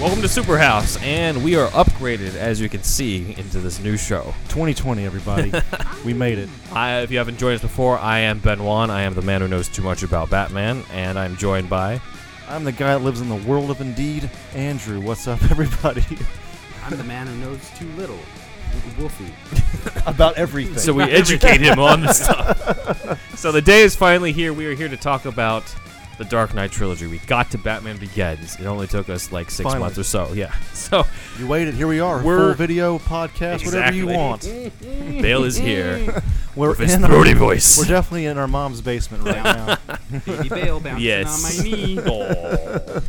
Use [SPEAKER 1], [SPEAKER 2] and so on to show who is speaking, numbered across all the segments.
[SPEAKER 1] Welcome to Super House, and we are upgraded, as you can see, into this new show.
[SPEAKER 2] 2020, everybody. we made it.
[SPEAKER 1] I, if you haven't joined us before, I am Ben Wan. I am the man who knows too much about Batman, and I'm joined by.
[SPEAKER 2] I'm the guy that lives in the world of Indeed. Andrew, what's up, everybody?
[SPEAKER 3] I'm the man who knows too little. Wolfie.
[SPEAKER 2] About everything.
[SPEAKER 1] So we educate him on the stuff. so the day is finally here. We are here to talk about the Dark Knight trilogy. We got to Batman Begins. It only took us like six
[SPEAKER 2] Finally.
[SPEAKER 1] months or so. Yeah. So
[SPEAKER 2] you waited. Here we are.
[SPEAKER 1] We're-
[SPEAKER 2] Full video podcast, whatever you
[SPEAKER 1] Exactly.
[SPEAKER 2] want.
[SPEAKER 1] Bale is here
[SPEAKER 2] We're
[SPEAKER 1] with his
[SPEAKER 2] in our-
[SPEAKER 1] throaty
[SPEAKER 2] We're
[SPEAKER 1] voice.
[SPEAKER 2] definitely in our mom's basement right now.
[SPEAKER 3] Baby Bale bouncing
[SPEAKER 1] Yes. Oh,
[SPEAKER 3] on my knee.
[SPEAKER 1] Aw.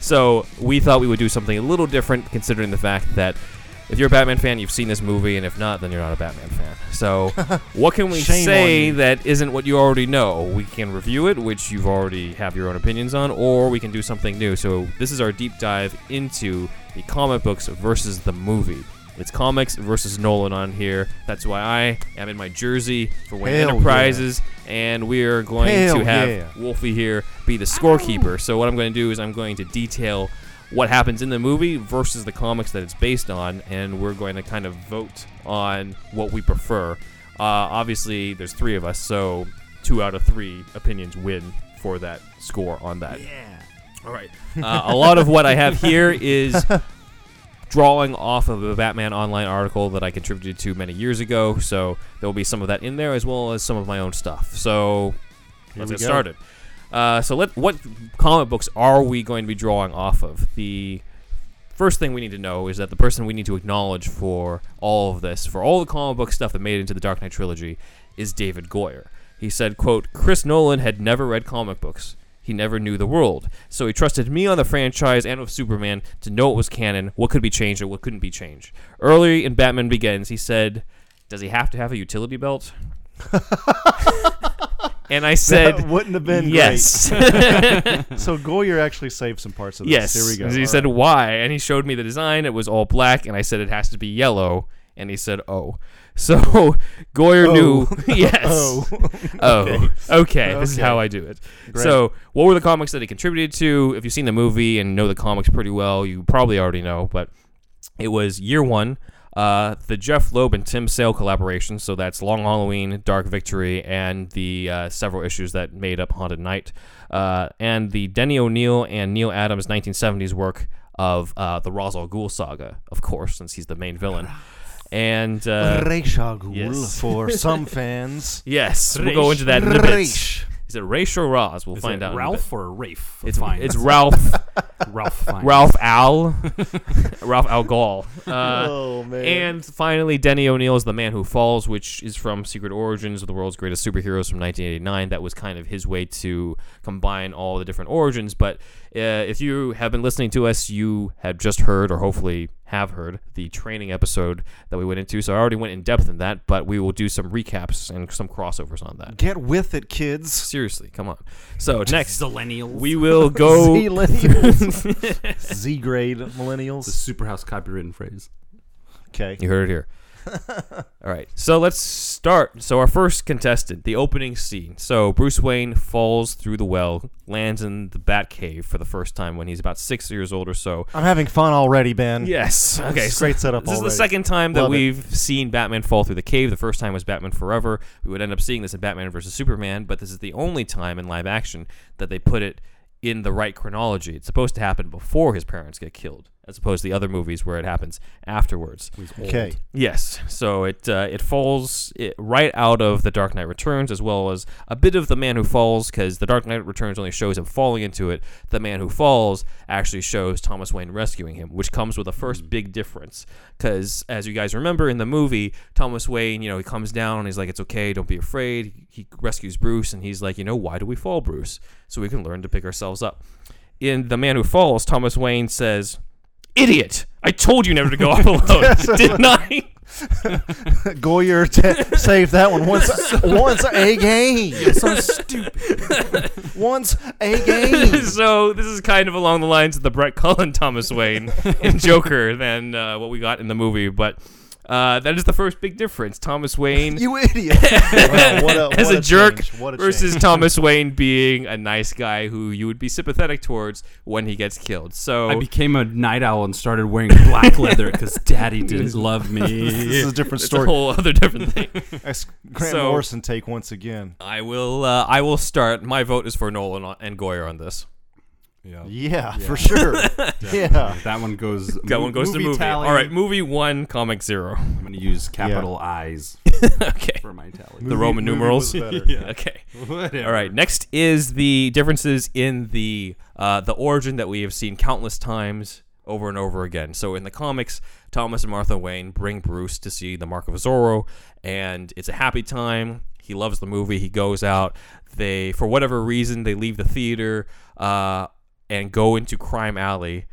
[SPEAKER 1] so we thought we would do something a little different, considering the fact that if you're a Batman fan, you've seen this movie, and if not, then you're not a Batman fan. So what can we
[SPEAKER 2] Shame on
[SPEAKER 1] say
[SPEAKER 2] you.
[SPEAKER 1] that isn't what you already know? We can review it, which you've already have your own opinions on, or we can do something new. So this is our deep dive into the comic books versus the movie. It's comics versus Nolan on here. That's why I am in my jersey for Wayne
[SPEAKER 2] Hell yeah.
[SPEAKER 1] Enterprises, and we are going
[SPEAKER 2] Hell
[SPEAKER 1] to have
[SPEAKER 2] yeah.
[SPEAKER 1] Wolfie here be the scorekeeper. So what I'm going to do is I'm going to detail what happens in the movie versus the comics that it's based on, and we're going to kind of vote on what we prefer. Uh, obviously, there's three of us, so two out of three opinions win for that score on that.
[SPEAKER 3] Yeah.
[SPEAKER 1] All right. Uh, a lot of what I have here is drawing off of a Batman Online article that I contributed to many years ago. So there will be some of that in there as well as some of my own stuff. So
[SPEAKER 2] Here
[SPEAKER 1] let's
[SPEAKER 2] we
[SPEAKER 1] get
[SPEAKER 2] go.
[SPEAKER 1] started. Uh, so let what comic books are we going to be drawing off of? The first thing we need to know is that the person we need to acknowledge for all of this, for all the comic book stuff that made it into the Dark Knight trilogy, is David Goyer. He said, quote, Chris Nolan had never read comic books. He never knew the world. So he trusted me on the franchise and with Superman to know what was canon, what could be changed, and what couldn't be changed. Early in Batman Begins, he said, Does he have to have a utility belt? and I said,
[SPEAKER 2] That wouldn't have been
[SPEAKER 1] Yes.
[SPEAKER 2] great. So Goyer actually saved some parts of this.
[SPEAKER 1] Yes.
[SPEAKER 2] Here we go.
[SPEAKER 1] And He
[SPEAKER 2] All
[SPEAKER 1] said
[SPEAKER 2] right.
[SPEAKER 1] why, and he showed me the design. It was all black, and I said it has to be yellow, and he said oh. So Goyer
[SPEAKER 2] Oh.
[SPEAKER 1] knew. yes.
[SPEAKER 2] Oh.
[SPEAKER 1] Oh. Okay. This is
[SPEAKER 2] Okay.
[SPEAKER 1] how I do it.
[SPEAKER 2] Great.
[SPEAKER 1] So what were the comics that he contributed to? If you've seen the movie and know the comics pretty well, you probably already know. But it was year one. Uh, the Jeff Loeb and Tim Sale collaboration, so that's Long Halloween, Dark Victory, and the uh, several issues that made up Haunted Night, uh, and the Denny O'Neill and Neil Adams 1970s work of uh, the Ra's al Ghul saga, of course, since he's the main villain. And uh,
[SPEAKER 2] Reish al Ghul
[SPEAKER 1] yes.
[SPEAKER 2] for some fans.
[SPEAKER 1] yes, we'll go into that in a bit.
[SPEAKER 2] Reish.
[SPEAKER 1] Is it Raish or Raz? We'll
[SPEAKER 3] Is
[SPEAKER 1] find
[SPEAKER 3] it
[SPEAKER 1] out. in a
[SPEAKER 3] Ralph
[SPEAKER 1] bit.
[SPEAKER 3] or Rafe?
[SPEAKER 1] It's
[SPEAKER 3] fine.
[SPEAKER 1] It's Ralph.
[SPEAKER 3] Ralph. Fine.
[SPEAKER 1] Ralph Al. Ralph Al Ghul. Uh,
[SPEAKER 2] oh man.
[SPEAKER 1] And finally, Denny O'Neil is the Man Who Falls, which is from Secret Origins of the World's Greatest Superheroes from 1989. That was kind of his way to combine all the different origins. But uh, if you have been listening to us, you have just heard, or hopefully have heard, the training episode that we went into. So I already went in depth in that, but we will do some recaps and some crossovers on that.
[SPEAKER 2] get with it, kids.
[SPEAKER 1] Seriously, come on. So next,
[SPEAKER 3] Zillennials.
[SPEAKER 1] we will go.
[SPEAKER 2] Z-millennials. Z-grade millennials.
[SPEAKER 3] the Superhouse copywritten phrase.
[SPEAKER 2] Okay.
[SPEAKER 1] You heard it here. All right. So let's start. So our first contestant, the opening scene. So Bruce Wayne falls through the well, lands in the Batcave for the first time when he's about six years old or so.
[SPEAKER 2] I'm having fun already, Ben.
[SPEAKER 1] Yes. Okay.
[SPEAKER 2] This is
[SPEAKER 1] So
[SPEAKER 2] great setup.
[SPEAKER 1] this is the
[SPEAKER 2] already.
[SPEAKER 1] second time that
[SPEAKER 2] Love it.
[SPEAKER 1] we've seen Batman fall through the cave. The first time was Batman Forever. We would end up seeing this in Batman versus Superman, but this is the only time in live action that they put it in the right chronology. It's supposed to happen before his parents get killed, as opposed to the other movies where it happens afterwards.
[SPEAKER 3] He's old.
[SPEAKER 2] Okay.
[SPEAKER 1] Yes, so it uh, it falls it right out of the Dark Knight Returns, as well as a bit of the Man Who Falls, because the Dark Knight Returns only shows him falling into it. The Man Who Falls actually shows Thomas Wayne rescuing him, which comes with a first big difference, because as you guys remember in the movie, Thomas Wayne, you know, he comes down and he's like, "It's okay, don't be afraid." He rescues Bruce, and he's like, "You know, why do we fall, Bruce? So we can learn to pick ourselves up." In The Man Who Falls, Thomas Wayne says. Idiot! I told you never to go off alone, didn't I?
[SPEAKER 2] Goyer t- saved that one once. once a game.
[SPEAKER 3] So stupid.
[SPEAKER 2] Once a
[SPEAKER 1] Hmm.
[SPEAKER 2] game.
[SPEAKER 1] so this is kind of along the lines of the Brett Cullen Thomas Wayne in Joker than uh, what we got in the movie, but Uh, that is the first big difference. Thomas Wayne
[SPEAKER 2] You idiot. Wow, what a,
[SPEAKER 1] as
[SPEAKER 2] what
[SPEAKER 1] a, jerk
[SPEAKER 2] change. What a
[SPEAKER 1] versus
[SPEAKER 2] change.
[SPEAKER 1] Thomas Wayne being a nice guy who you would be sympathetic towards when he gets killed. So
[SPEAKER 3] I became a night owl and started wearing black leather because daddy didn't love me.
[SPEAKER 2] This is a different
[SPEAKER 1] it's
[SPEAKER 2] story.
[SPEAKER 1] a whole other different thing.
[SPEAKER 2] That's Grant
[SPEAKER 1] So-
[SPEAKER 2] Morrison take once again.
[SPEAKER 1] I will. Uh, I will start. My vote is for Nolan on- and Goyer on this.
[SPEAKER 3] Yeah.
[SPEAKER 2] Yeah, for sure. yeah.
[SPEAKER 3] That one goes.
[SPEAKER 1] That one goes to movie.
[SPEAKER 3] tally.
[SPEAKER 1] All right, movie one, comic zero.
[SPEAKER 3] I'm going to use capital I's
[SPEAKER 1] okay,
[SPEAKER 3] for my tally.
[SPEAKER 1] the Roman
[SPEAKER 2] movie
[SPEAKER 1] numerals.
[SPEAKER 2] was better.
[SPEAKER 1] okay.
[SPEAKER 3] Whatever.
[SPEAKER 1] All right. Next is the differences in the uh, the origin that we have seen countless times over and over again. So in the comics, Thomas and Martha Wayne bring Bruce to see the Mark of Zorro, and it's a happy time. He loves the movie. He goes out. They, for whatever reason, they leave the theater uh, and go into Crime Alley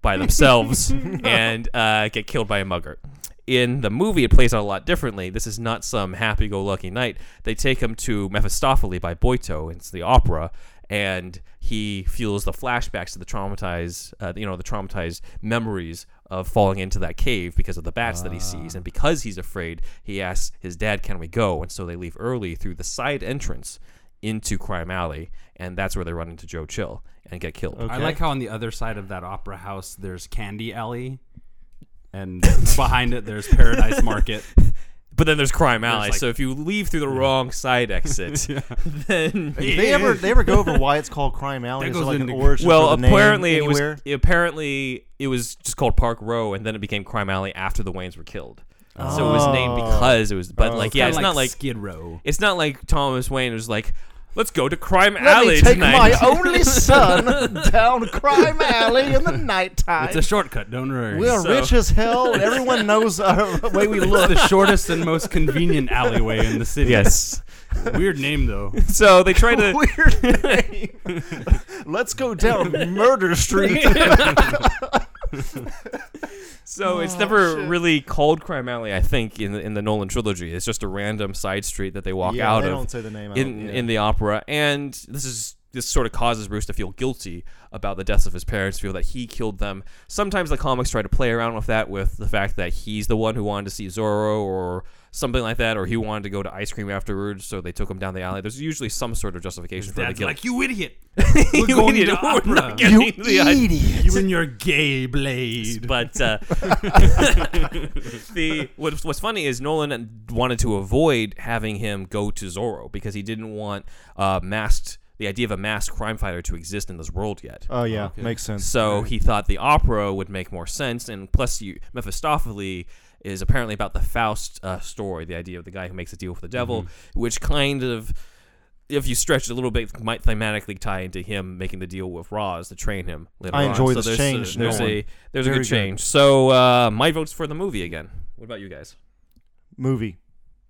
[SPEAKER 1] by themselves and uh, get killed by a mugger. In the movie, it plays out a lot differently. This is not some happy go lucky night. They take him to Mephistopheles by Boito, it's the opera, and he feels the flashbacks to the traumatized, uh, you know, the traumatized memories of falling into that cave because of the bats that he sees. And because he's afraid, he asks his dad, Can we go? And so they leave early through the side entrance into Crime Alley, and that's where they run into Joe Chill and get killed.
[SPEAKER 3] I like how on the other side of that opera house, there's Candy Alley, and behind it, there's Paradise Market.
[SPEAKER 1] But then there's crime alley.
[SPEAKER 3] like-
[SPEAKER 1] so if you leave through the wrong side exit, then
[SPEAKER 2] Did they ever they ever go over why it's called Crime Alley?
[SPEAKER 3] That
[SPEAKER 2] Is there
[SPEAKER 3] goes
[SPEAKER 2] like an
[SPEAKER 3] into-
[SPEAKER 2] origin
[SPEAKER 1] well
[SPEAKER 2] for the name
[SPEAKER 1] apparently it was
[SPEAKER 2] anywhere?
[SPEAKER 1] apparently it was just called Park Row, and then it became Crime Alley after the Waynes were killed. So it was named
[SPEAKER 2] Oh.
[SPEAKER 1] because it was. But like, yeah,
[SPEAKER 3] Kinda
[SPEAKER 1] it's not like
[SPEAKER 3] Skid Row.
[SPEAKER 1] it's not like Thomas Wayne was like, let's go to Crime
[SPEAKER 2] Let
[SPEAKER 1] Alley
[SPEAKER 2] me take
[SPEAKER 1] tonight.
[SPEAKER 2] my only son down Crime Alley in the nighttime.
[SPEAKER 3] It's a shortcut. Don't worry.
[SPEAKER 2] we are
[SPEAKER 1] so-
[SPEAKER 2] rich as hell, and everyone knows uh, the way we
[SPEAKER 3] It's
[SPEAKER 2] look.
[SPEAKER 3] the shortest and most convenient alleyway in the city.
[SPEAKER 1] yes.
[SPEAKER 3] Weird name though.
[SPEAKER 1] So they try to.
[SPEAKER 2] Weird name. Let's go down Murder Street.
[SPEAKER 1] So it's never really called Crime Alley, I think, in the, in the Nolan trilogy. It's just a random side street that they walk
[SPEAKER 2] yeah,
[SPEAKER 1] out
[SPEAKER 2] they
[SPEAKER 1] of.
[SPEAKER 2] don't say the name. out,
[SPEAKER 1] in
[SPEAKER 2] yeah.
[SPEAKER 1] in the opera, and this is this sort of causes Bruce to feel guilty about the deaths of his parents, feel that he killed them. Sometimes the comics try to play around with that, with the fact that he's the one who wanted to see Zorro or something like that, or he wanted to go to ice cream afterwards, so they took him down the alley. There's usually some sort of justification for the
[SPEAKER 3] Dad's
[SPEAKER 1] guilt.
[SPEAKER 3] like, you idiot. We're
[SPEAKER 1] You
[SPEAKER 3] going
[SPEAKER 1] idiot,
[SPEAKER 3] to
[SPEAKER 1] we're
[SPEAKER 3] opera.
[SPEAKER 1] not
[SPEAKER 2] you
[SPEAKER 1] getting the idea.
[SPEAKER 2] idiot.
[SPEAKER 3] you and your gay blade.
[SPEAKER 1] But uh, the what's, what's funny is Nolan wanted to avoid having him go to Zorro because he didn't want uh, masked the idea of a masked crime fighter to exist in this world yet.
[SPEAKER 2] Oh yeah, makes sense.
[SPEAKER 1] So he thought the opera would make more sense, and plus, you, Mephistopheles is apparently about the Faust uh, story, the idea of the guy who makes a deal with the devil,
[SPEAKER 2] Mm-hmm.
[SPEAKER 1] which kind of, if you stretch it a little bit, might thematically tie into him making the deal with Roz to train him later
[SPEAKER 2] I
[SPEAKER 1] on.
[SPEAKER 2] enjoy
[SPEAKER 1] So
[SPEAKER 2] this
[SPEAKER 1] there's
[SPEAKER 2] change,
[SPEAKER 1] A, there's
[SPEAKER 2] Nolan.
[SPEAKER 1] a there's a
[SPEAKER 2] Very
[SPEAKER 1] good
[SPEAKER 2] good.
[SPEAKER 1] change. So uh, my vote's for the movie again. What about you guys?
[SPEAKER 2] Movie.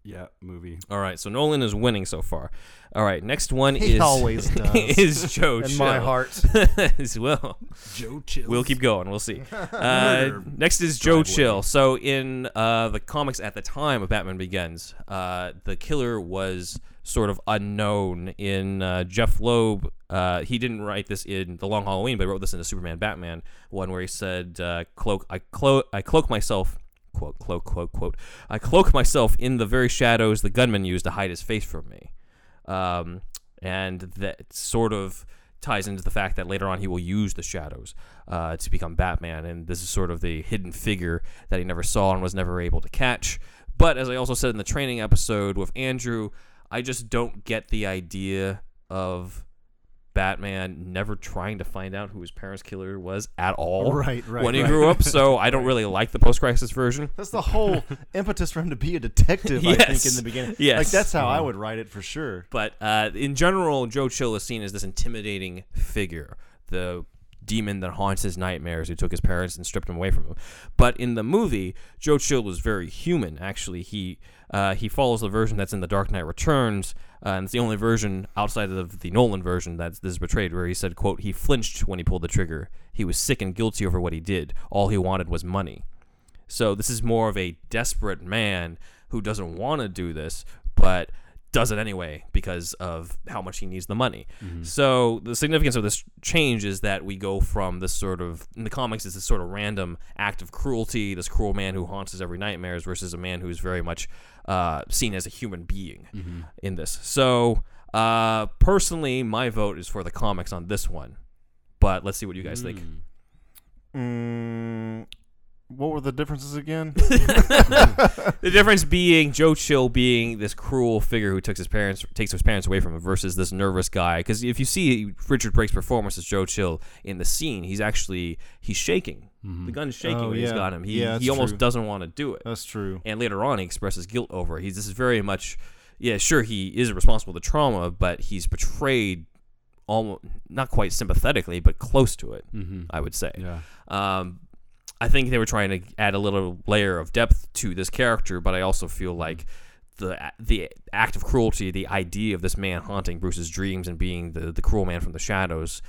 [SPEAKER 3] yeah, movie.
[SPEAKER 1] All right, so Nolan is winning so far. All right, next one
[SPEAKER 2] He
[SPEAKER 1] is
[SPEAKER 2] always does.
[SPEAKER 1] is Oh, Joe
[SPEAKER 2] in my
[SPEAKER 1] Chill
[SPEAKER 2] heart.
[SPEAKER 1] as well.
[SPEAKER 3] Joe Chill.
[SPEAKER 1] We'll keep going. We'll see. Uh,
[SPEAKER 3] Murder
[SPEAKER 1] next is Joe
[SPEAKER 3] driveway.
[SPEAKER 1] Chill. So in uh, the comics at the time of Batman Begins, uh, the killer was sort of unknown. In uh, Jeff Loeb, uh, he didn't write this in the Long Halloween, but he wrote this in the Superman Batman one, where he said, uh, "Cloak, I cloak, I cloak myself." Quote, cloak, quote, quote. I cloak myself in the very shadows the gunman used to hide his face from me um, and that sort of ties into the fact that later on he will use the shadows uh, to become Batman, and this is sort of the hidden figure that he never saw and was never able to catch. But as I also said in the training episode with Andrew, I just don't get the idea of Batman never trying to find out who his parents' killer was at all
[SPEAKER 2] Right, right,
[SPEAKER 1] when he
[SPEAKER 2] right.
[SPEAKER 1] grew up. So I don't really like the post-crisis version.
[SPEAKER 2] That's the whole impetus for him to be a detective. I think in
[SPEAKER 1] Yes.
[SPEAKER 2] the beginning.
[SPEAKER 1] Yes.
[SPEAKER 2] like that's how I would write it for sure.
[SPEAKER 1] But uh, in general, Joe Chill is seen as this intimidating figure, the demon that haunts his nightmares, who took his parents and stripped them away from him. But in the movie, Joe Chill is very human. Actually, he uh, he follows the version that's in The Dark Knight Returns, uh, and it's the only version outside of the Nolan version that's this is portrayed, where he said, "quote He flinched when he pulled the trigger. He was sick and guilty over what he did. All he wanted was money." So this is more of a desperate man who doesn't want to do this, but does it anyway because of how much he needs the money. So the significance of this change is that we go from this sort of in the comics it's this sort of random act of cruelty, this cruel man who haunts his every nightmares, versus a man who's very much uh, seen as a human being
[SPEAKER 3] Mm-hmm.
[SPEAKER 1] in this. So uh, personally, my vote is for the comics on this one, but let's see what you guys think.
[SPEAKER 2] Mm, what were the differences again?
[SPEAKER 1] The difference being Joe Chill being this cruel figure who took his parents takes his parents away from him versus this nervous guy. Because if you see Richard Brake's performance as Joe Chill in the scene, he's actually he's shaking. The gun's shaking
[SPEAKER 2] Oh,
[SPEAKER 1] when he's
[SPEAKER 2] yeah.
[SPEAKER 1] got him. He
[SPEAKER 2] Yeah,
[SPEAKER 1] he
[SPEAKER 2] that's
[SPEAKER 1] almost
[SPEAKER 2] true. Uh,
[SPEAKER 1] doesn't want to do it.
[SPEAKER 2] That's true.
[SPEAKER 1] and later on, he expresses guilt over. it. He's this is very much, yeah, sure he is responsible to trauma, but he's portrayed almost not quite sympathetically, but close to it.
[SPEAKER 3] Mm-hmm.
[SPEAKER 1] I would say.
[SPEAKER 3] Yeah.
[SPEAKER 1] Um, I think they were trying to add a little layer of depth to this character, but I also feel like the the act of cruelty, the idea of this man haunting Bruce's dreams and being the, the cruel man from the shadows,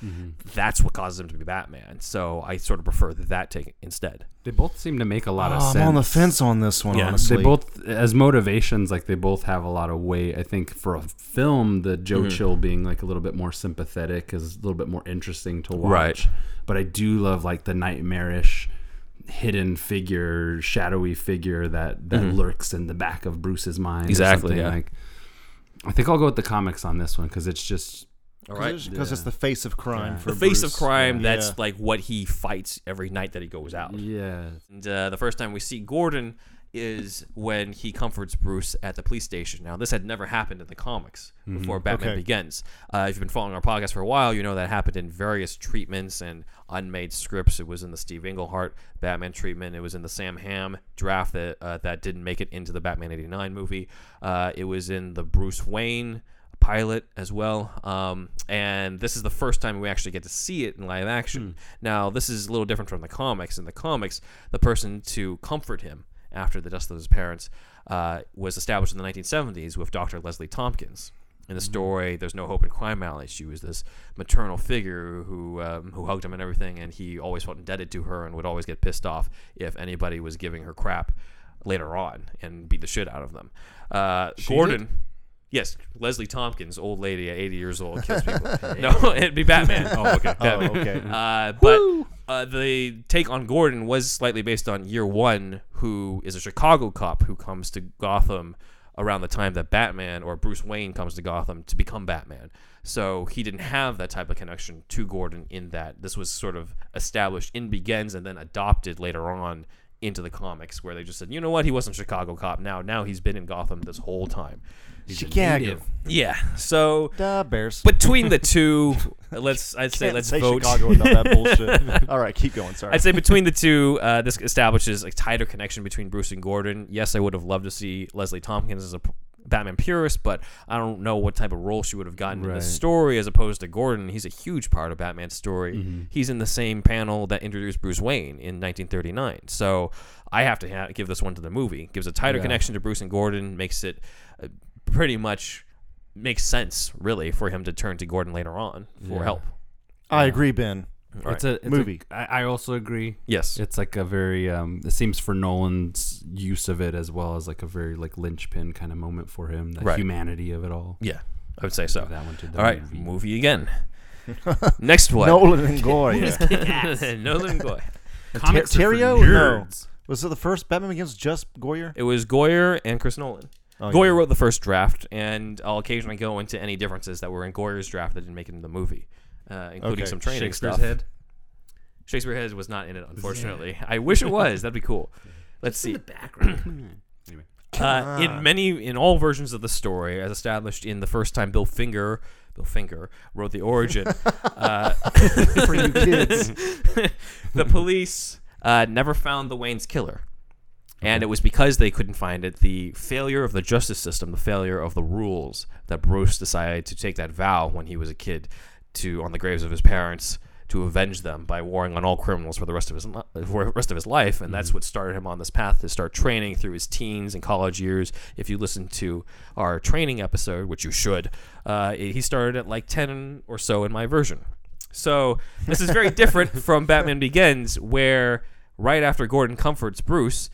[SPEAKER 1] that's what causes him to be Batman. So I sort of prefer that take instead.
[SPEAKER 3] They both seem to make a lot of
[SPEAKER 2] Oh,
[SPEAKER 3] sense.
[SPEAKER 2] I'm on the fence on this one,
[SPEAKER 1] Yeah.
[SPEAKER 2] honestly.
[SPEAKER 3] They both, as motivations, like they both have a lot of weight. I think for a film, the
[SPEAKER 1] Mm-hmm.
[SPEAKER 3] Joe Chill being like a little bit more sympathetic is a little bit more interesting to watch.
[SPEAKER 1] Right.
[SPEAKER 3] But I do love like the nightmarish, hidden figure, shadowy figure that that lurks in the back of Bruce's mind. or
[SPEAKER 1] Mm-hmm. Exactly,
[SPEAKER 3] something,
[SPEAKER 1] yeah.
[SPEAKER 3] Like, I think I'll go with the comics on this one because it's just
[SPEAKER 1] All
[SPEAKER 2] because it's
[SPEAKER 3] Yeah.
[SPEAKER 2] the face of crime. For
[SPEAKER 1] The face of
[SPEAKER 2] Bruce.
[SPEAKER 1] crime,
[SPEAKER 2] Yeah.
[SPEAKER 1] that's
[SPEAKER 2] Yeah.
[SPEAKER 1] like what he fights every night that he goes out.
[SPEAKER 3] Mm-hmm. yeah.
[SPEAKER 1] And uh, the first time we see Gordon is when he comforts Bruce at the police station. Now, this had never happened in the comics before Batman
[SPEAKER 2] Okay.
[SPEAKER 1] Begins. Uh, if you've been following our podcast for a while, you know that happened in various treatments and unmade scripts. It was in the Steve Englehart Batman treatment. It was in the Sam Hamm draft that uh, that didn't make it into the Batman '89 movie. Uh, it was in the Bruce Wayne pilot as well. Um, and this is the first time we actually get to see it in live action. Now, this is a little different from the comics. In the comics, the person to comfort him after the death of his parents uh, was established in the 1970s with Dr. Leslie Tompkins. In the story, there's no hope in crime alley. She was this maternal figure who um, who hugged him and everything, and he always felt indebted to her and would always get pissed off if anybody was giving her crap later on and beat the shit out of them. Uh, Gordon. Yes, Leslie Tompkins, old lady at 80 years old, kills people. no, it'd be Batman. Oh, okay. Batman.
[SPEAKER 2] okay.
[SPEAKER 1] Uh, but uh, the take on Gordon was slightly based on Year One, who is a Chicago cop who comes to Gotham around the time that Batman or Bruce Wayne comes to Gotham to become Batman. So he didn't have that type of connection to Gordon in that this was sort of established in Begins and then adopted later on into the comics where they just said, you know what, he wasn't a Chicago cop now. Now he's been in Gotham this whole time.
[SPEAKER 2] Chicago.
[SPEAKER 1] Yeah. So
[SPEAKER 2] Duh, Bears.
[SPEAKER 1] between the two, let's I'd say
[SPEAKER 2] Can't
[SPEAKER 1] let's
[SPEAKER 2] say
[SPEAKER 1] vote.
[SPEAKER 2] Chicago without that bullshit. All right, keep going. Sorry.
[SPEAKER 1] I'd say between the two, uh, this establishes a tighter connection between Bruce and Gordon. Yes, I would have loved to see Leslie Tompkins as a p- Batman purist, but I don't know what type of role she would have gotten in
[SPEAKER 3] Right.
[SPEAKER 1] the story as opposed to Gordon. He's a huge part of Batman's story.
[SPEAKER 3] Mm-hmm.
[SPEAKER 1] He's in the same panel that introduced Bruce Wayne in 1939. So I have to ha- give this one to the movie. Gives a tighter
[SPEAKER 3] Yeah.
[SPEAKER 1] connection to Bruce and Gordon, makes it uh, pretty much makes sense, really, for him to turn to Gordon later on for
[SPEAKER 3] Yeah.
[SPEAKER 1] help.
[SPEAKER 2] I agree, Ben.
[SPEAKER 3] It's a it's a-
[SPEAKER 2] Movie.
[SPEAKER 3] I I also agree.
[SPEAKER 1] Yes.
[SPEAKER 3] It's like a very. Um, it seems for Nolan's use of it as well as like a very like linchpin kind of moment for him. The
[SPEAKER 1] Right.
[SPEAKER 3] humanity of it all.
[SPEAKER 1] yeah, I would say so.
[SPEAKER 3] Give that one to the
[SPEAKER 1] All right,
[SPEAKER 3] movie.
[SPEAKER 1] movie again. Next one.
[SPEAKER 2] Nolan and Gore. Yeah.
[SPEAKER 1] Nolan Goyer.
[SPEAKER 3] Comics are for
[SPEAKER 2] Terrio? No.
[SPEAKER 3] nerds.
[SPEAKER 2] Was it the first Batman Begins just Goyer?
[SPEAKER 1] It was Goyer and Chris Nolan.
[SPEAKER 2] Oh,
[SPEAKER 1] Goyer
[SPEAKER 2] yeah.
[SPEAKER 1] wrote the first draft, and I'll occasionally go into any differences that were in Goyer's draft that didn't make it into the movie, uh, including
[SPEAKER 2] Okay,
[SPEAKER 1] some training
[SPEAKER 3] Shakespeare's
[SPEAKER 1] stuff.
[SPEAKER 3] head.
[SPEAKER 1] Shakespeare Head was not in it, unfortunately. I wish it was. That'd be cool. Let's see.
[SPEAKER 3] Anyway.
[SPEAKER 1] Uh, in many, in all versions of the story, as established in the first time Bill Finger, Bill Finger wrote the origin. uh,
[SPEAKER 2] For you kids.
[SPEAKER 1] the police uh, never found the Wayne's killer. And it was because they couldn't find it, the failure of the justice system, the failure of the rules, that Bruce decided to take that vow when he was a kid to on the graves of his parents to avenge them by warring on all criminals for the rest of his li- for the rest of his life, and that's what started him on this path to start training through his teens and college years. If you listen to our training episode, which you should, uh, he started at like ten or so in my version. So this is very different from Batman Begins, where right after Gordon comforts Bruce,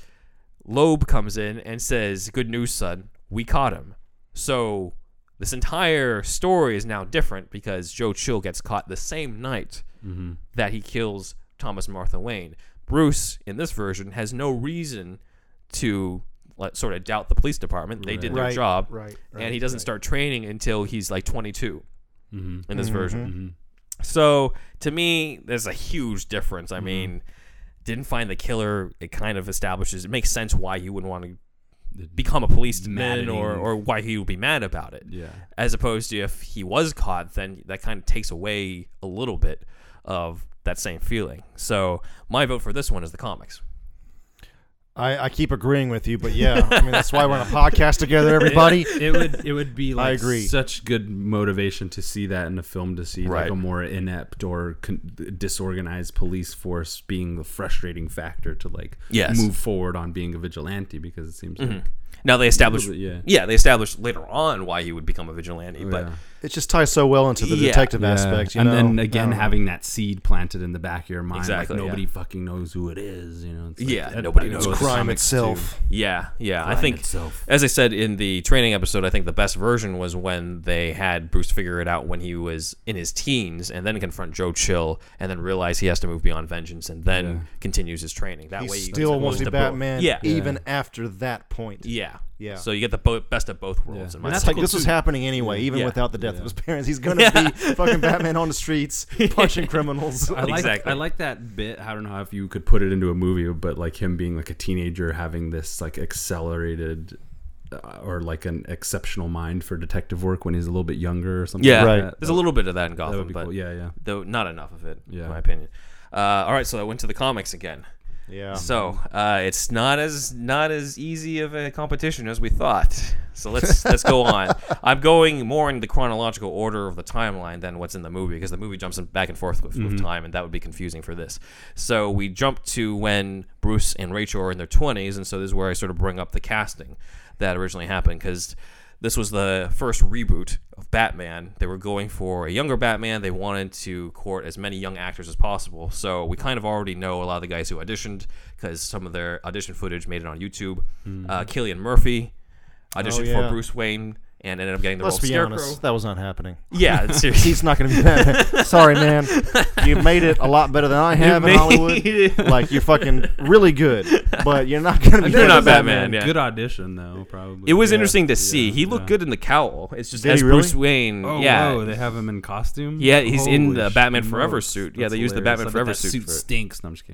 [SPEAKER 1] Loeb comes in and says, "Good news, son. We caught him." So this entire story is now different because Joe Chill gets caught the same night that he kills Thomas Martha Wayne. Bruce, in this version, has no reason to like, sort of doubt the police department. They did their
[SPEAKER 2] Right,
[SPEAKER 1] job,
[SPEAKER 2] right,
[SPEAKER 1] and he doesn't start training until he's like 22
[SPEAKER 3] Mhm.
[SPEAKER 1] in this version. So to me, there's a huge difference.
[SPEAKER 3] Mm-hmm.
[SPEAKER 1] I mean, didn't find the killer. It kind of establishes. It makes sense why you wouldn't want to become a policeman or,
[SPEAKER 3] Maddening.
[SPEAKER 1] or why he would be mad about it.
[SPEAKER 3] Yeah.
[SPEAKER 1] As opposed to if he was caught, then that kind of takes away a little bit of that same feeling. So my vote for this one is the comics.
[SPEAKER 2] I, I keep agreeing with you, but yeah, I mean that's why we're on a podcast together, everybody.
[SPEAKER 3] It would it would be like
[SPEAKER 2] agree.
[SPEAKER 3] such good motivation to see that in a film to see
[SPEAKER 1] Right.
[SPEAKER 3] like a more inept or con- disorganized police force being the frustrating factor to like
[SPEAKER 1] Yes.
[SPEAKER 3] move forward on being a vigilante because it seems like
[SPEAKER 1] Now they establish,
[SPEAKER 3] Little bit,
[SPEAKER 1] yeah.
[SPEAKER 3] yeah. Oh,
[SPEAKER 1] they establish later on why he would become a vigilante, but
[SPEAKER 3] yeah.
[SPEAKER 2] It just ties so well into the
[SPEAKER 1] Yeah.
[SPEAKER 2] detective
[SPEAKER 3] Yeah.
[SPEAKER 2] aspect, you
[SPEAKER 3] and
[SPEAKER 2] know.
[SPEAKER 3] then
[SPEAKER 2] I
[SPEAKER 3] again
[SPEAKER 2] don't know.
[SPEAKER 3] having that seed planted in the back of your mind
[SPEAKER 1] Um, Exactly,
[SPEAKER 3] like nobody
[SPEAKER 1] yeah.
[SPEAKER 3] fucking knows who it is you know it's like-
[SPEAKER 1] Yeah,
[SPEAKER 3] that-
[SPEAKER 1] nobody
[SPEAKER 3] that
[SPEAKER 1] knows.
[SPEAKER 3] goes to
[SPEAKER 2] crime
[SPEAKER 3] comics,
[SPEAKER 2] itself.
[SPEAKER 1] Yeah, yeah. I
[SPEAKER 3] Crime
[SPEAKER 1] think,
[SPEAKER 3] itself.
[SPEAKER 1] as I said in the training episode, I think the best version was when they had Bruce figure it out when he was in his teens, and then confront Joe Chill, and then realize he has to move beyond vengeance, and then continues his training. That
[SPEAKER 2] He
[SPEAKER 1] way, you
[SPEAKER 2] still wants to be Batman,
[SPEAKER 1] Yeah,
[SPEAKER 2] even after that point.
[SPEAKER 1] yeah,
[SPEAKER 2] Yeah.
[SPEAKER 1] So you get the bo- best of both worlds.
[SPEAKER 3] Yeah.
[SPEAKER 1] In
[SPEAKER 2] And
[SPEAKER 1] my
[SPEAKER 2] that's
[SPEAKER 1] opinion.
[SPEAKER 2] like this was happening anyway, even
[SPEAKER 1] Yeah.
[SPEAKER 2] without the death of his parents. He's gonna be fucking Batman on the streets, punching criminals.
[SPEAKER 3] I like
[SPEAKER 1] Exactly.
[SPEAKER 3] I like that bit. I don't know if you could put it into a movie, but like him being like a teenager having this like accelerated uh, or like an exceptional mind for detective work when he's a little bit younger or something.
[SPEAKER 1] yeah.
[SPEAKER 2] Right.
[SPEAKER 3] Like that.
[SPEAKER 1] There's a little bit of that in
[SPEAKER 3] that would
[SPEAKER 1] Gotham,
[SPEAKER 3] be
[SPEAKER 1] but
[SPEAKER 3] cool. Yeah, yeah.
[SPEAKER 1] though not enough of it,
[SPEAKER 3] Yeah.
[SPEAKER 1] in my opinion. Uh, all right, so I went to the comics again.
[SPEAKER 2] yeah.
[SPEAKER 1] So uh, it's not as not as easy of a competition as we thought. So let's let's go on. I'm going more in the chronological order of the timeline than what's in the movie because the movie jumps in- back and forth with, with time, and that would be confusing for this. So we jump to when Bruce and Rachel are in their 20s, and so this is where I sort of bring up the casting that originally happened because this was the first reboot of Batman. They were going for a younger Batman. They wanted to court as many young actors as possible. So we kind of already know a lot of the guys who auditioned because some of their audition footage made it on YouTube.
[SPEAKER 3] Hmm.
[SPEAKER 1] Uh, Killian Murphy auditioned
[SPEAKER 2] Mm-hmm. Oh, yeah.
[SPEAKER 1] for Bruce Wayne and ended up getting the
[SPEAKER 2] Let's be
[SPEAKER 1] role of
[SPEAKER 2] honest,
[SPEAKER 1] Scarecrow.
[SPEAKER 2] that was not happening.
[SPEAKER 1] Yeah, seriously.
[SPEAKER 2] He's not gonna be Batman. Sorry, man. You made it a lot better than I have in
[SPEAKER 1] made
[SPEAKER 2] Hollywood.
[SPEAKER 1] it.
[SPEAKER 2] Like you're fucking really good, but you're not gonna be.
[SPEAKER 1] You're not Batman. yeah.
[SPEAKER 3] Good audition though, probably.
[SPEAKER 1] It was
[SPEAKER 2] Yeah,
[SPEAKER 1] interesting to see. He looked
[SPEAKER 3] yeah.
[SPEAKER 1] good in the cowl. It's just
[SPEAKER 2] Did
[SPEAKER 1] as
[SPEAKER 2] he really?
[SPEAKER 1] Bruce Wayne.
[SPEAKER 3] Oh,
[SPEAKER 1] yeah,
[SPEAKER 3] whoa, they have him in costume.
[SPEAKER 1] Yeah, he's in
[SPEAKER 3] Holy
[SPEAKER 1] the Batman Forever
[SPEAKER 3] smokes,
[SPEAKER 1] suit. Yeah,
[SPEAKER 3] that's
[SPEAKER 1] they used the
[SPEAKER 3] hilarious.
[SPEAKER 1] Batman
[SPEAKER 3] I bet
[SPEAKER 1] Forever
[SPEAKER 3] that
[SPEAKER 1] suit
[SPEAKER 3] suit
[SPEAKER 1] for it.
[SPEAKER 3] stinks. No, I'm just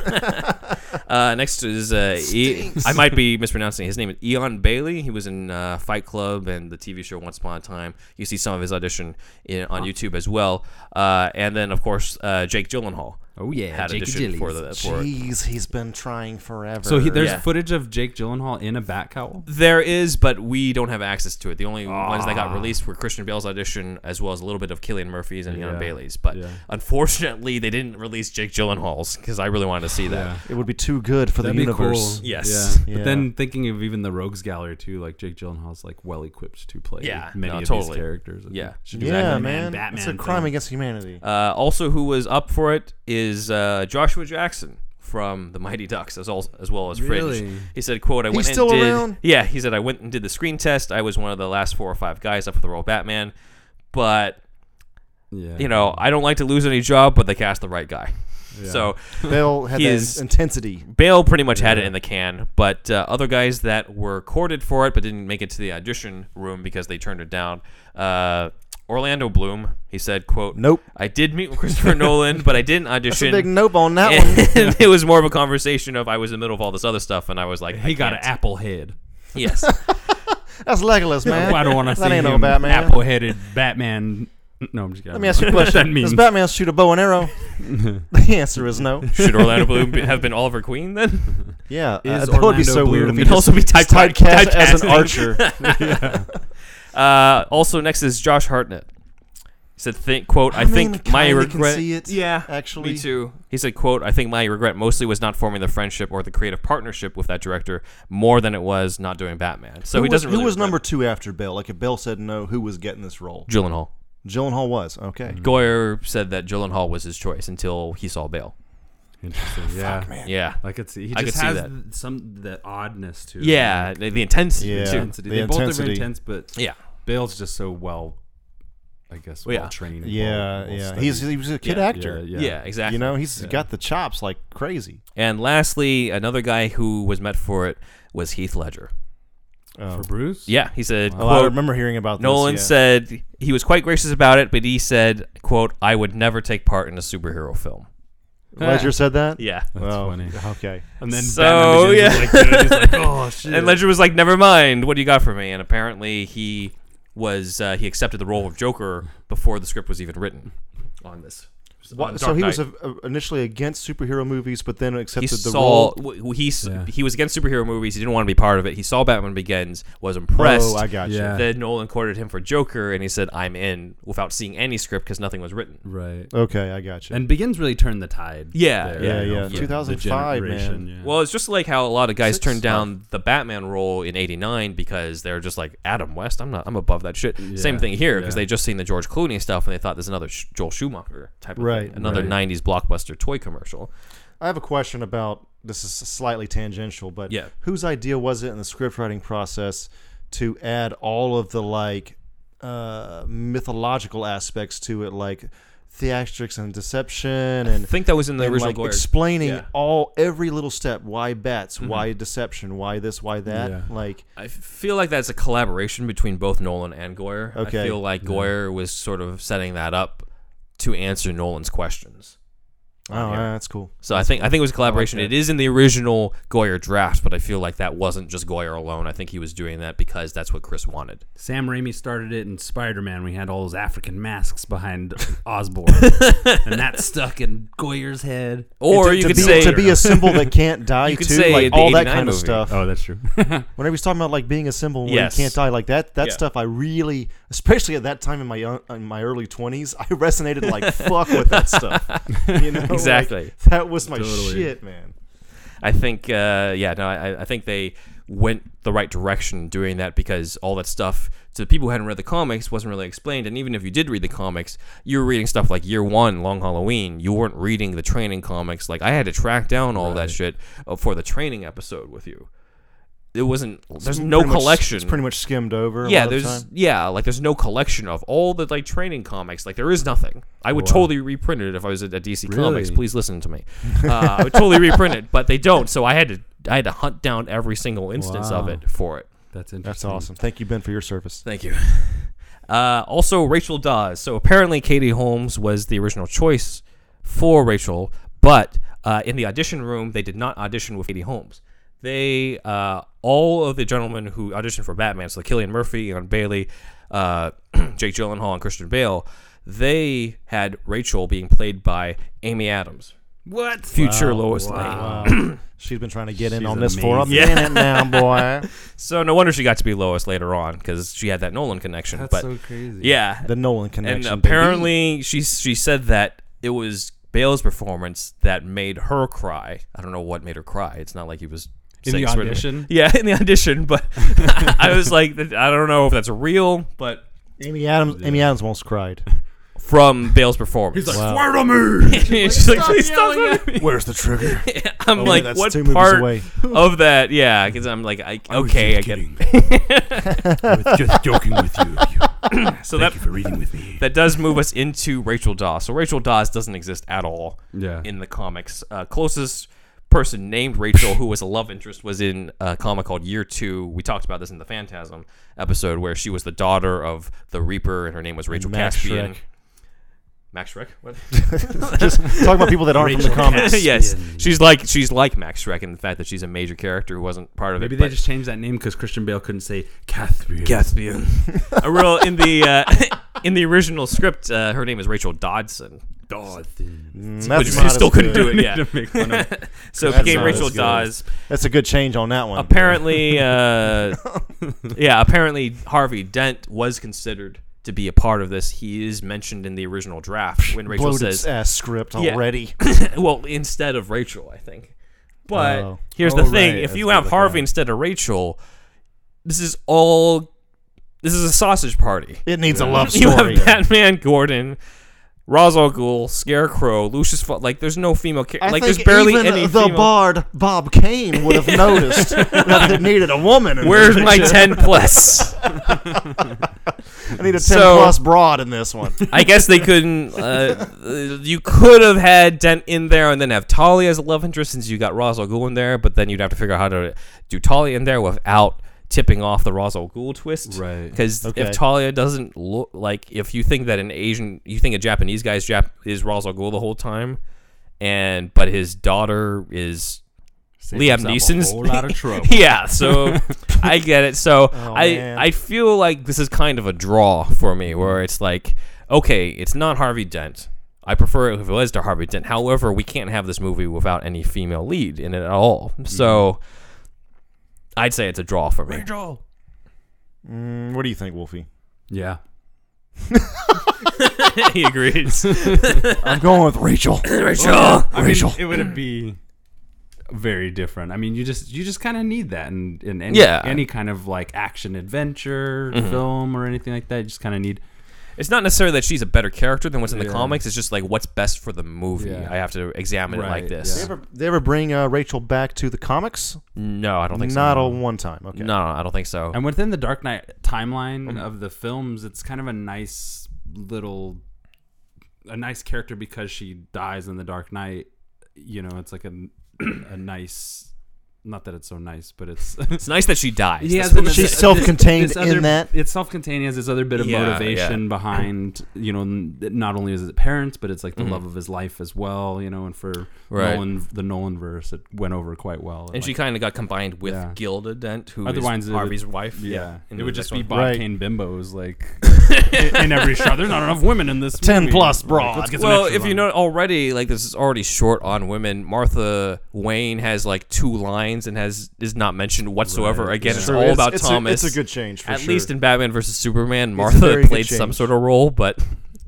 [SPEAKER 3] kidding.
[SPEAKER 1] Uh, next is uh, e- I might be mispronouncing it. his name. is Eon Bailey. He was in uh, Fight Club and the TV show Once Upon a Time. You see some of his audition in, on YouTube as well. Uh, and then of course uh, Jake Gyllenhaal.
[SPEAKER 3] Oh, yeah,
[SPEAKER 1] had
[SPEAKER 3] Jake
[SPEAKER 1] auditioned for the for.
[SPEAKER 2] Jeez, he's been trying forever.
[SPEAKER 3] So he, there's
[SPEAKER 1] Yeah.
[SPEAKER 3] footage of Jake Gyllenhaal in a bat cowl.
[SPEAKER 1] There is, but we don't have access to it. The only ones that
[SPEAKER 3] Ah.
[SPEAKER 1] got released were Christian Bale's audition, as well as a little bit of Killian Murphy's and Eon
[SPEAKER 3] Yeah.
[SPEAKER 1] Bailey's. But
[SPEAKER 3] Yeah.
[SPEAKER 1] unfortunately, they didn't release Jake Gyllenhaal's because I really wanted to see that.
[SPEAKER 2] it would be too good for
[SPEAKER 3] That'd
[SPEAKER 2] the
[SPEAKER 3] be
[SPEAKER 2] universe.
[SPEAKER 3] cool.
[SPEAKER 1] Yes.
[SPEAKER 3] Yeah.
[SPEAKER 2] Yeah.
[SPEAKER 3] But then thinking of even the Rogues Gallery too, like Jake Gyllenhaal's like well equipped to play
[SPEAKER 1] Yeah,
[SPEAKER 3] many
[SPEAKER 1] no,
[SPEAKER 3] of
[SPEAKER 1] totally.
[SPEAKER 3] these characters. And
[SPEAKER 1] Yeah.
[SPEAKER 3] should do that
[SPEAKER 2] Yeah,
[SPEAKER 3] in
[SPEAKER 2] man.
[SPEAKER 3] Batman
[SPEAKER 2] it's a crime
[SPEAKER 3] film.
[SPEAKER 2] against humanity.
[SPEAKER 1] Uh, also, who was up for it is uh, Joshua Jackson from the Mighty Ducks, as, al- as well as Fringe.
[SPEAKER 3] Really?
[SPEAKER 1] He said, "quote I
[SPEAKER 2] He's
[SPEAKER 1] went
[SPEAKER 2] still
[SPEAKER 1] and did
[SPEAKER 2] around?
[SPEAKER 1] yeah." He said, "I went and did the screen test. I was one of the last four or five guys up for the role of Batman, but
[SPEAKER 3] Yeah.
[SPEAKER 1] you know, I don't like to lose any job, but they cast the right guy."
[SPEAKER 3] Yeah.
[SPEAKER 1] So
[SPEAKER 2] Bale had
[SPEAKER 1] he
[SPEAKER 2] that
[SPEAKER 1] is-
[SPEAKER 2] intensity.
[SPEAKER 1] Bale pretty much had it in the can, but uh, other guys that were courted for it but didn't make it to the audition room because they turned it down. Uh, Orlando Bloom, he said, "quote
[SPEAKER 2] Nope.
[SPEAKER 1] I did meet with Christopher Nolan, but I didn't
[SPEAKER 2] That's a
[SPEAKER 1] audition.
[SPEAKER 2] big nope on that one.
[SPEAKER 1] and it was more of a conversation of I was in the middle of all this other stuff, and I was like,
[SPEAKER 3] he
[SPEAKER 1] I
[SPEAKER 3] got an
[SPEAKER 1] can't.
[SPEAKER 3] apple head.
[SPEAKER 1] Yes,
[SPEAKER 2] That's Legolas, man.
[SPEAKER 3] I don't want to see
[SPEAKER 2] That ain't
[SPEAKER 3] him
[SPEAKER 2] no Batman.
[SPEAKER 3] apple headed Batman. No, I'm just kidding.
[SPEAKER 2] Let me ask you a question.
[SPEAKER 3] that means
[SPEAKER 2] Does Batman shoot a bow and arrow? the answer is no.
[SPEAKER 1] should Orlando Bloom be- have been Oliver Queen then?
[SPEAKER 2] Yeah, uh,
[SPEAKER 3] Is
[SPEAKER 2] that would be
[SPEAKER 3] Orlando
[SPEAKER 2] so weird if
[SPEAKER 3] Bloom
[SPEAKER 2] he
[SPEAKER 1] Could
[SPEAKER 2] just
[SPEAKER 1] also be type-
[SPEAKER 2] typecast
[SPEAKER 1] typecasted.
[SPEAKER 2] as an archer.
[SPEAKER 1] Uh, also, next is Josh Hartnett. He said, "Think quote I,
[SPEAKER 2] mean,
[SPEAKER 1] think my
[SPEAKER 2] kinda
[SPEAKER 1] regret."
[SPEAKER 2] can see it,
[SPEAKER 1] yeah,
[SPEAKER 2] actually.
[SPEAKER 1] me too. He said, "quote I think my regret mostly was not forming the friendship or the creative partnership with that director more than it was not doing Batman." So
[SPEAKER 2] who
[SPEAKER 1] he
[SPEAKER 2] was,
[SPEAKER 1] doesn't.
[SPEAKER 2] who
[SPEAKER 1] really
[SPEAKER 2] was
[SPEAKER 1] regret
[SPEAKER 2] number two after Bale? Like if Bale said no, who was getting this role?
[SPEAKER 1] it. Gyllenhaal.
[SPEAKER 2] Gyllenhaal was okay.
[SPEAKER 1] Mm, Goyer said that Gyllenhaal was his choice until he saw Bale.
[SPEAKER 3] Interesting. yeah.
[SPEAKER 2] man.
[SPEAKER 1] Yeah.
[SPEAKER 3] Like it's he
[SPEAKER 1] I
[SPEAKER 3] just
[SPEAKER 1] could see
[SPEAKER 3] has
[SPEAKER 1] that.
[SPEAKER 3] th- some the oddness to it.
[SPEAKER 1] Yeah.
[SPEAKER 3] Like,
[SPEAKER 1] The, the intensity,
[SPEAKER 2] Yeah.
[SPEAKER 1] too.
[SPEAKER 3] intensity.
[SPEAKER 2] the
[SPEAKER 3] they both are
[SPEAKER 2] intensity.
[SPEAKER 3] very intense, but
[SPEAKER 1] Yeah.
[SPEAKER 3] Bale's just so well, I guess,
[SPEAKER 1] Well, yeah.
[SPEAKER 3] well trained.
[SPEAKER 2] Yeah, yeah. He's he was a kid actor.
[SPEAKER 1] Yeah, exactly.
[SPEAKER 2] You know, he's
[SPEAKER 3] Yeah.
[SPEAKER 2] got the chops like crazy.
[SPEAKER 1] And lastly, another guy who was met for it was Heath Ledger.
[SPEAKER 2] Oh.
[SPEAKER 3] for Bruce.
[SPEAKER 1] Yeah, he said,
[SPEAKER 2] Oh, I
[SPEAKER 1] quote,
[SPEAKER 2] remember hearing about
[SPEAKER 1] Nolan
[SPEAKER 2] this. yeah.
[SPEAKER 1] said he was quite gracious about it, but he said, quote, I would never take part in a superhero film.
[SPEAKER 2] Ledger said that.
[SPEAKER 1] Yeah.
[SPEAKER 3] That's
[SPEAKER 2] Well,
[SPEAKER 3] funny.
[SPEAKER 2] Okay.
[SPEAKER 3] And then
[SPEAKER 1] So,
[SPEAKER 3] Batman Begins is like, good. He's like, oh shit.
[SPEAKER 1] And Ledger was like, never mind, what do you got for me? And apparently he was, uh, he accepted the role of Joker before the script was even written on this.
[SPEAKER 2] Wha-
[SPEAKER 1] on
[SPEAKER 2] so
[SPEAKER 1] Dark
[SPEAKER 2] he was
[SPEAKER 1] Knight.
[SPEAKER 2] a, a- initially against superhero movies, but then
[SPEAKER 1] he
[SPEAKER 2] accepted the
[SPEAKER 1] saw
[SPEAKER 2] role.
[SPEAKER 1] w- he s-
[SPEAKER 3] Yeah.
[SPEAKER 1] he was against superhero movies. He didn't want to be part of it. He saw Batman Begins, was impressed.
[SPEAKER 2] Oh, I got
[SPEAKER 3] Yeah.
[SPEAKER 1] Then Nolan quoted him for Joker, and he said, "I'm in," without seeing any script because nothing was written.
[SPEAKER 3] right.
[SPEAKER 2] you. Okay, I got you.
[SPEAKER 3] And begins really turned the tide.
[SPEAKER 1] Yeah,
[SPEAKER 3] there,
[SPEAKER 2] yeah,
[SPEAKER 3] you know,
[SPEAKER 2] yeah.
[SPEAKER 3] for the
[SPEAKER 2] 2005,
[SPEAKER 3] generation,
[SPEAKER 2] man.
[SPEAKER 3] yeah.
[SPEAKER 1] Well, it's just like how a lot of guys
[SPEAKER 2] Six
[SPEAKER 1] turned down the Batman role in '89 because they're just like Adam West. I'm not. I'm above that shit. Same
[SPEAKER 3] Yeah,
[SPEAKER 1] thing here because
[SPEAKER 3] yeah.
[SPEAKER 1] they just seen the George Clooney stuff and they thought there's another Sh- Joel Schumacher type of
[SPEAKER 2] Right,
[SPEAKER 1] thing, another
[SPEAKER 3] right.
[SPEAKER 1] '90s blockbuster toy commercial.
[SPEAKER 2] I have a question about this is slightly tangential, but
[SPEAKER 1] Yeah.
[SPEAKER 2] whose idea was it in the script writing process to add all of the like uh, mythological aspects to it, like theatrics and deception
[SPEAKER 1] I
[SPEAKER 2] and
[SPEAKER 1] think that was in the
[SPEAKER 2] and,
[SPEAKER 1] original
[SPEAKER 2] like,
[SPEAKER 1] Goyer-
[SPEAKER 2] explaining
[SPEAKER 1] yeah. Mm-hmm.
[SPEAKER 2] all every little step why bats why deception why this why that
[SPEAKER 3] Yeah.
[SPEAKER 2] like
[SPEAKER 1] I f- feel like that's a collaboration between both Nolan and Goyer. I
[SPEAKER 2] Okay.
[SPEAKER 1] feel like Goyer was sort of setting that up to answer Nolan's questions.
[SPEAKER 2] oh
[SPEAKER 1] Yeah.
[SPEAKER 2] yeah, that's cool
[SPEAKER 1] So I think I think it was a collaboration.
[SPEAKER 3] that.
[SPEAKER 1] it is in the original Goyer draft, but I feel like that wasn't just Goyer alone. I think he was doing that because that's what Chris wanted.
[SPEAKER 3] Sam Raimi started it in Spider Man. We had all those African masks behind Osborn, and that stuck in Goyer's head.
[SPEAKER 1] Or you
[SPEAKER 2] to
[SPEAKER 1] could
[SPEAKER 2] be,
[SPEAKER 1] say
[SPEAKER 2] to be a symbol that can't die
[SPEAKER 1] You could
[SPEAKER 2] too
[SPEAKER 1] say
[SPEAKER 2] like
[SPEAKER 1] the
[SPEAKER 2] all that
[SPEAKER 1] 89
[SPEAKER 2] kind of
[SPEAKER 1] movie.
[SPEAKER 2] stuff
[SPEAKER 3] Oh, that's true.
[SPEAKER 2] whenever he's talking about like being a symbol where
[SPEAKER 1] Yes.
[SPEAKER 2] you can't die like that that
[SPEAKER 1] Yeah.
[SPEAKER 2] stuff i really especially at that time in my young, in my early 20s i resonated like fuck with that stuff you know like,
[SPEAKER 1] Exactly.
[SPEAKER 2] that was my
[SPEAKER 3] Totally.
[SPEAKER 2] shit man
[SPEAKER 1] I think uh, yeah, no, I, I think they went the right direction doing that because all that stuff to people who hadn't read the comics wasn't really explained. And even if you did read the comics, you were reading stuff like Year One, Long Halloween. You weren't reading the training comics. Like I had to track down all that shit uh, for the training episode with you. It wasn't. There's
[SPEAKER 2] It's
[SPEAKER 1] no
[SPEAKER 2] pretty much-
[SPEAKER 1] collection.
[SPEAKER 2] it's pretty much skimmed over a
[SPEAKER 1] yeah,
[SPEAKER 2] lot of
[SPEAKER 1] there's
[SPEAKER 2] time.
[SPEAKER 1] yeah, like there's no collection of all the like training comics. Like there is nothing. I would
[SPEAKER 3] Wow.
[SPEAKER 1] totally reprint it if I was at, at DC Comics.
[SPEAKER 3] Really?
[SPEAKER 1] Please listen to me. Uh, I would totally reprint it, but they don't. So I had to I had to hunt down every single instance of
[SPEAKER 3] Wow.
[SPEAKER 1] it for it.
[SPEAKER 3] That's interesting.
[SPEAKER 2] that's awesome thank you ben for your service
[SPEAKER 1] Thank you. Uh, also, Rachel Dawes. So apparently, Katie Holmes was the original choice for Rachel, but uh, in the audition room, they did not audition with Katie Holmes. They uh, all of the gentlemen who auditioned for Batman, so Killian Murphy, Ian Bailey, uh, Jake Gyllenhaal, and Christian Bale, they had Rachel being played by Amy Adams,
[SPEAKER 3] What?
[SPEAKER 1] future Lois Lane.
[SPEAKER 2] Wow. Uh, she's been trying to get in
[SPEAKER 3] She's
[SPEAKER 2] on this for a
[SPEAKER 3] amazing.
[SPEAKER 2] minute now boy
[SPEAKER 1] So no wonder she got to be Lois later on because she had that Nolan connection.
[SPEAKER 3] That's
[SPEAKER 1] but
[SPEAKER 3] so crazy.
[SPEAKER 1] yeah,
[SPEAKER 2] the nolan connection
[SPEAKER 1] and
[SPEAKER 2] baby.
[SPEAKER 1] apparently she she said that it was Bale's performance that made her cry. I don't know what made her cry. It's not like he was
[SPEAKER 3] In the
[SPEAKER 1] saying sort of-
[SPEAKER 3] audition?
[SPEAKER 1] Yeah, in the audition, but I was like, I don't know if that's real, but
[SPEAKER 2] amy adams amy adams almost cried
[SPEAKER 1] from Bale's performance.
[SPEAKER 3] He's like, swear to me.
[SPEAKER 1] She's like, please stop. yelling at me."
[SPEAKER 2] where's the trigger
[SPEAKER 1] I'm
[SPEAKER 2] Oh,
[SPEAKER 1] like,
[SPEAKER 2] that's
[SPEAKER 1] what
[SPEAKER 2] two movies
[SPEAKER 1] part
[SPEAKER 2] away.
[SPEAKER 1] of that? Yeah, because I'm like, I, okay, I get it.
[SPEAKER 3] I was just joking with you.
[SPEAKER 1] So that
[SPEAKER 3] for reading with me.
[SPEAKER 1] that does move us into Rachel Dawes. So Rachel Dawes doesn't exist at all.
[SPEAKER 3] Yeah.
[SPEAKER 1] in the comics. Uh, closest person named Rachel, who was a love interest, was in a comic called Year Two. We talked about this in the Phantasm episode, where she was the daughter of the Reaper, and her name was Rachel
[SPEAKER 2] Max
[SPEAKER 1] Caspian.
[SPEAKER 2] Schreck.
[SPEAKER 1] Max Shrek? What?
[SPEAKER 2] just talking about people that aren't from the comics
[SPEAKER 1] yes, she's like she's like Max Shrek in the fact that she's a major character who wasn't part of
[SPEAKER 3] Maybe
[SPEAKER 1] it.
[SPEAKER 3] they
[SPEAKER 1] but-
[SPEAKER 3] just changed that name because Christian Bale couldn't say Catherine.
[SPEAKER 1] Caspian. a real in the uh, in the original script, uh, her name is Rachel Dodson,
[SPEAKER 3] Dawson.
[SPEAKER 2] Mm,
[SPEAKER 1] but
[SPEAKER 2] that's
[SPEAKER 1] she
[SPEAKER 2] not
[SPEAKER 1] still
[SPEAKER 2] as
[SPEAKER 1] couldn't
[SPEAKER 2] good.
[SPEAKER 1] do it. Yeah,
[SPEAKER 3] Make fun of
[SPEAKER 1] so it
[SPEAKER 2] That's
[SPEAKER 1] became
[SPEAKER 2] not
[SPEAKER 1] Rachel
[SPEAKER 2] as good.
[SPEAKER 1] Dawes.
[SPEAKER 2] That's a good change on that one.
[SPEAKER 1] apparently uh, yeah apparently harvey dent was considered to be a part of this he is mentioned in the original draft when rachel
[SPEAKER 2] bloated
[SPEAKER 1] says
[SPEAKER 2] ass script
[SPEAKER 1] Yeah.
[SPEAKER 2] already.
[SPEAKER 1] well instead of rachel i think but
[SPEAKER 2] Oh.
[SPEAKER 1] here's
[SPEAKER 2] Oh,
[SPEAKER 1] the thing
[SPEAKER 2] right,
[SPEAKER 1] if
[SPEAKER 2] that's
[SPEAKER 1] you
[SPEAKER 2] what
[SPEAKER 1] have
[SPEAKER 2] I
[SPEAKER 1] harvey
[SPEAKER 2] thought.
[SPEAKER 1] instead of rachel this is all this is a sausage party
[SPEAKER 2] It needs a love
[SPEAKER 1] you have
[SPEAKER 2] story.
[SPEAKER 1] batman gordon Ra's al Ghul, Scarecrow, Lucius. Fa- like, there's no female
[SPEAKER 2] I
[SPEAKER 1] character. Like,
[SPEAKER 2] think
[SPEAKER 1] there's barely
[SPEAKER 2] even
[SPEAKER 1] any.
[SPEAKER 2] the
[SPEAKER 1] female-
[SPEAKER 2] bard Bob Kane would have noticed that it needed a woman. In
[SPEAKER 1] Where's
[SPEAKER 2] this
[SPEAKER 1] my
[SPEAKER 2] picture.
[SPEAKER 1] ten plus?
[SPEAKER 2] I need a ten
[SPEAKER 1] So-
[SPEAKER 2] plus broad in this one.
[SPEAKER 1] I guess they couldn't. Uh, you could have had Dent in there and then have Talia as a love interest since you got Ra's al Ghul in there, but then you'd have to figure out how to do Talia in there without tipping off the Ra's al Ghul twist.
[SPEAKER 3] Right.
[SPEAKER 1] Because
[SPEAKER 2] Okay.
[SPEAKER 1] if Talia doesn't look like, if you think that an Asian, you think a Japanese guy is, Jap- is Ra's al Ghul the whole time, and but his daughter is
[SPEAKER 3] Saves
[SPEAKER 1] Liam
[SPEAKER 3] yourself
[SPEAKER 1] Neeson's-
[SPEAKER 3] a whole lot of trouble.
[SPEAKER 1] yeah, so I get it. So
[SPEAKER 2] Oh,
[SPEAKER 1] I
[SPEAKER 2] man.
[SPEAKER 1] I feel like this is kind of a draw for me, where it's like, okay, it's not Harvey Dent. I prefer it if it was to Harvey Dent. However, we can't have this movie without any female lead in it at all.
[SPEAKER 3] Mm-hmm.
[SPEAKER 1] So I'd say it's a draw for me.
[SPEAKER 2] Mm, what do you think, Wolfie?
[SPEAKER 3] Yeah.
[SPEAKER 1] he agrees.
[SPEAKER 2] I'm going with Rachel.
[SPEAKER 1] Rachel.
[SPEAKER 3] Oh, I mean,
[SPEAKER 2] Rachel.
[SPEAKER 3] it wouldn't be very different. I mean, you just you just kind of need that in, in any
[SPEAKER 1] Yeah. Mm-hmm.
[SPEAKER 3] any kind of like action adventure film or anything like that. You just kind of need
[SPEAKER 1] It's not necessarily that she's a better character than what's in the
[SPEAKER 3] Yeah.
[SPEAKER 1] comics. It's just like what's best for the movie.
[SPEAKER 3] Yeah.
[SPEAKER 1] I have to examine it like
[SPEAKER 3] Right,
[SPEAKER 1] this.
[SPEAKER 3] yeah.
[SPEAKER 2] They ever, they ever bring uh, Rachel back to the comics?
[SPEAKER 1] No, I don't think
[SPEAKER 2] Not
[SPEAKER 1] so.
[SPEAKER 2] a one time. Okay.
[SPEAKER 1] No, no, I don't think so.
[SPEAKER 3] And within the Dark Knight timeline
[SPEAKER 1] Mm-hmm.
[SPEAKER 3] of the films, it's kind of a nice little, a nice character because she dies in the Dark Knight. You know, it's like a, a nice, not that it's so nice, but it's.
[SPEAKER 1] It's nice that she dies.
[SPEAKER 3] He
[SPEAKER 1] That's
[SPEAKER 3] has
[SPEAKER 1] what-
[SPEAKER 3] this-
[SPEAKER 2] She's
[SPEAKER 3] this-
[SPEAKER 2] self-contained
[SPEAKER 3] this other-
[SPEAKER 2] in that?
[SPEAKER 3] It's self-contained. He has this other bit of
[SPEAKER 1] Yeah,
[SPEAKER 3] motivation behind, you know, n- not only is it parents, but it's like the love of his life as well, you know. And for
[SPEAKER 1] Mm-hmm. Right.
[SPEAKER 3] Nolan, the Nolan verse, it went over quite well.
[SPEAKER 1] And she
[SPEAKER 3] Like,
[SPEAKER 1] kind of got combined with
[SPEAKER 3] Yeah.
[SPEAKER 1] Gilda Dent, who is
[SPEAKER 3] Otherwise it would-
[SPEAKER 1] Harvey's wife.
[SPEAKER 3] yeah,
[SPEAKER 1] in
[SPEAKER 3] it
[SPEAKER 1] the
[SPEAKER 3] would just
[SPEAKER 1] next
[SPEAKER 3] be
[SPEAKER 1] one.
[SPEAKER 3] Bob
[SPEAKER 2] Right.
[SPEAKER 3] Kane bimbos like in, in every shot. There's not enough women in this.
[SPEAKER 2] 10
[SPEAKER 3] movie.
[SPEAKER 2] plus
[SPEAKER 3] Like,
[SPEAKER 2] broad.
[SPEAKER 3] let's get some
[SPEAKER 1] Well,
[SPEAKER 3] extras
[SPEAKER 1] if you
[SPEAKER 3] on.
[SPEAKER 1] know already, like this is already short on women. Martha Wayne has like two lines and has is not mentioned whatsoever.
[SPEAKER 3] Right.
[SPEAKER 1] Again,
[SPEAKER 3] Yeah.
[SPEAKER 1] it's
[SPEAKER 2] True,
[SPEAKER 1] all about
[SPEAKER 2] it's
[SPEAKER 1] Thomas.
[SPEAKER 2] A, it's a good change. For
[SPEAKER 1] At
[SPEAKER 2] sure.
[SPEAKER 1] least in Batman versus Superman,
[SPEAKER 2] very
[SPEAKER 1] Martha
[SPEAKER 2] good
[SPEAKER 1] played some
[SPEAKER 2] change.
[SPEAKER 1] sort of role, but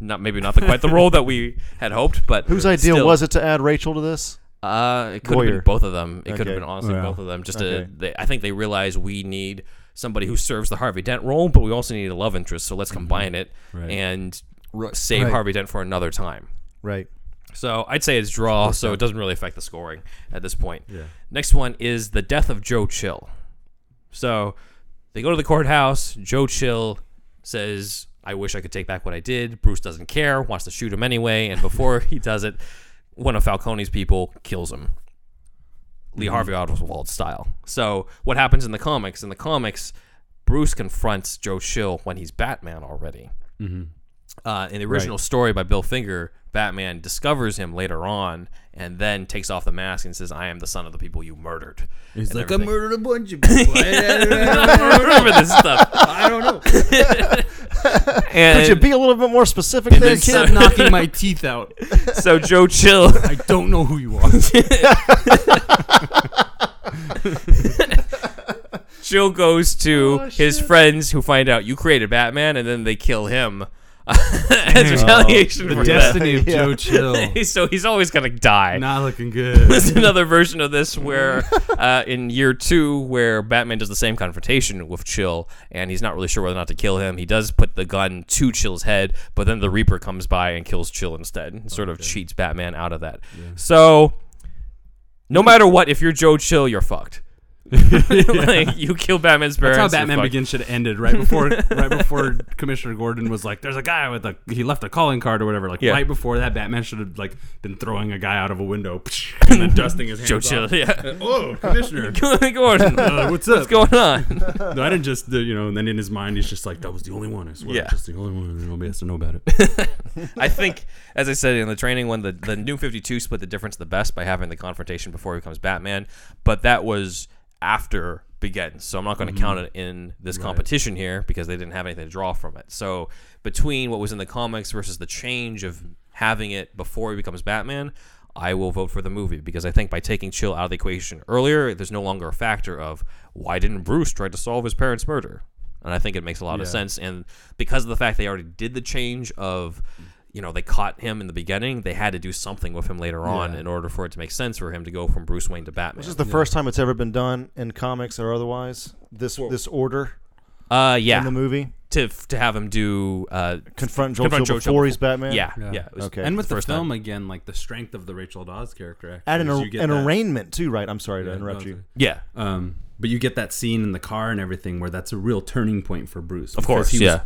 [SPEAKER 1] not maybe not the, quite the role that we had hoped. But
[SPEAKER 2] whose idea
[SPEAKER 1] still,
[SPEAKER 2] was it to add Rachel to this?
[SPEAKER 1] Uh, it could have been
[SPEAKER 2] Goyer.
[SPEAKER 1] both of them. It could
[SPEAKER 2] Okay.
[SPEAKER 1] have been honestly
[SPEAKER 3] Yeah.
[SPEAKER 1] both of them. Just to-
[SPEAKER 2] Okay.
[SPEAKER 1] they, I think they realize we need somebody who serves the Harvey Dent role, but we also need a love interest. So let's combine it
[SPEAKER 3] Right.
[SPEAKER 1] and r- save
[SPEAKER 2] Mm-hmm. Right.
[SPEAKER 1] Harvey Dent for another time.
[SPEAKER 2] Right.
[SPEAKER 1] So I'd say it's draw. So it doesn't really affect the scoring at this point.
[SPEAKER 3] Yeah.
[SPEAKER 1] Next one is the death of Joe Chill. So they go to the courthouse. Joe Chill says, I wish I could take back what I did. Bruce doesn't care, wants to shoot him anyway. And before he does it, one of Falcone's people kills him. Lee Harvey Oswald style. So what happens in the comics? In the comics, Bruce confronts Joe Chill when he's Batman already. Uh, in the original story by Bill Finger, Batman discovers him later on and then takes off the mask and says, "I am the son of the people you murdered." He's like, "I murdered a bunch of people." I don't remember this stuff. I don't know.
[SPEAKER 2] Could you
[SPEAKER 1] and
[SPEAKER 2] be a little bit more specific there,
[SPEAKER 1] there's
[SPEAKER 2] kid?
[SPEAKER 1] some-
[SPEAKER 4] knocking my teeth out.
[SPEAKER 1] so Joe Chill
[SPEAKER 4] I don't know who you are.
[SPEAKER 1] Jill goes to his friends who find out you created Batman, and then they kill him as retaliation for that.
[SPEAKER 3] Oh, Destiny of Joe Chill.
[SPEAKER 1] so he's always gonna die.
[SPEAKER 3] Not looking good.
[SPEAKER 1] There's another version of this where uh, in year two, where Batman does the same confrontation with Chill, and he's not really sure whether or not to kill him. He does put the gun to Chill's head, but then the Reaper comes by and kills Chill instead. and Sort of cheats Batman out of that. So, no matter what, if you're Joe Chill, you're fucked. like you kill Batman's
[SPEAKER 3] That's
[SPEAKER 1] parents.
[SPEAKER 3] how
[SPEAKER 1] you're
[SPEAKER 3] Batman
[SPEAKER 1] fucked.
[SPEAKER 3] Begins should have ended right before right before Commissioner Gordon was like, "There's a guy with a he left a calling card or whatever." Like
[SPEAKER 1] Yeah.
[SPEAKER 3] right before that, Batman should have like been throwing a guy out of a window and then dusting his hands.
[SPEAKER 1] Joe
[SPEAKER 3] off.
[SPEAKER 1] Chill. Yeah.
[SPEAKER 3] Oh, Commissioner,
[SPEAKER 1] Gordon,
[SPEAKER 3] uh, what's up?
[SPEAKER 1] what's going on?
[SPEAKER 3] No, I didn't just, uh, you know, and then in his mind, he's just like, that was the only one, I swear.
[SPEAKER 1] Yeah.
[SPEAKER 3] Just the only one, nobody has to know about it.
[SPEAKER 1] I think, as I said in the training one, the, the New 52 split the difference the best by having the confrontation before he becomes Batman, but that was after Begins. So I'm not going to count it in this competition here because they didn't have anything to draw from it. So between what was in the comics versus the change of having it before he becomes Batman, I will vote for the movie because I think by taking Chill out of the equation earlier, there's no longer a factor of why didn't Bruce try to solve his parents' murder? And I think it makes a lot of
[SPEAKER 3] Yeah.
[SPEAKER 1] sense. And because of the fact they already did the change of, you know, they caught him in the beginning, they had to do something with him later on
[SPEAKER 3] Yeah.
[SPEAKER 1] in order for it to make sense for him to go from Bruce Wayne to Batman.
[SPEAKER 2] This is the first time it's ever been done in comics or otherwise. This this order
[SPEAKER 1] uh,
[SPEAKER 2] in the
[SPEAKER 1] yeah.
[SPEAKER 2] movie.
[SPEAKER 1] to f- to have him do uh,
[SPEAKER 2] confront Joel
[SPEAKER 1] Confront
[SPEAKER 2] Chill
[SPEAKER 1] Joel
[SPEAKER 2] before
[SPEAKER 1] Chill
[SPEAKER 2] he's Batman.
[SPEAKER 1] yeah yeah,
[SPEAKER 3] Yeah.
[SPEAKER 1] it was-
[SPEAKER 2] Okay.
[SPEAKER 3] and with
[SPEAKER 1] the
[SPEAKER 3] the,
[SPEAKER 1] first
[SPEAKER 3] film again, like the strength of the Rachel Dawes character.
[SPEAKER 2] At an,
[SPEAKER 3] is
[SPEAKER 2] ar-
[SPEAKER 3] you get
[SPEAKER 2] an
[SPEAKER 3] that-
[SPEAKER 2] arraignment too, right? I'm sorry to
[SPEAKER 3] Yeah,
[SPEAKER 2] interrupt
[SPEAKER 3] no,
[SPEAKER 2] you.
[SPEAKER 3] it's
[SPEAKER 1] yeah
[SPEAKER 3] Um, but you get that scene in the car and everything where that's a real turning point for Bruce.
[SPEAKER 1] Of
[SPEAKER 3] because
[SPEAKER 1] course,
[SPEAKER 3] he was
[SPEAKER 1] yeah.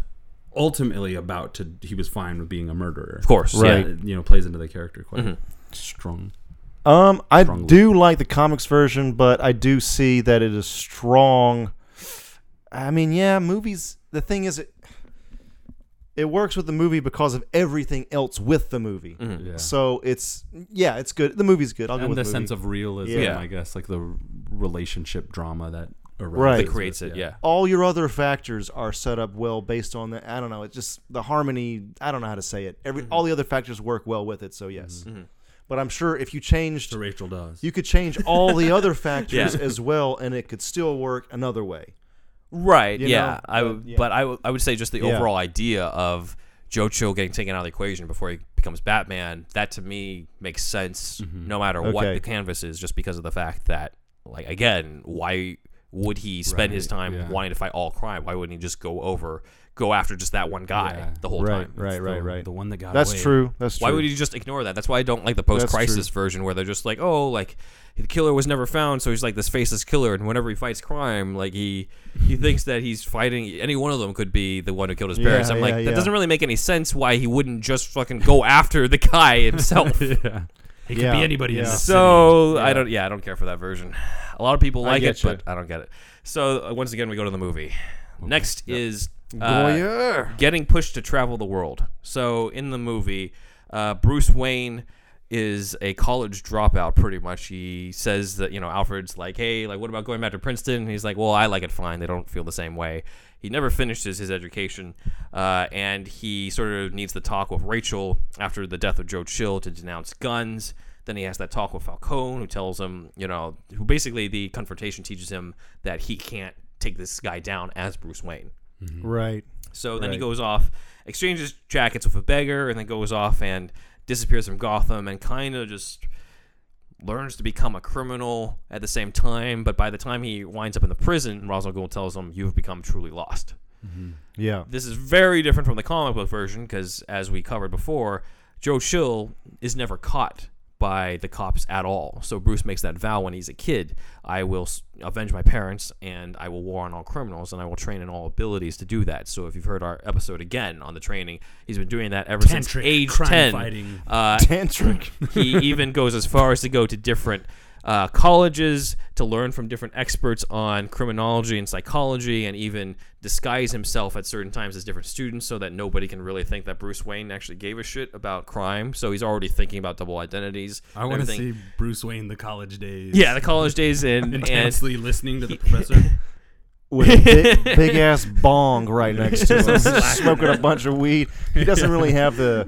[SPEAKER 3] ultimately about to. He was fine with being a murderer.
[SPEAKER 1] of course Mm-hmm.
[SPEAKER 2] Right.
[SPEAKER 1] yeah.
[SPEAKER 3] Yeah, you know, plays into the character quite strong.
[SPEAKER 2] Um, I
[SPEAKER 3] Strongly.
[SPEAKER 2] do like the comics version, but I do see that it is strong. I mean, yeah, movies. The thing is, it, it works with the movie because of everything else with the movie.
[SPEAKER 1] Mm-hmm.
[SPEAKER 3] Yeah.
[SPEAKER 2] So it's yeah, it's good. The movie's good. I'll go
[SPEAKER 3] Mm. and
[SPEAKER 2] with
[SPEAKER 3] the
[SPEAKER 2] the
[SPEAKER 3] sense
[SPEAKER 2] movie.
[SPEAKER 3] of realism,
[SPEAKER 2] Yeah.
[SPEAKER 3] I guess, like the relationship drama that arises
[SPEAKER 2] Right.
[SPEAKER 1] that
[SPEAKER 2] That
[SPEAKER 1] creates it yeah
[SPEAKER 2] all your other factors are set up well based on the. I don't know. It's just the harmony. I don't know how to say it. Every all the other factors work well with it. So yes, but I'm sure if you changed
[SPEAKER 3] So Rachel Dawes.
[SPEAKER 2] You could change all the other factors
[SPEAKER 1] Yeah.
[SPEAKER 2] as well, and it could still work another way.
[SPEAKER 1] Right.
[SPEAKER 2] You
[SPEAKER 1] yeah.
[SPEAKER 2] know?
[SPEAKER 1] I would,
[SPEAKER 2] But, yeah.
[SPEAKER 1] but I would- I would say just the
[SPEAKER 2] Yeah.
[SPEAKER 1] overall idea of Joe Chill getting taken out of the equation before he becomes Batman. That to me makes sense, no matter what
[SPEAKER 2] Mm-hmm. Okay.
[SPEAKER 1] the canvas is, just because of the fact that, like, again, why would he spend his time
[SPEAKER 3] yeah.
[SPEAKER 1] wanting to fight all crime? Why wouldn't he just go over, go after just that one guy
[SPEAKER 3] Yeah.
[SPEAKER 1] the whole time?
[SPEAKER 2] right,
[SPEAKER 3] the, The one that got
[SPEAKER 2] That's
[SPEAKER 3] away.
[SPEAKER 2] true. That's true.
[SPEAKER 1] Why would you just ignore that? That's why I don't like the post-crisis version where they're just like, oh, like the killer was never found, so he's like this faceless killer, and whenever he fights crime, like he he thinks that he's fighting any one of them could be the one who killed his
[SPEAKER 2] Yeah,
[SPEAKER 1] parents. I'm like,
[SPEAKER 2] yeah,
[SPEAKER 1] that
[SPEAKER 2] yeah.
[SPEAKER 1] doesn't really make any sense. Why he wouldn't just fucking go after the guy himself?
[SPEAKER 3] yeah.
[SPEAKER 4] He
[SPEAKER 2] Yeah,
[SPEAKER 4] could be anybody in
[SPEAKER 2] yeah.
[SPEAKER 4] this
[SPEAKER 1] so I don't, yeah, I don't care for that version. A lot of people like it,
[SPEAKER 2] get you.
[SPEAKER 1] but I don't get it. So uh, once again, we go to the movie. Next is uh,
[SPEAKER 2] Goyer.
[SPEAKER 1] getting pushed to travel the world. So in the movie, uh, Bruce Wayne is a college dropout pretty much he says that you know alfred's like hey like what about going back to princeton and he's like well i like it fine they don't feel the same way he never finishes his education uh, and he sort of needs the talk with rachel after the death of joe chill to denounce guns then he has that talk with falcone who tells him you know who basically the confrontation teaches him that he can't take this guy down as bruce wayne
[SPEAKER 2] Mm-hmm. Right.
[SPEAKER 1] so then he
[SPEAKER 2] Right.
[SPEAKER 1] goes off, exchanges jackets with a beggar, and then goes off and disappears from Gotham and kind of just learns to become a criminal at the same time. But by the time he winds up in the prison, Ra's al Ghul tells him, You've become truly lost.
[SPEAKER 2] Yeah.
[SPEAKER 1] This is very different from the comic book version because, as we covered before, Joe Chill is never caught by the cops at all. So Bruce makes that vow when he's a kid I will s- avenge my parents and I will war on all criminals and I will train in all abilities to do that. So if you've heard our episode again on the training, he's been doing that ever since
[SPEAKER 4] Tantric
[SPEAKER 1] age
[SPEAKER 4] crime
[SPEAKER 1] 10.
[SPEAKER 4] fighting.
[SPEAKER 1] Uh,
[SPEAKER 2] Tantric.
[SPEAKER 1] he even goes as far as to go to different uh, colleges to learn from different experts on criminology and psychology, and even disguise himself at certain times as different students so that nobody can really think that Bruce Wayne actually gave a shit about crime. So he's already thinking about double identities.
[SPEAKER 3] I
[SPEAKER 1] and
[SPEAKER 3] want to
[SPEAKER 1] everything.
[SPEAKER 3] see Bruce Wayne the college days.
[SPEAKER 1] Yeah, the college days and, and
[SPEAKER 3] Intensely listening to the professor.
[SPEAKER 2] With a big, big ass bong right next to him, smoking a bunch of weed. He doesn't really have the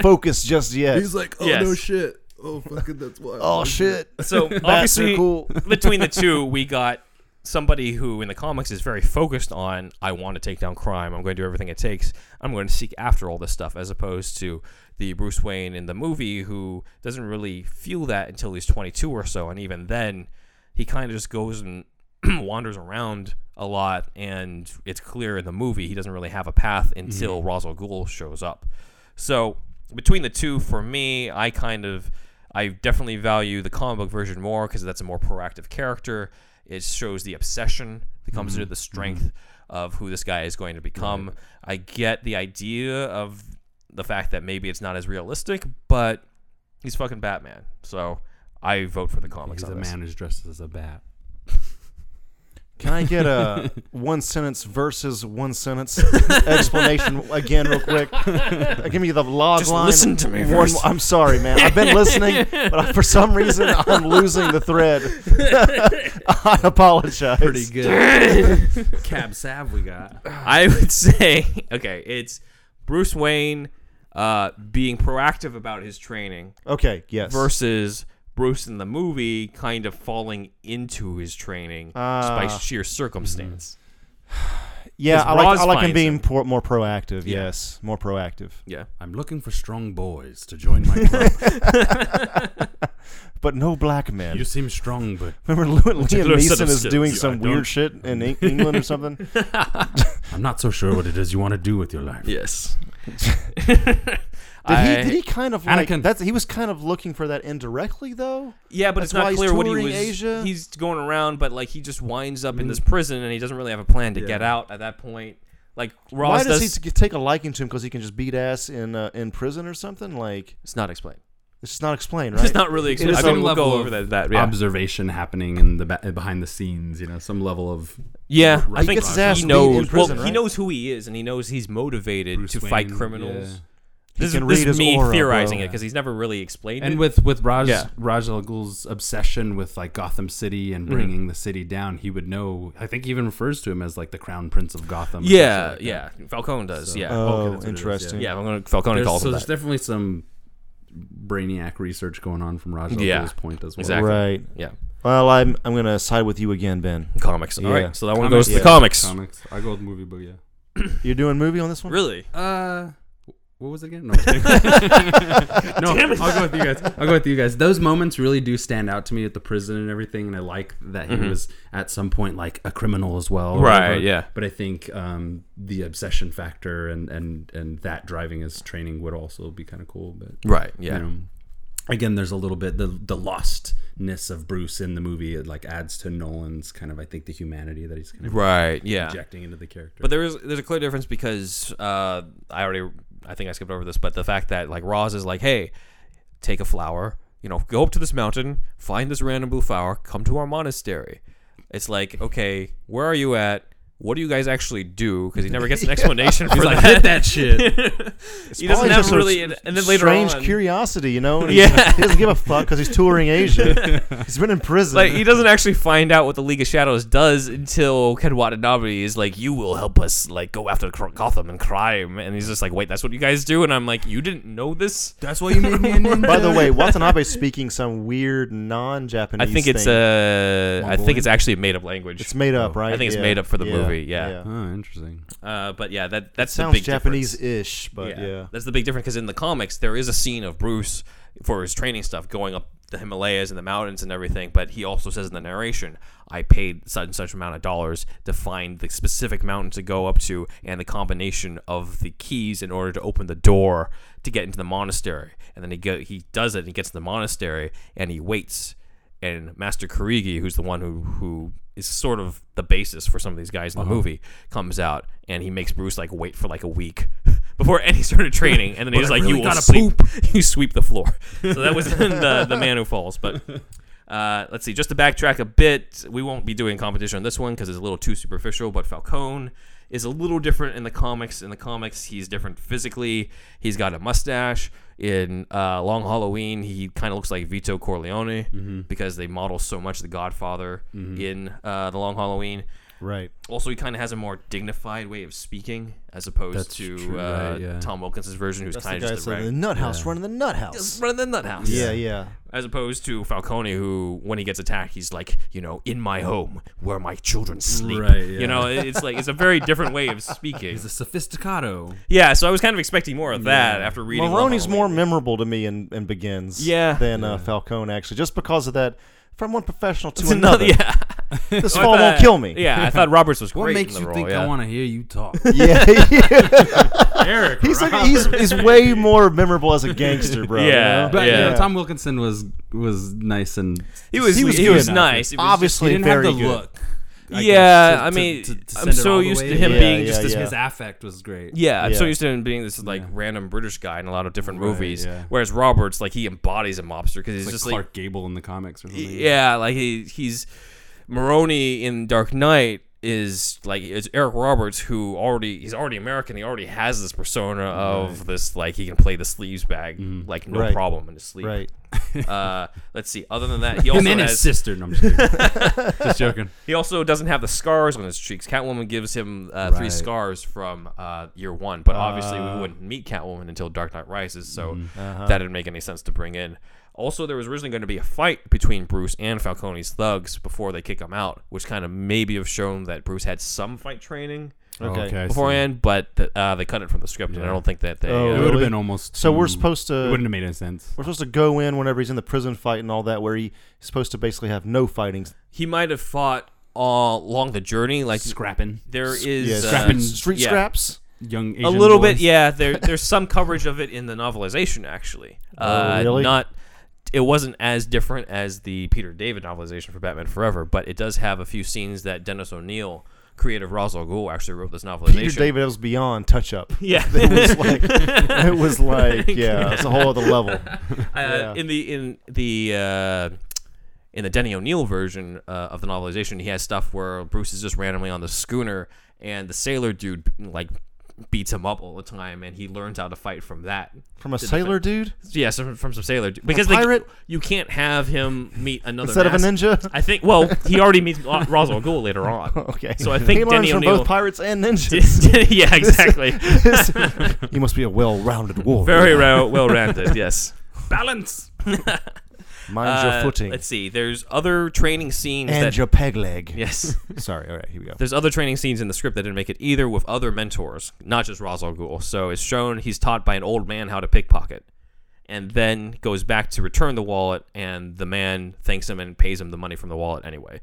[SPEAKER 2] focus just yet.
[SPEAKER 3] He's like, oh
[SPEAKER 1] Yes.
[SPEAKER 3] no shit. Oh fucking that's wild.
[SPEAKER 2] oh shit.
[SPEAKER 1] so
[SPEAKER 2] Bats
[SPEAKER 1] obviously
[SPEAKER 2] are cool.
[SPEAKER 1] between the two, we got somebody who in the comics is very focused on I want to take down crime. I'm going to do everything it takes. I'm going to seek after all this stuff, as opposed to the Bruce Wayne in the movie who doesn't really feel that until he's 22 or so, and even then, he kind of just goes and wanders around a lot. And it's clear in the movie he doesn't really have a path until Ra's al Ghul shows up. So between the two, for me, I kind of I definitely value the comic book version more because that's a more proactive character. It shows the obsession that comes
[SPEAKER 3] Mm-hmm.
[SPEAKER 1] into the strength of who this guy is going to become. I get the idea of the fact that maybe it's not as realistic, but he's fucking Batman. So I vote for the comics
[SPEAKER 3] He's a
[SPEAKER 1] on this.
[SPEAKER 3] man who's dressed as a bat.
[SPEAKER 2] Can I get a one sentence versus one sentence explanation again, real quick? Uh, Give me the log
[SPEAKER 1] Just
[SPEAKER 2] line.
[SPEAKER 1] listen to me
[SPEAKER 2] One,
[SPEAKER 1] first.
[SPEAKER 2] I'm sorry, man. I've been listening, but I, for some reason I'm losing the thread. I apologize.
[SPEAKER 3] Pretty good. Cab Sav we got.
[SPEAKER 1] I would say, okay, it's Bruce Wayne uh, being proactive about his training
[SPEAKER 2] Okay. Yes.
[SPEAKER 1] versus Bruce in the movie kind of falling into his training just by
[SPEAKER 2] Ah.
[SPEAKER 1] sheer circumstance.
[SPEAKER 2] yeah,
[SPEAKER 1] because
[SPEAKER 2] I like,
[SPEAKER 1] Roz
[SPEAKER 2] I like
[SPEAKER 1] finds
[SPEAKER 2] him being
[SPEAKER 1] him.
[SPEAKER 2] por- more proactive.
[SPEAKER 1] Yeah.
[SPEAKER 2] Yes, more proactive.
[SPEAKER 1] Yeah.
[SPEAKER 3] I'm looking for strong boys to join my club.
[SPEAKER 2] But no black men.
[SPEAKER 3] you seem strong, but
[SPEAKER 2] Remember, Liam
[SPEAKER 1] Particular set
[SPEAKER 2] Neeson
[SPEAKER 1] of
[SPEAKER 2] is doing
[SPEAKER 1] skills.
[SPEAKER 2] some
[SPEAKER 3] I
[SPEAKER 2] weird E-
[SPEAKER 3] don't-
[SPEAKER 2] shit in Eng- England or something.
[SPEAKER 3] I'm not so sure what it is you want to do with your life.
[SPEAKER 1] Yes.
[SPEAKER 2] Did
[SPEAKER 1] I-
[SPEAKER 2] he, did he kind of like
[SPEAKER 3] Anakin.
[SPEAKER 2] that's he was kind of looking for that indirectly though?
[SPEAKER 1] Yeah, but
[SPEAKER 2] That's
[SPEAKER 1] it's not
[SPEAKER 2] why he's
[SPEAKER 1] clear what he
[SPEAKER 2] touring
[SPEAKER 1] was.
[SPEAKER 2] Asia?
[SPEAKER 1] He's going around, but like he just winds up in this prison, and he doesn't really have a plan to get out at that point. Like Ross
[SPEAKER 2] Why
[SPEAKER 1] does,
[SPEAKER 2] does he t- take a liking to him because he can just beat ass in uh, in prison or something? Like
[SPEAKER 1] it's not explained.
[SPEAKER 2] it's just not explained, right?
[SPEAKER 1] It's not really explained. I
[SPEAKER 3] some
[SPEAKER 1] mean, we'll
[SPEAKER 3] level
[SPEAKER 1] go
[SPEAKER 3] of
[SPEAKER 1] over that. that yeah,
[SPEAKER 3] Observation happening in the ba- behind the scenes, you know, some level of
[SPEAKER 1] yeah.
[SPEAKER 3] Right.
[SPEAKER 1] I
[SPEAKER 3] He
[SPEAKER 1] think
[SPEAKER 3] gets his ass
[SPEAKER 1] he
[SPEAKER 2] beat
[SPEAKER 1] knows.
[SPEAKER 2] in prison,
[SPEAKER 1] well, he
[SPEAKER 2] right?
[SPEAKER 1] knows who he is, and he knows he's motivated
[SPEAKER 3] Bruce
[SPEAKER 1] to fight
[SPEAKER 3] Wayne,
[SPEAKER 1] criminals.
[SPEAKER 3] yeah.
[SPEAKER 1] This,
[SPEAKER 2] can
[SPEAKER 1] is- this
[SPEAKER 2] read
[SPEAKER 1] is
[SPEAKER 2] his
[SPEAKER 1] me
[SPEAKER 2] aura,
[SPEAKER 1] theorizing
[SPEAKER 2] bro.
[SPEAKER 1] it because he's never really explained it.
[SPEAKER 3] and with with Raj
[SPEAKER 1] Yeah.
[SPEAKER 3] Raj al Ghul's obsession with like Gotham City
[SPEAKER 1] Mm-hmm.
[SPEAKER 3] and bringing the city down, he would know. I think he even refers to him as like the Crown Prince of Gotham. or
[SPEAKER 1] yeah,
[SPEAKER 3] something like
[SPEAKER 1] yeah. Falcone does.
[SPEAKER 3] So-
[SPEAKER 1] yeah,
[SPEAKER 3] Okay,
[SPEAKER 2] Oh,
[SPEAKER 3] that's what it is,
[SPEAKER 2] interesting.
[SPEAKER 1] yeah. I'm gonna Falcone
[SPEAKER 3] that. There's,
[SPEAKER 1] calls
[SPEAKER 3] so
[SPEAKER 1] him
[SPEAKER 3] there's
[SPEAKER 1] that.
[SPEAKER 3] definitely some brainiac research going on from Raj al Ghul's
[SPEAKER 1] Yeah.
[SPEAKER 3] point as well.
[SPEAKER 1] Exactly.
[SPEAKER 2] Right.
[SPEAKER 1] Yeah,
[SPEAKER 2] Well, I'm I'm gonna side with you again, Ben.
[SPEAKER 1] comics. All
[SPEAKER 2] Yeah.
[SPEAKER 1] right, so that one
[SPEAKER 3] Comics,
[SPEAKER 1] goes to
[SPEAKER 2] yeah.
[SPEAKER 1] the comics.
[SPEAKER 3] Comics. I go with movie, but yeah.
[SPEAKER 2] You're doing movie on this one?
[SPEAKER 1] Really?
[SPEAKER 3] Uh, what was it again? No, I'm kidding. no I'll go with you guys. I'll go with you guys. Those moments really do stand out to me at the prison and everything, and I like that he
[SPEAKER 4] Mm-hmm.
[SPEAKER 3] was at some point like a criminal as well. or
[SPEAKER 1] Right,
[SPEAKER 3] whatever.
[SPEAKER 1] yeah.
[SPEAKER 3] But I think um, the obsession factor and and and that driving his training would also be kind of cool. But
[SPEAKER 1] Right. Yeah.
[SPEAKER 3] you know, again, there's a little bit the the lostness of Bruce in the movie. It like adds to Nolan's kind of I think the humanity that he's kind of
[SPEAKER 1] Right. Yeah.
[SPEAKER 3] injecting into the character.
[SPEAKER 1] But there is there's a clear difference because uh, I already I think I skipped over this, but the fact that like Roz is like, hey, take a flower, you know, go up to this mountain, find this random blue flower, come to our monastery. It's like, okay, where are you at? What do you guys actually do? Because he never gets an explanation for
[SPEAKER 3] like
[SPEAKER 1] that.
[SPEAKER 3] hit that shit.
[SPEAKER 1] he doesn't
[SPEAKER 2] Probably
[SPEAKER 1] have
[SPEAKER 2] Oh, just a
[SPEAKER 1] really,
[SPEAKER 2] s-
[SPEAKER 1] and then later
[SPEAKER 2] strange
[SPEAKER 1] on,
[SPEAKER 2] curiosity, you know. and he-
[SPEAKER 1] Yeah.
[SPEAKER 2] he doesn't give a fuck because he's touring Asia. he's been in prison.
[SPEAKER 1] like he doesn't actually find out what the League of Shadows does until Ken Watanabe is like, "You will help us, like go after Cro- Gotham and crime," and he's just like, "Wait, that's what you guys do?" And I'm like, "You didn't know this?"
[SPEAKER 4] That's why you made me a ninja.
[SPEAKER 2] By the way, Watanabe's speaking some weird non-Japanese.
[SPEAKER 1] I think it's
[SPEAKER 2] thing.
[SPEAKER 1] uh, I think
[SPEAKER 3] Mongolian?
[SPEAKER 1] it's actually a made up language.
[SPEAKER 2] It's made up, right?
[SPEAKER 1] I think it's made up for the movie, yeah.
[SPEAKER 3] Oh, interesting.
[SPEAKER 1] uh, but yeah, that that's the
[SPEAKER 2] Sounds
[SPEAKER 1] big difference.
[SPEAKER 2] Japanese-ish, but yeah.
[SPEAKER 1] that's the big difference because in the comics there is a scene of Bruce for his training stuff going up the Himalayas and the mountains and everything, but he also says in the narration, "I paid such and such amount of dollars to find the specific mountain to go up to and the combination of the keys in order to open the door to get into the monastery." And then he go, he does it and he gets to the monastery and he waits and Master Karigi, who's the one who who is sort of the basis for some of these guys in the movie, comes out and he makes Bruce like wait for like a week before any sort of training, and then he's
[SPEAKER 4] I
[SPEAKER 1] like,
[SPEAKER 4] really
[SPEAKER 1] "You will
[SPEAKER 4] gotta
[SPEAKER 1] sweep, you sweep the floor." So that was in uh, the the Man Who Falls, but. Uh, let's see. Just to backtrack a bit, we won't be doing competition on this one because it's a little too superficial. But Falcone is a little different in the comics. In the comics, he's different physically. He's got a mustache. In uh, Long Halloween, he kind of looks like Vito Corleone
[SPEAKER 3] Mm-hmm.
[SPEAKER 1] because they model so much the Godfather in uh, the Long Halloween.
[SPEAKER 2] Right.
[SPEAKER 1] Also, he kind of has a more dignified way of speaking as opposed
[SPEAKER 3] That's
[SPEAKER 1] to
[SPEAKER 3] true,
[SPEAKER 1] uh,
[SPEAKER 3] right, yeah.
[SPEAKER 1] Tom Wilkins' version, who's
[SPEAKER 2] That's the
[SPEAKER 1] kind
[SPEAKER 2] guy
[SPEAKER 1] of
[SPEAKER 2] that's
[SPEAKER 1] just a
[SPEAKER 2] in the
[SPEAKER 1] rag-
[SPEAKER 2] nut house, running the nut
[SPEAKER 1] just
[SPEAKER 2] house.
[SPEAKER 1] running the nut house
[SPEAKER 2] Yeah, yeah.
[SPEAKER 1] as opposed to Falcone, who when he gets attacked, he's like, you know, in my home where my children sleep.
[SPEAKER 3] Right, yeah.
[SPEAKER 1] You know, it's like it's a very different way of speaking.
[SPEAKER 3] He's a sophisticado.
[SPEAKER 1] Yeah, so I was kind of expecting more of that after reading.
[SPEAKER 2] Maroney's
[SPEAKER 1] Long
[SPEAKER 2] more
[SPEAKER 1] Halloween.
[SPEAKER 2] memorable to me and, and begins
[SPEAKER 1] Yeah.
[SPEAKER 2] than Uh, Falcone actually, just because of that from one professional to
[SPEAKER 1] It's
[SPEAKER 2] another.
[SPEAKER 1] Yeah,
[SPEAKER 2] This
[SPEAKER 1] I
[SPEAKER 2] fall won't
[SPEAKER 1] thought-
[SPEAKER 2] kill me.
[SPEAKER 1] Yeah, I thought Roberts was great.
[SPEAKER 4] What makes
[SPEAKER 1] in the
[SPEAKER 4] you
[SPEAKER 1] role,
[SPEAKER 4] think
[SPEAKER 1] yeah.
[SPEAKER 4] I want to hear you talk?
[SPEAKER 2] Yeah,
[SPEAKER 3] Eric,
[SPEAKER 2] he's, like, he's he's way more memorable as a gangster, bro. you
[SPEAKER 1] Yeah.
[SPEAKER 2] know?
[SPEAKER 3] But you know,
[SPEAKER 1] Yeah.
[SPEAKER 3] Tom Wilkinson was was nice and
[SPEAKER 1] He was
[SPEAKER 2] He
[SPEAKER 1] he
[SPEAKER 2] was
[SPEAKER 1] was,
[SPEAKER 2] good enough.
[SPEAKER 1] nice. It was
[SPEAKER 2] obviously
[SPEAKER 3] he didn't have
[SPEAKER 2] very
[SPEAKER 3] the
[SPEAKER 2] good.
[SPEAKER 3] look. I
[SPEAKER 1] yeah,
[SPEAKER 3] guess, to-
[SPEAKER 1] I
[SPEAKER 3] to-
[SPEAKER 1] mean,
[SPEAKER 3] to- to
[SPEAKER 1] I'm
[SPEAKER 3] send it
[SPEAKER 1] so
[SPEAKER 3] all the
[SPEAKER 1] used
[SPEAKER 3] way.
[SPEAKER 1] to him
[SPEAKER 2] Yeah,
[SPEAKER 1] being just
[SPEAKER 2] yeah,
[SPEAKER 1] this
[SPEAKER 2] yeah.
[SPEAKER 3] His affect was great.
[SPEAKER 1] Yeah, I'm so
[SPEAKER 2] Yeah.
[SPEAKER 1] used to him being this like random British guy in a lot of different movies.
[SPEAKER 3] yeah.
[SPEAKER 1] Whereas Roberts, like he embodies a mobster because he's
[SPEAKER 3] Like
[SPEAKER 1] just like
[SPEAKER 3] Clark Gable in the comics or something.
[SPEAKER 1] Yeah, like he he's Maroni in Dark Knight is like it's Eric Roberts who already he's already American. He already has this persona of this like he can play the sleeves bag
[SPEAKER 3] Mm-hmm.
[SPEAKER 1] like no
[SPEAKER 2] Right.
[SPEAKER 1] problem in his sleeve.
[SPEAKER 2] Right.
[SPEAKER 1] Uh, let's see. Other than that, he
[SPEAKER 3] Him
[SPEAKER 1] also
[SPEAKER 3] and his
[SPEAKER 1] has,
[SPEAKER 3] sister. No, I'm just, kidding. just joking.
[SPEAKER 1] he also doesn't have the scars on his cheeks. Catwoman gives him uh, three
[SPEAKER 3] Right.
[SPEAKER 1] scars from uh, year one, but obviously
[SPEAKER 2] Ah.
[SPEAKER 1] we wouldn't meet Catwoman until Dark Knight Rises, so
[SPEAKER 2] Mm-hmm.
[SPEAKER 3] Uh-huh.
[SPEAKER 1] that didn't make any sense to bring in. Also, there was originally going to be a fight between Bruce and Falcone's thugs before they kick him out, which kind of maybe have shown that Bruce had some fight training
[SPEAKER 2] Okay.
[SPEAKER 3] I see.
[SPEAKER 1] beforehand, but th- uh, they cut it from the script, and I
[SPEAKER 3] Yeah.
[SPEAKER 1] don't think that they.
[SPEAKER 2] Oh,
[SPEAKER 1] uh,
[SPEAKER 3] It would have
[SPEAKER 2] Really?
[SPEAKER 3] been almost.
[SPEAKER 2] So we're
[SPEAKER 3] too-
[SPEAKER 2] supposed
[SPEAKER 3] It
[SPEAKER 2] to
[SPEAKER 3] wouldn't have made any sense.
[SPEAKER 2] we're supposed to go in whenever he's in the prison fight and all that, where he, he's supposed to basically have no fighting.
[SPEAKER 1] he might have fought uh, along the journey. Like
[SPEAKER 3] scrapping
[SPEAKER 1] there is
[SPEAKER 2] yeah,
[SPEAKER 1] uh,
[SPEAKER 2] scrapping
[SPEAKER 3] s-
[SPEAKER 2] street
[SPEAKER 1] yeah.
[SPEAKER 2] scraps.
[SPEAKER 3] young Asian
[SPEAKER 1] a little
[SPEAKER 3] boys.
[SPEAKER 1] bit yeah there, there's some coverage of it in the novelization actually uh,
[SPEAKER 2] Oh, really?
[SPEAKER 1] not it wasn't as different as the peter david novelization for batman forever but it does have a few scenes that dennis o'neill creative Ra's al Ghul actually wrote this novelization
[SPEAKER 2] Peter David was beyond touch up.
[SPEAKER 1] yeah
[SPEAKER 2] It was like, it was like yeah, it's a whole other level.
[SPEAKER 1] uh,
[SPEAKER 2] Yeah.
[SPEAKER 1] in the in the uh, in the Denny O'Neill version uh, of the novelization, he has stuff where Bruce is just randomly on the schooner, and the sailor dude like beats him up all the time, and he learns how to fight from that.
[SPEAKER 2] From a
[SPEAKER 1] To
[SPEAKER 2] sailor dude
[SPEAKER 1] Yeah, some, from some sailor dude. because they-
[SPEAKER 2] pirate?
[SPEAKER 1] you can't have him meet another
[SPEAKER 2] instead of a
[SPEAKER 1] mas-
[SPEAKER 2] ninja.
[SPEAKER 1] I think. Well, he already meets Ra- Ra's al Ghul later on.
[SPEAKER 2] Okay,
[SPEAKER 1] So I think
[SPEAKER 2] he learns
[SPEAKER 1] Denny
[SPEAKER 2] from
[SPEAKER 1] O'Neill.
[SPEAKER 2] both pirates and ninjas.
[SPEAKER 1] yeah, exactly.
[SPEAKER 2] you must be a well-rounded warrior.
[SPEAKER 1] Very well well rounded. Yes.
[SPEAKER 3] balance.
[SPEAKER 2] Mind your
[SPEAKER 1] Uh,
[SPEAKER 2] footing
[SPEAKER 1] Let's see. There's other training scenes
[SPEAKER 2] and
[SPEAKER 1] that.
[SPEAKER 2] your peg leg.
[SPEAKER 1] yes.
[SPEAKER 2] Sorry. All right, here we go.
[SPEAKER 1] There's other training scenes in the script that didn't make it either with other mentors, not just Ra's al Ghul. So it's shown he's taught by an old man how to pickpocket and then goes back to return the wallet, and the man thanks him and pays him the money from the wallet anyway.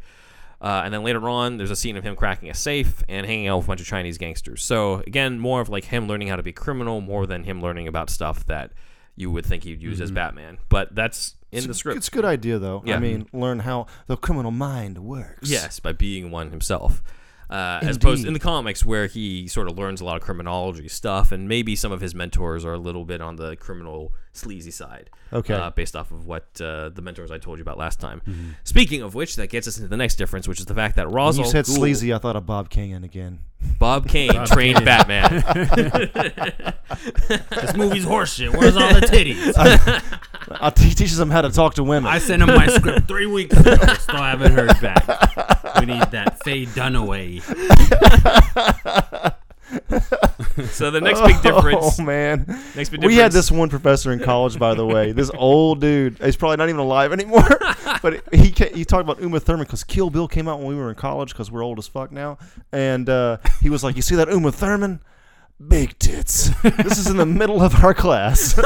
[SPEAKER 1] Uh, and then later on, there's a scene of him cracking a safe and hanging out with a bunch of Chinese gangsters. So again, more of like him learning how to be criminal, more than him learning about stuff that you would think he'd use as Batman. But that's in
[SPEAKER 2] It's
[SPEAKER 1] the
[SPEAKER 2] a-
[SPEAKER 1] script.
[SPEAKER 2] It's a good idea, though.
[SPEAKER 1] Yeah.
[SPEAKER 2] I mean, learn how the criminal mind works.
[SPEAKER 1] Yes, by being one himself. Uh, as opposed in the comics, where he sort of learns a lot of criminology stuff, and maybe some of his mentors are a little bit on the criminal sleazy side.
[SPEAKER 2] Okay.
[SPEAKER 1] Uh, based off of what uh, the mentors I told you about last time. Speaking of which, that gets us into the next difference, which is the fact that
[SPEAKER 2] When
[SPEAKER 1] Ra's
[SPEAKER 2] you
[SPEAKER 1] al
[SPEAKER 2] said
[SPEAKER 1] Ghul-
[SPEAKER 2] sleazy, I thought of Bob Kangan again.
[SPEAKER 1] Bob Kane trained Batman.
[SPEAKER 4] This movie's horseshit. Where's all the titties?
[SPEAKER 2] Uh, he teaches them how to talk to women.
[SPEAKER 4] I sent him my script three weeks ago. Still haven't heard back. We need that Faye Dunaway.
[SPEAKER 1] so the next big difference.
[SPEAKER 2] Oh man,
[SPEAKER 1] Next big difference.
[SPEAKER 2] we had this one professor in college, by the way. This old dude, he's probably not even alive anymore. but he ca- he talked about Uma Thurman because Kill Bill came out when we were in college because we're old as fuck now. And uh, he was like, "You see that Uma Thurman? Big tits." this is in the middle of our class. it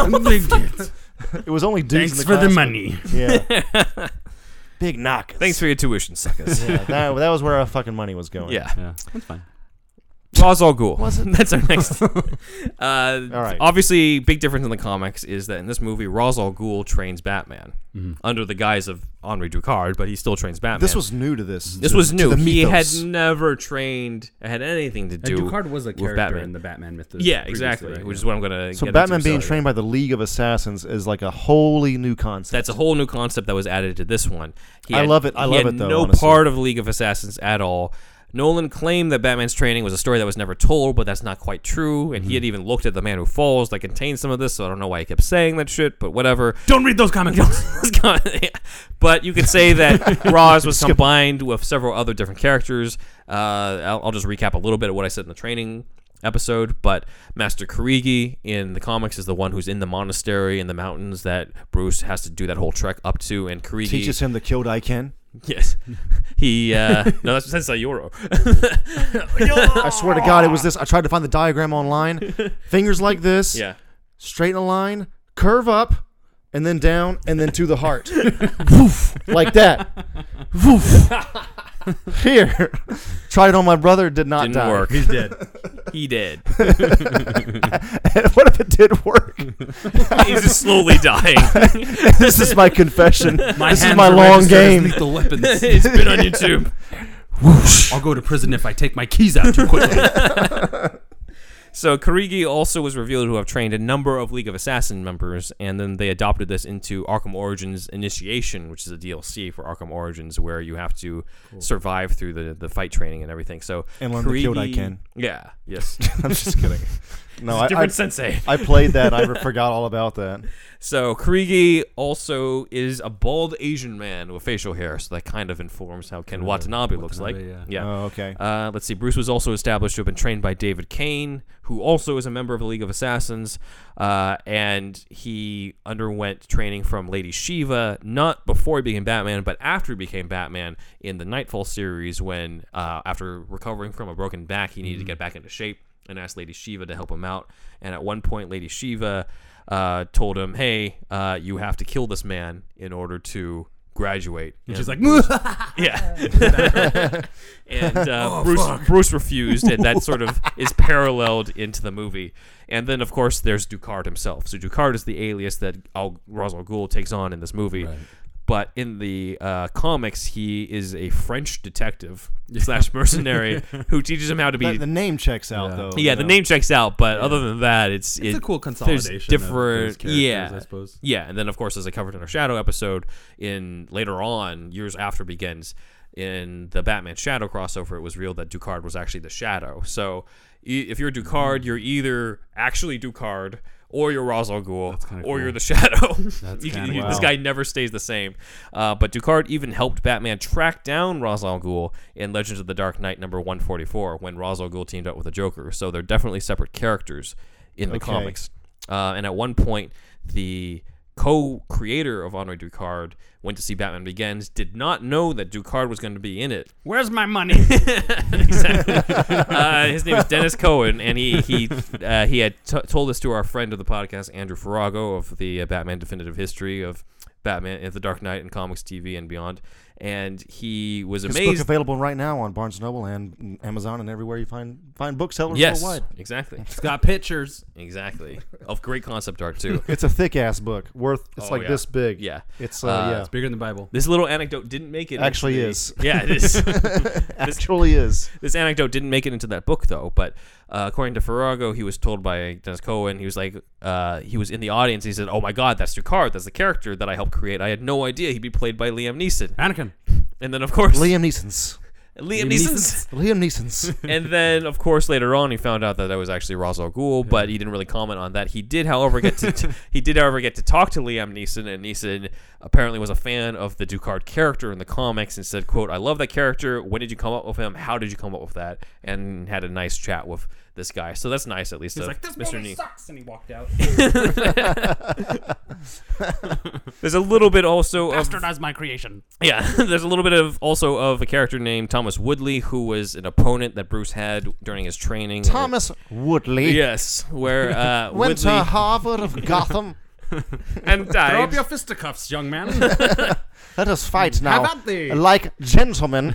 [SPEAKER 2] was only dudes.
[SPEAKER 4] Thanks
[SPEAKER 2] in the
[SPEAKER 4] for
[SPEAKER 2] class.
[SPEAKER 4] the money.
[SPEAKER 2] Yeah. Big knock.
[SPEAKER 1] Thanks for your tuition, suckers.
[SPEAKER 2] Yeah, that, that was where our fucking money was going.
[SPEAKER 1] yeah.
[SPEAKER 3] Yeah, that's fine.
[SPEAKER 1] Ra's al Ghul.
[SPEAKER 2] Was it?
[SPEAKER 1] That's our next. uh,
[SPEAKER 2] right.
[SPEAKER 1] Obviously, big difference in the comics is that in this movie, Ra's al Ghul trains Batman under the guise of Henri Ducard, but he still trains Batman.
[SPEAKER 2] Mm-hmm. This was new to this.
[SPEAKER 1] this was
[SPEAKER 2] to
[SPEAKER 1] new.
[SPEAKER 2] the
[SPEAKER 1] He had
[SPEAKER 2] mythos.
[SPEAKER 1] never trained had anything to
[SPEAKER 3] And
[SPEAKER 1] do.
[SPEAKER 3] Ducard was a
[SPEAKER 1] with
[SPEAKER 3] character
[SPEAKER 1] Batman.
[SPEAKER 3] in the Batman myth.
[SPEAKER 1] yeah, exactly. which is what I'm gonna.
[SPEAKER 2] So
[SPEAKER 1] get
[SPEAKER 2] Batman
[SPEAKER 1] into
[SPEAKER 2] being
[SPEAKER 1] later.
[SPEAKER 2] trained by the League of Assassins is like a wholly new concept.
[SPEAKER 1] That's a whole new concept that was added to this one. He
[SPEAKER 2] I love it. I
[SPEAKER 1] he
[SPEAKER 2] love
[SPEAKER 1] had
[SPEAKER 2] it, though,
[SPEAKER 1] No
[SPEAKER 2] honestly.
[SPEAKER 1] part of League of Assassins at all. Nolan claimed that Batman's training was a story that was never told, but that's not quite true.
[SPEAKER 2] Mm-hmm.
[SPEAKER 1] And he had even looked at The Man Who Falls that contains some of this, so I don't know why he kept saying that shit, but whatever.
[SPEAKER 4] Don't read those comic books.
[SPEAKER 1] but you could say that Roz was combined with several other different characters. Uh, I'll, I'll just recap a little bit of what I said in the training episode. But Master Karigi in the comics is the one who's in the monastery in the mountains that Bruce has to do that whole trek up to, and Karigi
[SPEAKER 2] Teaches him the kill Daiken.
[SPEAKER 1] Yes, he. Uh, no, that's that's Sayoro.
[SPEAKER 2] I swear to God, it was this. I tried to find the diagram online. Fingers like this,
[SPEAKER 1] Yeah.
[SPEAKER 2] straight in a line, curve up, and then down, and then to the heart. Woof, like that. Woof. Here. Tried it on my brother, did not
[SPEAKER 1] Didn't
[SPEAKER 2] die.
[SPEAKER 1] work.
[SPEAKER 3] he's dead.
[SPEAKER 1] He did.
[SPEAKER 2] what if it did work?
[SPEAKER 1] He's just slowly dying.
[SPEAKER 2] this is my confession.
[SPEAKER 3] My
[SPEAKER 2] this is
[SPEAKER 3] hands
[SPEAKER 2] my
[SPEAKER 3] are
[SPEAKER 2] long
[SPEAKER 3] registered as
[SPEAKER 2] game.
[SPEAKER 3] Lethal weapons.
[SPEAKER 1] it's been on YouTube.
[SPEAKER 4] I'll go to prison if I take my keys out too quickly.
[SPEAKER 1] So Karigi also was revealed to have trained a number of League of Assassin members, and then they adopted this into Arkham Origins Initiation, which is a DLC for Arkham Origins, where you have to survive through the, the fight training and everything. So
[SPEAKER 2] And learn the kill
[SPEAKER 1] Kurigi-
[SPEAKER 2] Daiken.
[SPEAKER 1] Yeah. Yes.
[SPEAKER 2] I'm just kidding. No, I,
[SPEAKER 1] Different
[SPEAKER 2] I,
[SPEAKER 1] sensei.
[SPEAKER 2] I played that. I forgot all about that.
[SPEAKER 1] So Kurigi also is a bald Asian man with facial hair, so that kind of informs how Ken Watanabe looks like.
[SPEAKER 3] Watanabe, yeah.
[SPEAKER 2] Oh, okay.
[SPEAKER 1] Uh, let's see. Bruce was also established to have been trained by David Kane, who also is a member of the League of Assassins, uh, and he underwent training from Lady Shiva not before he became Batman, but after he became Batman in the Nightfall series, when uh, after recovering from a broken back, he needed to get back into shape and asked Lady Shiva to help him out. And at one point, Lady Shiva uh, told him, "Hey, uh, you have to kill this man in order to." graduate. And-
[SPEAKER 4] And she's like,
[SPEAKER 1] yeah. and uh, Bruce Bruce refused, and that sort of is paralleled into the movie. And then, of course, there's Ducard himself. So Ducard is the alias that Al Ra's al Ghul takes on in this movie. But in the uh, comics, he is a French detective slash mercenary who teaches him how to be.
[SPEAKER 2] That- the name checks out
[SPEAKER 3] Yeah.
[SPEAKER 2] though.
[SPEAKER 1] yeah, the name checks out, but other than that, it's
[SPEAKER 4] it's
[SPEAKER 1] it-
[SPEAKER 4] a cool
[SPEAKER 1] there's
[SPEAKER 4] consolidation. of
[SPEAKER 1] different,
[SPEAKER 4] those characters,
[SPEAKER 1] yeah,
[SPEAKER 4] I suppose.
[SPEAKER 1] yeah, and then of course, as I covered in our Shadow episode, in later on years after begins in the Batman Shadow crossover, it was real that Ducard was actually the Shadow. So e- if you're Ducard, you're either actually Ducard or you're Ra's al Ghul or
[SPEAKER 3] kinda
[SPEAKER 1] you're
[SPEAKER 3] cool.
[SPEAKER 1] the Shadow. You can-
[SPEAKER 3] kinda
[SPEAKER 1] you-
[SPEAKER 3] cool.
[SPEAKER 1] This guy never stays the same. Uh, but Ducard even helped Batman track down Ra's al Ghul in Legends of the Dark Knight number 144 when Ra's al Ghul teamed up with the Joker. So they're definitely separate characters in the
[SPEAKER 2] Okay.
[SPEAKER 1] comics. Uh, and at one point, the co-creator of Henri Ducard went to see Batman Begins, did not know that Ducard was going to be in it.
[SPEAKER 4] Where's my money?
[SPEAKER 1] exactly. uh, his name is Dennis Cohen, and he he uh, he had t- told this to our friend of the podcast, Andrew Farrago of the uh, Batman Definitive History of Batman and the Dark Knight and comics, TV, and beyond. And he was
[SPEAKER 2] This book
[SPEAKER 1] amazed
[SPEAKER 2] available right now on Barnes Noble and Amazon and everywhere you find find booksellers
[SPEAKER 1] Yes,
[SPEAKER 2] worldwide.
[SPEAKER 1] exactly,
[SPEAKER 4] It's got pictures.
[SPEAKER 1] exactly. Of great concept art too.
[SPEAKER 2] It's a thick ass book. Worth it's
[SPEAKER 1] Oh,
[SPEAKER 2] like
[SPEAKER 1] yeah.
[SPEAKER 2] this big.
[SPEAKER 1] Yeah.
[SPEAKER 2] It's uh,
[SPEAKER 1] Uh,
[SPEAKER 2] yeah.
[SPEAKER 3] It's bigger than the Bible.
[SPEAKER 1] This little anecdote didn't make it.
[SPEAKER 2] Actually
[SPEAKER 1] into the-
[SPEAKER 2] is.
[SPEAKER 1] Yeah, it is. this-
[SPEAKER 2] Actually is.
[SPEAKER 1] this anecdote didn't make it into that book though but uh, according to farrago he was told by dennis cohen he was like uh, he was in the audience he said oh my god that's Ducard. that's the character that i helped create i had no idea he'd be played by liam neeson
[SPEAKER 3] Anakin.
[SPEAKER 1] and then of course
[SPEAKER 2] Liam Neeson's.
[SPEAKER 1] liam
[SPEAKER 3] Liam
[SPEAKER 1] neeson's
[SPEAKER 2] Liam Neeson's.
[SPEAKER 1] and then, of course, later on, he found out that that was actually Ra's al Ghul, but he didn't really comment on that. He did, however, get to he did, however, get to talk to Liam Neeson, and Neeson apparently was a fan of the Ducard character in the comics and said, "quote I love that character. When did you come up with him? How did you come up with that?" And had a nice chat with this guy. So that's nice, at least.
[SPEAKER 4] He's
[SPEAKER 1] of
[SPEAKER 4] like, this
[SPEAKER 1] Mr.
[SPEAKER 4] movie
[SPEAKER 1] Ne-
[SPEAKER 4] sucks, and he walked out.
[SPEAKER 1] There's a little bit also of
[SPEAKER 4] Bastardized my creation.
[SPEAKER 1] Yeah, there's a little bit of also of a character named Thomas Woodley who was an opponent that Bruce had during his training.
[SPEAKER 2] Thomas Woodley
[SPEAKER 1] Yes, where uh,
[SPEAKER 2] went
[SPEAKER 1] Woodley
[SPEAKER 2] to Harvard of Gotham.
[SPEAKER 1] and
[SPEAKER 4] Throw
[SPEAKER 1] died.
[SPEAKER 4] up your fisticuffs, young man.
[SPEAKER 2] Let us fight now,
[SPEAKER 4] about thee?
[SPEAKER 2] like gentlemen.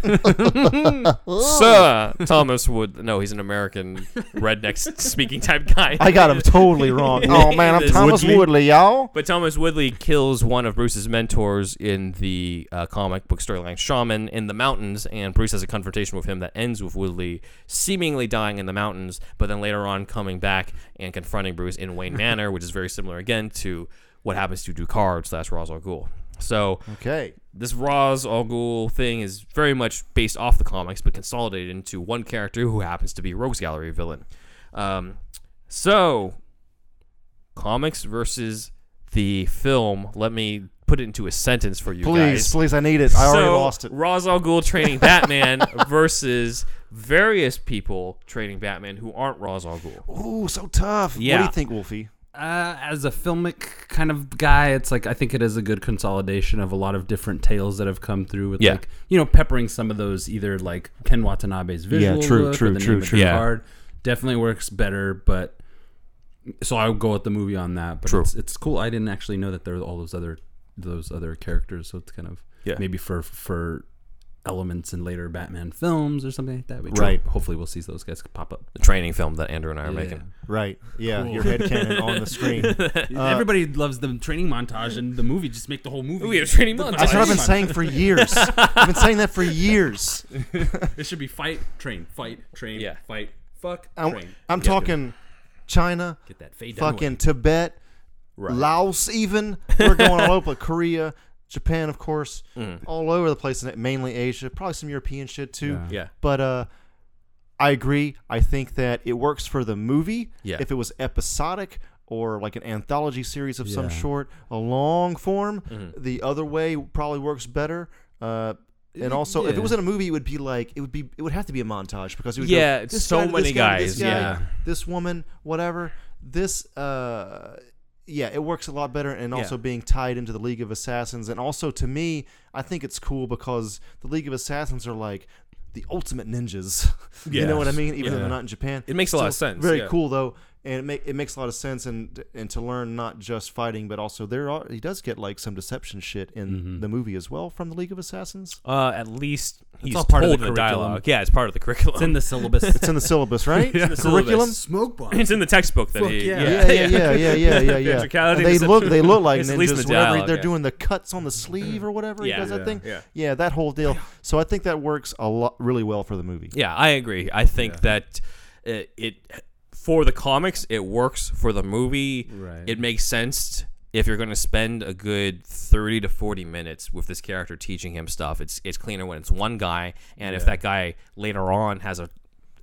[SPEAKER 1] Sir Thomas Wood. No, he's an American redneck speaking type guy.
[SPEAKER 2] I got him totally wrong. Oh man, I'm
[SPEAKER 1] This
[SPEAKER 2] Thomas
[SPEAKER 1] Woodley.
[SPEAKER 2] Woodley, y'all.
[SPEAKER 1] But Thomas Woodley kills one of Bruce's mentors in the uh, comic book storyline Shaman in the mountains, and Bruce has a confrontation with him that ends with Woodley seemingly dying in the mountains, but then later on coming back and confronting Bruce in Wayne Manor, which is very similar again to what happens to Ducard slash Ra's al Ghul. So
[SPEAKER 2] Okay.
[SPEAKER 1] this Ra's al Ghul thing is very much based off the comics, but consolidated into one character who happens to be Rogues Gallery villain. Um, so, comics versus the film. Let me put it into a sentence for you
[SPEAKER 2] Please,
[SPEAKER 1] guys.
[SPEAKER 2] please, I need it. I already
[SPEAKER 1] so,
[SPEAKER 2] lost it.
[SPEAKER 1] Ra's al Ghul training Batman versus various people training Batman who aren't Ra's al Ghul.
[SPEAKER 2] Ooh, so tough. What do
[SPEAKER 1] Yeah.
[SPEAKER 2] you think, Wolfie?
[SPEAKER 3] Uh, as a filmic kind of guy, it's like I think it is a good consolidation of a lot of different tales that have come through with
[SPEAKER 1] Yeah.
[SPEAKER 3] like you know peppering some of those either like Ken Watanabe's visual
[SPEAKER 2] true,
[SPEAKER 3] look
[SPEAKER 2] true,
[SPEAKER 3] or the
[SPEAKER 2] true,
[SPEAKER 3] name of
[SPEAKER 2] true.
[SPEAKER 3] the
[SPEAKER 1] Yeah.
[SPEAKER 3] card. definitely works better. But so I would go with the movie on that. But
[SPEAKER 1] True.
[SPEAKER 3] It's, it's cool. I didn't actually know that there were all those other those other characters. So it's kind of
[SPEAKER 1] Yeah.
[SPEAKER 3] maybe for for elements in later Batman films or something like that. We
[SPEAKER 2] Right.
[SPEAKER 3] Hopefully, we'll see those guys pop up.
[SPEAKER 1] The training film that Andrew and I are making.
[SPEAKER 2] Right. Yeah, your head cannon on the screen. That's
[SPEAKER 4] Everybody loves the training montage, and the movie just make the whole movie.
[SPEAKER 1] We have training montage.
[SPEAKER 2] what I've been saying for years. I've been saying that for years.
[SPEAKER 4] It should be fight, train, fight, train,
[SPEAKER 1] Yeah.
[SPEAKER 4] fight, fuck,
[SPEAKER 2] I'm,
[SPEAKER 4] train.
[SPEAKER 2] I'm talking China,
[SPEAKER 4] Get that fade
[SPEAKER 2] fucking Tibet, Laos, even. We're going all over Korea, Japan, of course,
[SPEAKER 1] Mm.
[SPEAKER 2] all over the place, and mainly Asia, probably some European shit too.
[SPEAKER 3] Yeah.
[SPEAKER 1] Yeah.
[SPEAKER 2] But uh, I agree. I think that it works for the movie.
[SPEAKER 1] Yeah.
[SPEAKER 2] If it was episodic or like an anthology series of some
[SPEAKER 3] Yeah.
[SPEAKER 2] sort, a long form,
[SPEAKER 1] Mm-hmm.
[SPEAKER 2] the other way probably works better. Uh, and also, if it
[SPEAKER 3] yeah.
[SPEAKER 2] was in a movie, it would be like it would be it would have to be a montage because it would
[SPEAKER 1] Yeah,
[SPEAKER 2] go,
[SPEAKER 1] it's
[SPEAKER 2] this
[SPEAKER 1] so
[SPEAKER 2] guy to this
[SPEAKER 1] many
[SPEAKER 2] guy to this
[SPEAKER 1] guys,
[SPEAKER 2] guy,
[SPEAKER 1] yeah.
[SPEAKER 2] this woman, whatever. This, uh, yeah, it works a lot better, and also being tied into the League of Assassins, and also to me, I think it's cool because the League of Assassins are like the ultimate ninjas. you know what I
[SPEAKER 1] Yes.
[SPEAKER 2] mean? Even though
[SPEAKER 1] Yeah.
[SPEAKER 2] they're not in Japan,
[SPEAKER 1] It makes a lot of
[SPEAKER 2] Still
[SPEAKER 1] sense,
[SPEAKER 2] Very
[SPEAKER 1] yeah.
[SPEAKER 2] cool though. and it, make, it makes a lot of sense and and to learn not just fighting but also there are he does get like some deception shit in
[SPEAKER 1] Mm-hmm.
[SPEAKER 2] the movie as well from the League of Assassins.
[SPEAKER 1] Uh, at least he's
[SPEAKER 3] all part of
[SPEAKER 1] told
[SPEAKER 3] the
[SPEAKER 1] in
[SPEAKER 3] curriculum.
[SPEAKER 1] dialogue. Yeah, it's part of the curriculum.
[SPEAKER 4] It's in the syllabus.
[SPEAKER 2] It's in the syllabus, right?
[SPEAKER 1] It's in the syllabus.
[SPEAKER 2] Curriculum.
[SPEAKER 4] Smoke bomb.
[SPEAKER 1] It's in the textbook that
[SPEAKER 4] Fuck
[SPEAKER 1] he.
[SPEAKER 4] yeah.
[SPEAKER 2] Yeah, yeah, yeah, yeah, yeah, yeah. yeah.
[SPEAKER 1] Theatricality,
[SPEAKER 2] And they
[SPEAKER 1] deception.
[SPEAKER 2] look, they look like
[SPEAKER 1] It's at least in
[SPEAKER 2] ninjas.
[SPEAKER 1] the
[SPEAKER 2] Whatever
[SPEAKER 1] dialogue,
[SPEAKER 2] they're
[SPEAKER 1] yeah.
[SPEAKER 2] doing, the cuts on the sleeve or whatever
[SPEAKER 1] Yeah.
[SPEAKER 2] he does that
[SPEAKER 3] Yeah.
[SPEAKER 2] thing.
[SPEAKER 3] Yeah.
[SPEAKER 2] yeah, that whole deal. So I think that works a lot, really well for the movie.
[SPEAKER 1] Yeah, I agree. I think that it, it for the comics it works for the movie.
[SPEAKER 3] Right.
[SPEAKER 1] It makes sense if you're going to spend a good 30 to 40 minutes with this character teaching him stuff. It's it's cleaner when it's one guy and if that guy later on has a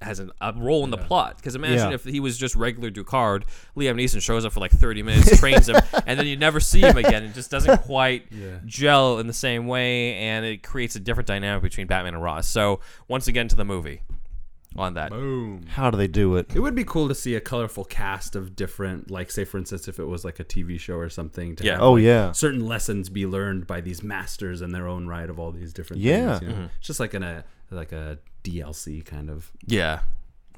[SPEAKER 1] has an, a role in the plot because imagine
[SPEAKER 2] Yeah.
[SPEAKER 1] if he was just regular Ducard, Liam Neeson shows up for like 30 minutes, trains him, and then you never see him again. It just doesn't quite gel in the same way, and it creates a different dynamic between Batman and Ross. So once again to the movie on that.
[SPEAKER 3] Boom.
[SPEAKER 2] How do they do it?
[SPEAKER 3] It would be cool to see a colorful cast of different, like, say, for instance, if it was like a TV show or something. To
[SPEAKER 1] Yeah.
[SPEAKER 3] have,
[SPEAKER 2] Oh
[SPEAKER 3] like,
[SPEAKER 2] yeah,
[SPEAKER 3] Certain lessons be learned by these masters in their own right of all these different.
[SPEAKER 2] Yeah.
[SPEAKER 3] Things, you know?
[SPEAKER 1] Mm-hmm.
[SPEAKER 3] It's just like in a like a DLC kind of.
[SPEAKER 1] Yeah.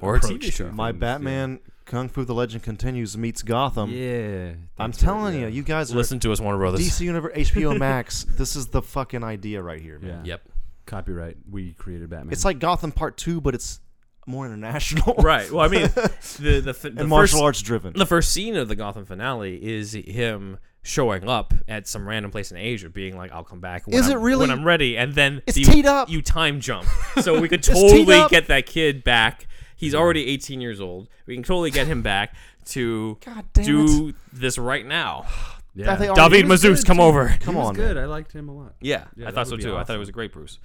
[SPEAKER 1] Or a
[SPEAKER 3] Approach
[SPEAKER 1] TV show.
[SPEAKER 3] to-
[SPEAKER 2] my Batman Kung Fu: The Legend Continues meets Gotham.
[SPEAKER 3] Yeah.
[SPEAKER 2] I'm
[SPEAKER 3] that's it,
[SPEAKER 2] telling
[SPEAKER 3] yeah.
[SPEAKER 2] you, you guys
[SPEAKER 1] Listen to us, Warner
[SPEAKER 2] are
[SPEAKER 1] Brothers.
[SPEAKER 2] DC Universe, HBO Max. this is the fucking idea right here, man.
[SPEAKER 3] Yeah.
[SPEAKER 1] Yep.
[SPEAKER 3] Copyright. We created Batman.
[SPEAKER 2] It's like Gotham Part Two, but it's more international,
[SPEAKER 1] Right. Well, I mean, the the, fi- the
[SPEAKER 2] and
[SPEAKER 1] first
[SPEAKER 2] martial arts driven.
[SPEAKER 1] the first scene of the Gotham finale is him showing up at some random place in Asia, being like, "I'll come back." When
[SPEAKER 2] Is
[SPEAKER 1] I'm,
[SPEAKER 2] it really-
[SPEAKER 1] when I'm ready? And then
[SPEAKER 2] It's
[SPEAKER 1] the-
[SPEAKER 2] teed up.
[SPEAKER 1] You time jump, so we could
[SPEAKER 2] It's teed
[SPEAKER 1] totally
[SPEAKER 2] up.
[SPEAKER 1] get that kid back. He's already 18 years old. We can totally get him back to
[SPEAKER 2] God damn
[SPEAKER 1] do this right now.
[SPEAKER 3] yeah.
[SPEAKER 2] they
[SPEAKER 3] He
[SPEAKER 2] are-
[SPEAKER 1] David
[SPEAKER 2] he was
[SPEAKER 1] Mazouz,
[SPEAKER 2] good,
[SPEAKER 1] come
[SPEAKER 2] too.
[SPEAKER 1] over. He
[SPEAKER 2] Come
[SPEAKER 3] was
[SPEAKER 2] on,
[SPEAKER 3] good. I liked him a lot.
[SPEAKER 1] Yeah,
[SPEAKER 3] Yeah,
[SPEAKER 1] I
[SPEAKER 3] that
[SPEAKER 1] thought so
[SPEAKER 3] would be
[SPEAKER 1] too. I thought it
[SPEAKER 3] awesome.
[SPEAKER 1] was a great Bruce.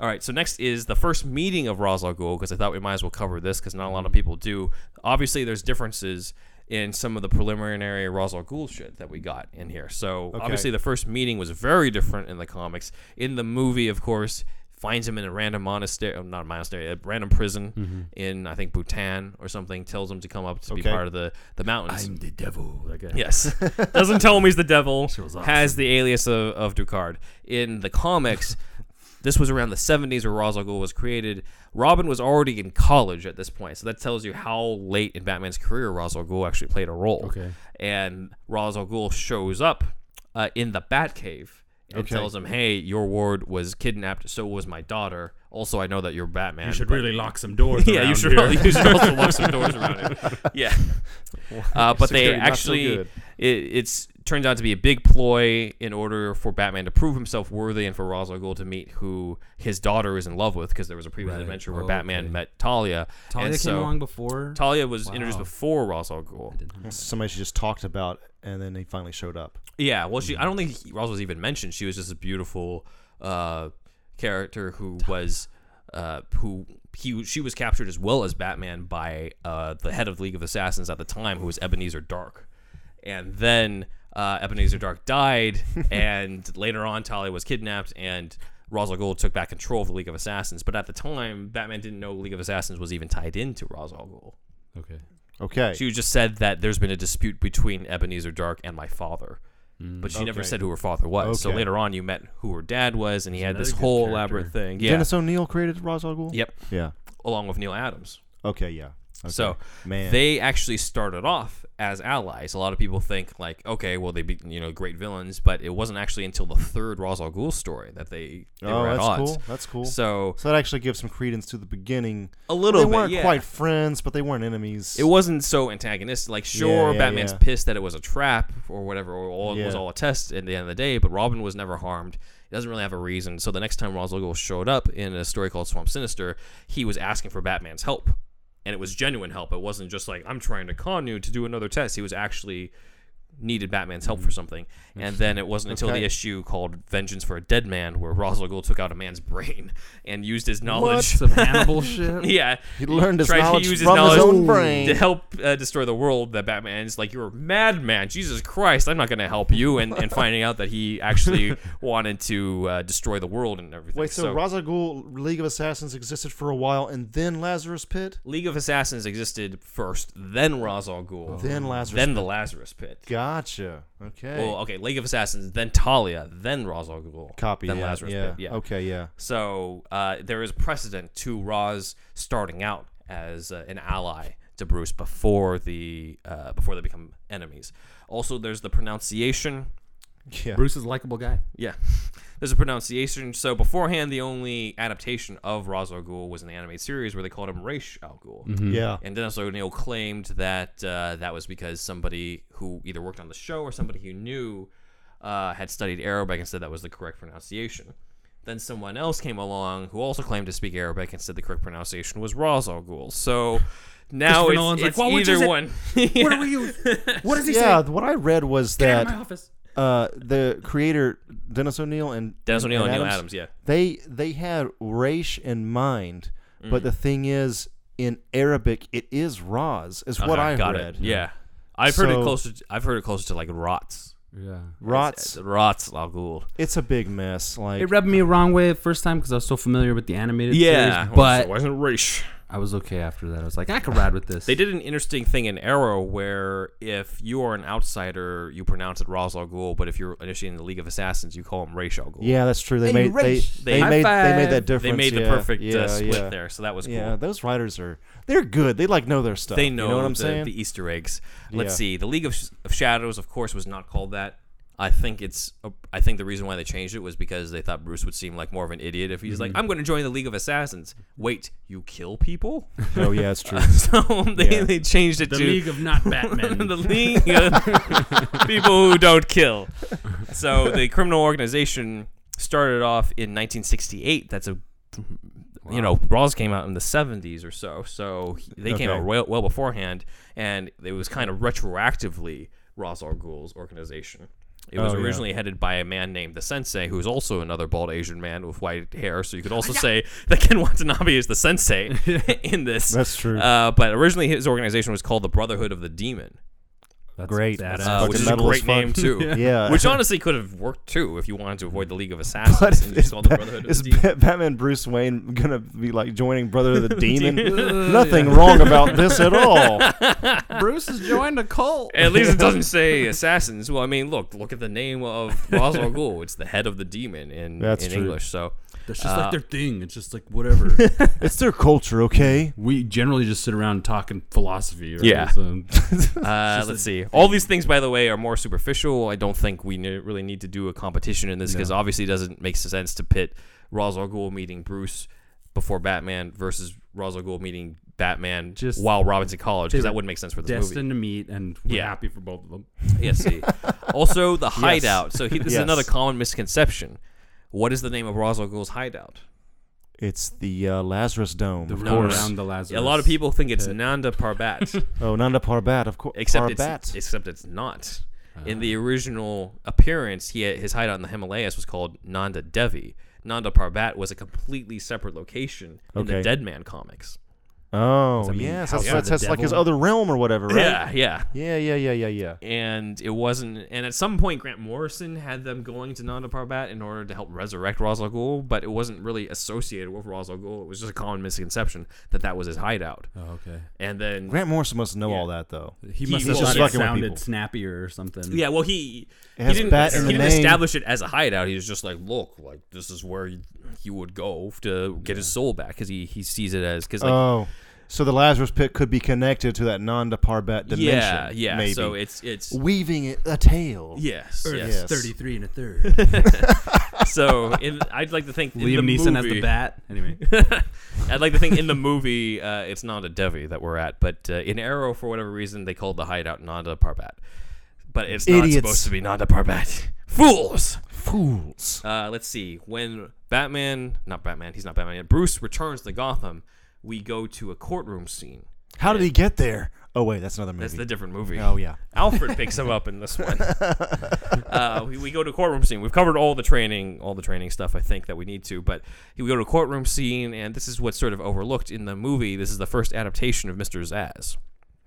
[SPEAKER 1] All right, so next is the first meeting of Ra's al Ghul because I thought we might as well cover this because not a lot of people do. Obviously, there's differences in some of the preliminary Ra's al Ghul shit that we got in here. So obviously, the first meeting was very different in the comics. In the movie, of course, finds him in a random monastery, oh, not a monastery, a random prison
[SPEAKER 3] Mm-hmm.
[SPEAKER 1] in I think Bhutan or something. Tells him to come up to be
[SPEAKER 2] Okay.
[SPEAKER 1] part of the the mountains.
[SPEAKER 3] I'm the devil. Like a,
[SPEAKER 1] Yes. Doesn't tell him he's the devil.
[SPEAKER 3] was awesome.
[SPEAKER 1] Has the alias of, of Ducard. In the comics, this was around the 70s where Ra's al Ghul was created. Robin was already in college at this point, so that tells you how late in Batman's career Ra's al Ghul actually played a role.
[SPEAKER 3] Okay.
[SPEAKER 1] And Ra's al Ghul shows up uh, in the Batcave and tells him, hey, your ward was kidnapped, so was my daughter. Also, I know that you're Batman.
[SPEAKER 4] You should
[SPEAKER 1] but-
[SPEAKER 4] really lock some doors.
[SPEAKER 1] yeah, you
[SPEAKER 4] around
[SPEAKER 1] should,
[SPEAKER 4] here.
[SPEAKER 1] you should also lock some doors around it. Yeah. Uh, but they
[SPEAKER 2] Security not so
[SPEAKER 1] actually,
[SPEAKER 2] good.
[SPEAKER 1] it, it's turns out to be a big ploy in order for Batman to prove himself worthy and for Ra's al Ghul to meet who his daughter is in love with because there was a previous
[SPEAKER 3] Right.
[SPEAKER 1] adventure where
[SPEAKER 3] Oh,
[SPEAKER 1] Batman
[SPEAKER 3] okay.
[SPEAKER 1] met Talia.
[SPEAKER 3] Talia
[SPEAKER 1] and
[SPEAKER 3] came
[SPEAKER 1] so
[SPEAKER 3] along before.
[SPEAKER 1] Talia was introduced
[SPEAKER 3] Wow.
[SPEAKER 1] before Ra's al Ghul.
[SPEAKER 2] Somebody she just talked about, and then he finally showed up.
[SPEAKER 1] Yeah, well, she I don't think he- Ra's was even mentioned. She was just a beautiful uh, character who was uh, who he she was captured as well as Batman by uh, the head of League of Assassins at the time, who was Ebenezer Dark, and then uh, Ebenezer Dark died, and later on Talia was kidnapped and. Ra's al Ghul took back control of the League of Assassins, but at the time, Batman didn't know League of Assassins was even tied into Ra's al Ghul.
[SPEAKER 3] Okay.
[SPEAKER 2] Okay,
[SPEAKER 1] She just said that there's been a dispute between Ebenezer Dark and my father. But she never
[SPEAKER 2] Mm. Okay.
[SPEAKER 1] said who her father was. So
[SPEAKER 2] Okay.
[SPEAKER 1] later on, you met who her dad was, and he had this
[SPEAKER 3] another good
[SPEAKER 1] whole
[SPEAKER 3] character.
[SPEAKER 1] elaborate thing. Yeah.
[SPEAKER 2] Dennis O'Neill created Ra's al Ghul.
[SPEAKER 1] Yep.
[SPEAKER 2] Yeah.
[SPEAKER 1] Along with Neil Adams.
[SPEAKER 2] Okay. Yeah. Okay.
[SPEAKER 1] So
[SPEAKER 2] man,
[SPEAKER 1] they actually started off as allies. A lot of people think like, okay, well they be you know great villains, but it wasn't actually until the third Ra's al Ghul story that they, they
[SPEAKER 2] oh,
[SPEAKER 1] were at
[SPEAKER 2] that's
[SPEAKER 1] odds.
[SPEAKER 2] cool. That's cool. So,
[SPEAKER 1] So
[SPEAKER 2] that actually gives some credence to the beginning.
[SPEAKER 1] a little
[SPEAKER 2] they
[SPEAKER 1] bit,
[SPEAKER 2] weren't
[SPEAKER 1] yeah.
[SPEAKER 2] quite friends, but they weren't enemies.
[SPEAKER 1] it wasn't so antagonistic. Like, sure,
[SPEAKER 2] Yeah, yeah,
[SPEAKER 1] Batman's
[SPEAKER 2] yeah.
[SPEAKER 1] pissed that it was a trap or whatever, or all, it was
[SPEAKER 2] Yeah.
[SPEAKER 1] all a test at the end of the day, but Robin was never harmed. He doesn't really have a reason. So the next time Ra's al Ghul showed up in a story called Swamp Sinister, he was asking for Batman's help. And it was genuine help. It wasn't just like, I'm trying to con you to do another test. He was actually needed Batman's help for something. And then it wasn't until
[SPEAKER 2] Mm. Okay.
[SPEAKER 1] the issue called Vengeance for a Dead Man where Ra's al Ghul took out a man's brain and used his knowledge.
[SPEAKER 3] Some Hannibal shit.
[SPEAKER 1] yeah.
[SPEAKER 2] he learned his
[SPEAKER 1] tried to
[SPEAKER 2] knowledge
[SPEAKER 1] use his
[SPEAKER 2] from
[SPEAKER 1] knowledge
[SPEAKER 2] own
[SPEAKER 1] to
[SPEAKER 2] brain.
[SPEAKER 1] help uh, destroy the world that Batman is like, you're a madman. Jesus Christ, I'm not going to help you. And, and finding out that he actually wanted to uh, destroy the world and everything.
[SPEAKER 2] Wait, so, Ra's al Ghul League of Assassins existed for a while, and then Lazarus Pit,
[SPEAKER 1] League of Assassins existed first, then Ra's al Ghul,
[SPEAKER 2] Oh. then Lazarus.
[SPEAKER 1] then the Lazarus Pit.
[SPEAKER 2] gotcha. Okay.
[SPEAKER 1] Well, okay, League of Assassins, then Talia, then Ra's al Ghul,
[SPEAKER 2] Copy.
[SPEAKER 1] then
[SPEAKER 2] yeah,
[SPEAKER 1] Lazarus
[SPEAKER 2] yeah.
[SPEAKER 1] Pit. Yeah.
[SPEAKER 2] Okay. Yeah.
[SPEAKER 1] So uh, there is precedent to Ra's starting out as uh, an ally to Bruce before the uh, before they become enemies. Also, there's the pronunciation.
[SPEAKER 2] Yeah.
[SPEAKER 3] Bruce is a likable guy.
[SPEAKER 1] Yeah, there's a pronunciation. So beforehand, the only adaptation of Ra's al Ghul was in the anime series where they called him Raish al Ghul.
[SPEAKER 4] Mm-hmm.
[SPEAKER 2] Yeah.
[SPEAKER 1] And Dennis O'Neill claimed that uh, that was because somebody who either worked on the show or somebody he knew uh, had studied Arabic and said that was the correct pronunciation. Then someone else came along who also claimed to speak Arabic and said the correct pronunciation was Ra's al Ghul. So now
[SPEAKER 4] Christopher
[SPEAKER 1] it's,
[SPEAKER 4] Nolan's like,
[SPEAKER 1] it's
[SPEAKER 4] "Well, which is
[SPEAKER 1] either
[SPEAKER 4] it?
[SPEAKER 1] one.
[SPEAKER 4] What are you? What does he
[SPEAKER 2] Yeah,
[SPEAKER 4] say?
[SPEAKER 2] what I read was
[SPEAKER 4] Get out of
[SPEAKER 2] that
[SPEAKER 4] my office.
[SPEAKER 2] uh, the creator Dennis O'Neill and
[SPEAKER 1] Dennis O'Neill and Neil
[SPEAKER 2] Adams,
[SPEAKER 1] Adams, yeah.
[SPEAKER 2] they they had Raish in mind,
[SPEAKER 1] Mm-hmm.
[SPEAKER 2] but the thing is, in Arabic, it is Raz, is what
[SPEAKER 1] Uh-huh,
[SPEAKER 2] I
[SPEAKER 1] got
[SPEAKER 2] read.
[SPEAKER 1] It. Yeah, I've heard it
[SPEAKER 2] So-
[SPEAKER 1] closer. To, I've heard it closer to like Rots.
[SPEAKER 3] Yeah.
[SPEAKER 2] Rots,
[SPEAKER 1] Rots Al Ghul.
[SPEAKER 2] it's a big mess. Like
[SPEAKER 3] It rubbed me wrong way the first time because I was so familiar with the animated
[SPEAKER 1] Yeah,
[SPEAKER 3] series, but
[SPEAKER 1] wasn't Raish.
[SPEAKER 3] I was okay after that. I was like, I could ride with this.
[SPEAKER 1] They did an interesting thing in Arrow where if you are an outsider, you pronounce it Ra's al Ghul, but if you're initially in the League of Assassins, you call him Raish al Ghul.
[SPEAKER 2] yeah, that's true. They
[SPEAKER 3] Hey,
[SPEAKER 2] made they,
[SPEAKER 3] Raish.
[SPEAKER 2] they
[SPEAKER 1] High
[SPEAKER 2] made they made
[SPEAKER 3] five.
[SPEAKER 2] that difference.
[SPEAKER 1] They made the
[SPEAKER 2] yeah,
[SPEAKER 1] perfect
[SPEAKER 2] yeah,
[SPEAKER 1] uh, split
[SPEAKER 2] yeah.
[SPEAKER 1] there, so that was cool.
[SPEAKER 2] Yeah, those writers are they're good. They like know their stuff.
[SPEAKER 1] They know,
[SPEAKER 2] you know what I'm
[SPEAKER 1] the,
[SPEAKER 2] saying.
[SPEAKER 1] the Easter eggs. Let's
[SPEAKER 2] Yeah.
[SPEAKER 1] see. The League of, Sh- of Shadows, of course, was not called that. I think it's. a- I think the reason why they changed it was because they thought Bruce would seem like more of an idiot if he's like,
[SPEAKER 2] Mm-hmm.
[SPEAKER 1] "I'm going to join the League of Assassins." Wait, you kill people?
[SPEAKER 2] oh yeah, it's true.
[SPEAKER 1] so they,
[SPEAKER 2] Yeah.
[SPEAKER 1] they changed it
[SPEAKER 4] The
[SPEAKER 1] to
[SPEAKER 4] League of Not Batman.
[SPEAKER 1] the league of people who don't kill. So the criminal organization started off in 1968. That's a you know, Raws came out in the 70s or so, so they came
[SPEAKER 2] Okay.
[SPEAKER 1] out well, well beforehand, and it was kind of retroactively Ra's al Ghul's organization. It was
[SPEAKER 2] Oh, yeah.
[SPEAKER 1] originally headed by a man named the Sensei, who's also another bald Asian man with white hair. So you could also say that Ken Watanabe is the Sensei in this.
[SPEAKER 2] That's true.
[SPEAKER 1] Uh, but originally, his organization was called the Brotherhood of the Demon,
[SPEAKER 3] That's
[SPEAKER 2] Great.
[SPEAKER 3] badass.
[SPEAKER 2] That's
[SPEAKER 1] uh,
[SPEAKER 2] fucking
[SPEAKER 1] which is a
[SPEAKER 2] metal as
[SPEAKER 1] great
[SPEAKER 2] fuck.
[SPEAKER 1] name too.
[SPEAKER 2] Yeah.
[SPEAKER 1] which honestly could have worked too if you wanted to avoid the League of
[SPEAKER 2] Uh, But
[SPEAKER 1] Assassins. and
[SPEAKER 2] is,
[SPEAKER 1] just called the
[SPEAKER 2] Ba-
[SPEAKER 1] Brotherhood
[SPEAKER 2] is
[SPEAKER 1] of the Demon.
[SPEAKER 2] Ba- Batman Bruce Wayne gonna be like joining Brother of the Demon? Nothing wrong about this at all.
[SPEAKER 3] Bruce has joined a cult.
[SPEAKER 1] At least it doesn't say assassins. Well, I mean, look, look at the name of Ra's al Ghul. It's the head of the demon in
[SPEAKER 2] That's
[SPEAKER 1] in
[SPEAKER 2] true.
[SPEAKER 1] English. So
[SPEAKER 4] That's just
[SPEAKER 1] Uh,
[SPEAKER 4] like their thing. It's just like whatever.
[SPEAKER 2] It's their culture, okay?
[SPEAKER 3] we generally just sit around talking philosophy. Right?
[SPEAKER 1] Yeah.
[SPEAKER 3] So,
[SPEAKER 1] uh, let's see. All these things, by the way, are more superficial. I don't think we ne- really need to do a competition in this because obviously it doesn't make sense to pit Ra's al Ghul meeting Bruce before Batman versus Ra's al Ghul meeting Batman
[SPEAKER 3] Just-
[SPEAKER 1] while Robin's in college because
[SPEAKER 3] they
[SPEAKER 1] that
[SPEAKER 3] were
[SPEAKER 1] wouldn't make sense for this movie.
[SPEAKER 3] destined to meet, and we're
[SPEAKER 1] Yeah.
[SPEAKER 3] happy for both of them.
[SPEAKER 1] Yeah, see. Also, the hideout. So he, this is
[SPEAKER 2] Yes.
[SPEAKER 1] another common misconception. What is the name of Ra's al Ghul's hideout?
[SPEAKER 2] It's the uh, Lazarus Dome, of
[SPEAKER 3] Run
[SPEAKER 1] course.
[SPEAKER 2] course.
[SPEAKER 3] around the Lazarus.
[SPEAKER 1] A lot of people think it's
[SPEAKER 3] Uh,
[SPEAKER 1] Nanda Parbat,
[SPEAKER 2] Oh, Nanda Parbat, of course.
[SPEAKER 1] except
[SPEAKER 2] Parbat. Ah.
[SPEAKER 1] it's except it's not. In the original appearance, he his hideout in the Himalayas was called Nanda Devi. Nanda Parbat was a completely separate location in the
[SPEAKER 2] Okay.
[SPEAKER 1] Dead Man comics.
[SPEAKER 2] oh,
[SPEAKER 3] I mean,
[SPEAKER 2] yes,
[SPEAKER 3] House
[SPEAKER 2] that's,
[SPEAKER 3] of
[SPEAKER 2] that's,
[SPEAKER 3] the
[SPEAKER 2] that's like his
[SPEAKER 3] Devil.
[SPEAKER 2] other realm or whatever, right?
[SPEAKER 1] Yeah, yeah.
[SPEAKER 2] yeah, yeah, yeah, yeah, yeah.
[SPEAKER 1] and it wasn't. And at some point, Grant Morrison had them going to Nanda Parbat in order to help resurrect Ra's al Ghul, but it wasn't really associated with Ra's al Ghul. It was just a common misconception that that was his hideout.
[SPEAKER 3] Oh, okay.
[SPEAKER 1] And then,
[SPEAKER 2] Grant Morrison must know all that, though.
[SPEAKER 3] He
[SPEAKER 1] He
[SPEAKER 3] must
[SPEAKER 1] was
[SPEAKER 3] have
[SPEAKER 1] just
[SPEAKER 3] thought it
[SPEAKER 2] fucking with people.
[SPEAKER 3] sounded snappier or something.
[SPEAKER 1] yeah, well, he he
[SPEAKER 2] It has
[SPEAKER 1] didn't,
[SPEAKER 2] bat
[SPEAKER 1] he
[SPEAKER 2] in the
[SPEAKER 1] didn't
[SPEAKER 2] name.
[SPEAKER 1] establish it as a hideout. He was just like, look, like this is where he, he would go to get his soul back because he he sees it as because like
[SPEAKER 2] oh, so the Lazarus pit could be connected to that Nanda Parbat dimension.
[SPEAKER 1] yeah yeah
[SPEAKER 2] maybe.
[SPEAKER 1] so it's it's
[SPEAKER 2] Weaving it, a tale.
[SPEAKER 1] yes
[SPEAKER 4] Earth
[SPEAKER 1] yes.
[SPEAKER 2] Yes.
[SPEAKER 4] thirty-three and a third.
[SPEAKER 1] so in, I'd like to think in
[SPEAKER 3] Liam
[SPEAKER 1] the
[SPEAKER 3] Neeson
[SPEAKER 1] movie,
[SPEAKER 3] as the bat. Anyway,
[SPEAKER 1] I'd like to think in the movie uh, it's Nanda Devi that we're at, but uh, in Arrow, for whatever reason, they called the hideout Nanda Parbat. But it's not
[SPEAKER 2] Idiots.
[SPEAKER 1] supposed to be Nanda Parbat. Fools!
[SPEAKER 2] Fools.
[SPEAKER 1] Uh, let's see. When Batman, not Batman, he's not Batman yet, Bruce returns to Gotham, we go to a courtroom scene.
[SPEAKER 2] How did he get there? Oh, wait, that's another movie.
[SPEAKER 1] That's the different movie.
[SPEAKER 2] Oh yeah.
[SPEAKER 1] Alfred picks him up in this one. Uh, we, we go to a courtroom scene. We've covered all the training, all the training stuff. I think that we need to, but we go to a courtroom scene, and this is what's sort of overlooked in the movie. This is the first adaptation of Mr. Zaz.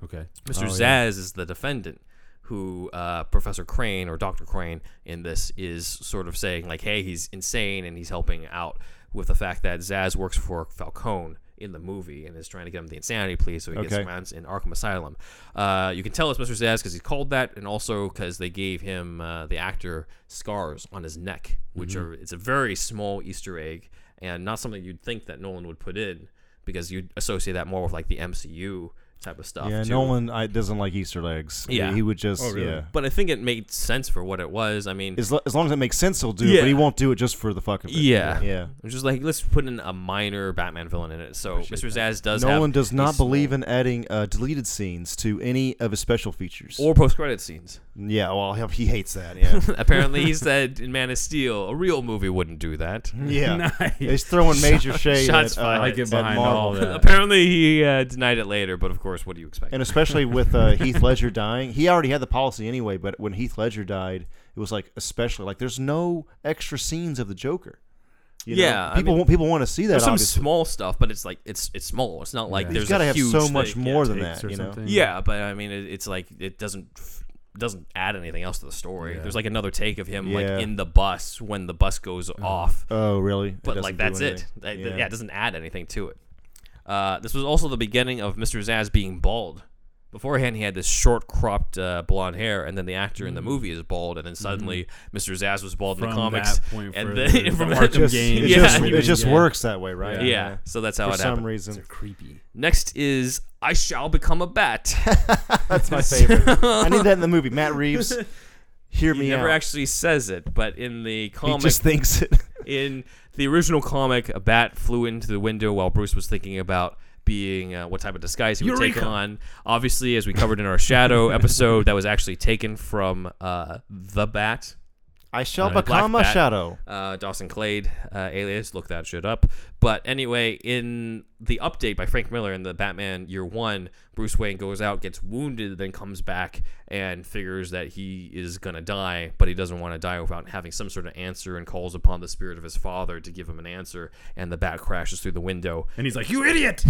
[SPEAKER 3] okay. Oh,
[SPEAKER 2] Oh,
[SPEAKER 1] Mr. Zaz is the defendant, who uh, Professor Crane or Doctor Crane in this is sort of saying like, "Hey, he's insane," and he's helping out with the fact that Zaz works for Falcone in the movie and is trying to get him the insanity plea so he
[SPEAKER 2] Okay.
[SPEAKER 1] gets rounds in Arkham Asylum. Uh, you can tell it's Mr. Zaz because he's called that, and also because they gave him uh, the actor scars on his neck,
[SPEAKER 2] Mm-hmm.
[SPEAKER 1] which are it's a very small Easter egg and not something you'd think that Nolan would put in because you'd associate that more with like the MCU type of stuff.
[SPEAKER 2] yeah,
[SPEAKER 1] too.
[SPEAKER 2] Nolan I, doesn't like Easter eggs. He-
[SPEAKER 1] Yeah.
[SPEAKER 2] he, would just
[SPEAKER 4] Oh, really?
[SPEAKER 2] yeah.
[SPEAKER 1] But I think it made sense for what it was. I mean,
[SPEAKER 2] As, lo- as long as it makes sense, he'll do it.
[SPEAKER 1] Yeah.
[SPEAKER 2] But he won't do it just for the fuck of it.
[SPEAKER 1] Yeah.
[SPEAKER 2] yeah.
[SPEAKER 1] It was just like let's put in a minor Batman villain in it. So Mr. Zaz does.
[SPEAKER 2] Nolan
[SPEAKER 1] have
[SPEAKER 2] does
[SPEAKER 1] a
[SPEAKER 2] not
[SPEAKER 1] small-
[SPEAKER 2] believe in adding uh, deleted scenes to any of his special features.
[SPEAKER 1] or post credit scenes.
[SPEAKER 2] yeah, well, he, he hates that. Yeah,
[SPEAKER 1] Apparently, he said in Man of Steel, a real movie wouldn't do that.
[SPEAKER 2] yeah.
[SPEAKER 3] Nice.
[SPEAKER 2] He's throwing major shade
[SPEAKER 1] shots
[SPEAKER 2] at, uh,
[SPEAKER 1] fired. I
[SPEAKER 3] get
[SPEAKER 2] at
[SPEAKER 3] behind
[SPEAKER 2] Marvel.
[SPEAKER 3] all that.
[SPEAKER 1] Apparently, he uh, denied it later. But of course, what do you expect?
[SPEAKER 2] And especially with uh, Heath Ledger dying, he already had the policy anyway. But when Heath Ledger died, it was like especially like there's no extra scenes of the Joker. You know?
[SPEAKER 1] Yeah, I
[SPEAKER 2] people
[SPEAKER 1] mean,
[SPEAKER 2] want people want to see that.
[SPEAKER 1] There's some
[SPEAKER 2] obviously.
[SPEAKER 1] small stuff, but it's like it's it's small. It's not like
[SPEAKER 3] Yeah.
[SPEAKER 1] there's
[SPEAKER 2] You've got to
[SPEAKER 1] a
[SPEAKER 2] have
[SPEAKER 1] huge
[SPEAKER 2] so much
[SPEAKER 1] thing.
[SPEAKER 2] more
[SPEAKER 1] Yeah.
[SPEAKER 2] than
[SPEAKER 3] Takes
[SPEAKER 2] that,
[SPEAKER 3] or
[SPEAKER 2] you know.
[SPEAKER 3] something.
[SPEAKER 1] Yeah, but I mean, it, it's like it doesn't f- doesn't add anything else to the story.
[SPEAKER 3] Yeah.
[SPEAKER 1] There's like another take of him
[SPEAKER 2] Yeah.
[SPEAKER 1] like in the bus when the bus goes off,
[SPEAKER 2] Oh, really? It
[SPEAKER 1] but
[SPEAKER 2] doesn't
[SPEAKER 1] like
[SPEAKER 2] do
[SPEAKER 1] that's it.
[SPEAKER 2] anything.
[SPEAKER 1] That- that- yeah. it doesn't add anything to it. Uh, this was also the beginning of Mr. Zaz being bald. Beforehand, he had this short cropped uh, blonde hair, and then the actor in the
[SPEAKER 2] Mm-hmm.
[SPEAKER 1] movie is bald, and then suddenly Mr. Zaz was bald in the
[SPEAKER 3] From
[SPEAKER 1] comics.
[SPEAKER 3] that point
[SPEAKER 1] and
[SPEAKER 3] further,
[SPEAKER 1] then
[SPEAKER 3] the
[SPEAKER 1] from
[SPEAKER 3] Arkham
[SPEAKER 1] that,
[SPEAKER 2] Just-
[SPEAKER 3] game.
[SPEAKER 2] It
[SPEAKER 1] Yeah.
[SPEAKER 2] just,
[SPEAKER 1] Yeah.
[SPEAKER 2] it just
[SPEAKER 3] Yeah.
[SPEAKER 2] works that way, right?
[SPEAKER 1] yeah.
[SPEAKER 3] Yeah.
[SPEAKER 1] so that's how
[SPEAKER 2] For
[SPEAKER 1] it
[SPEAKER 2] some
[SPEAKER 1] happened.
[SPEAKER 2] reason,
[SPEAKER 3] creepy.
[SPEAKER 1] Next is I shall become a bat.
[SPEAKER 2] that's my favorite. I need that in the movie. Matt Reeves, hear
[SPEAKER 1] he
[SPEAKER 2] me
[SPEAKER 1] never
[SPEAKER 2] out.
[SPEAKER 1] actually says it, but in the
[SPEAKER 2] he
[SPEAKER 1] comic,
[SPEAKER 2] just thinks it.
[SPEAKER 1] in the original comic, a bat flew into the window while Bruce was thinking about being uh, what type of disguise he would take
[SPEAKER 4] Eureka!
[SPEAKER 1] on. Obviously, as we covered in our Shadow episode, that was actually taken from uh, the Bat.
[SPEAKER 2] I shall
[SPEAKER 1] Black
[SPEAKER 2] become a
[SPEAKER 1] Bat.
[SPEAKER 2] shadow.
[SPEAKER 1] uh, Dawson Clade uh, alias. Look that shit up. But anyway, in the update by Frank Miller in the Batman Year One, Bruce Wayne goes out, gets wounded, then comes back and figures that he is gonna die, but he doesn't want to die without having some sort of answer, and calls upon the spirit of his father to give him an answer. And the bat crashes through the window,
[SPEAKER 4] And he's like, "You idiot!"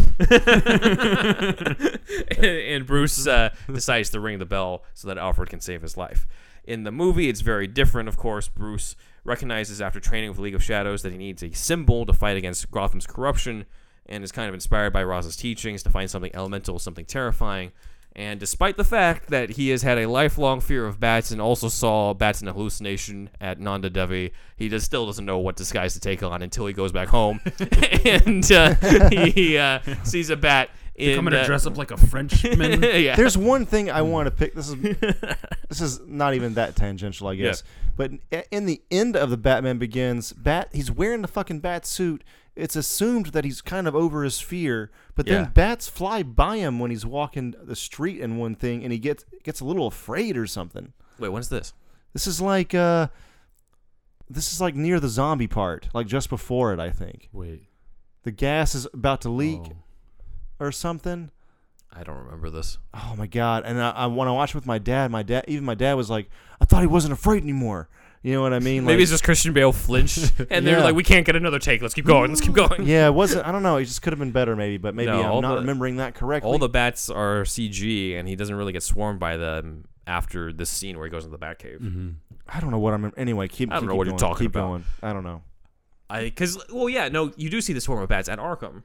[SPEAKER 1] and, and Bruce uh, decides to ring the bell so that Alfred can save his life. In the movie, it's very different. Of course, Bruce recognizes after training with League of Shadows that he needs a symbol to fight against Gotham's corruption, and is kind of inspired by Ross's teachings to find something elemental, something terrifying. And despite the fact that he has had a lifelong fear of bats and also saw bats in a hallucination at Nanda Devi, he just still doesn't know what disguise to take on until he goes back home and uh, he uh, sees a bat. In,
[SPEAKER 4] I'm gonna
[SPEAKER 1] uh,
[SPEAKER 4] dress up like a Frenchman.
[SPEAKER 1] yeah. Mm.
[SPEAKER 2] There's one thing I want to pick. This is this is not even that tangential, I guess. But i- in the end of the Batman Begins, Bat he's wearing the fucking bat suit. It's assumed that he's kind of over his fear, but then
[SPEAKER 1] Yeah.
[SPEAKER 2] bats fly by him when he's walking the street and one thing, and he gets gets a little afraid or something.
[SPEAKER 1] Wait, when's this?
[SPEAKER 2] This is like uh, this is like near the zombie part, like just before it, I think.
[SPEAKER 3] Wait.
[SPEAKER 2] The gas is about to leak
[SPEAKER 3] Oh.
[SPEAKER 2] or something.
[SPEAKER 1] I don't remember this.
[SPEAKER 2] oh my god and I, I when i watched it with my dad my dad even my dad was like i thought he wasn't afraid anymore you know what i mean like,
[SPEAKER 1] Maybe it's just Christian Bale flinched, and they're
[SPEAKER 2] Yeah.
[SPEAKER 1] like, "We can't get another take. Let's keep going. Let's keep going."
[SPEAKER 2] yeah it wasn't i don't know it just could have been better maybe but maybe
[SPEAKER 1] No, all
[SPEAKER 2] i'm not
[SPEAKER 1] the-
[SPEAKER 2] remembering that correctly
[SPEAKER 1] All the bats are CG, and he doesn't really get swarmed by them after this scene where he goes into the Batcave.
[SPEAKER 3] Mm. Mm-hmm.
[SPEAKER 2] i don't know what i'm anyway keep
[SPEAKER 1] I don't
[SPEAKER 2] keep
[SPEAKER 1] know what
[SPEAKER 2] going,
[SPEAKER 1] you're talking
[SPEAKER 2] keep
[SPEAKER 1] about.
[SPEAKER 2] going i don't know
[SPEAKER 1] I because well, yeah, no, you do see the swarm of bats at Arkham.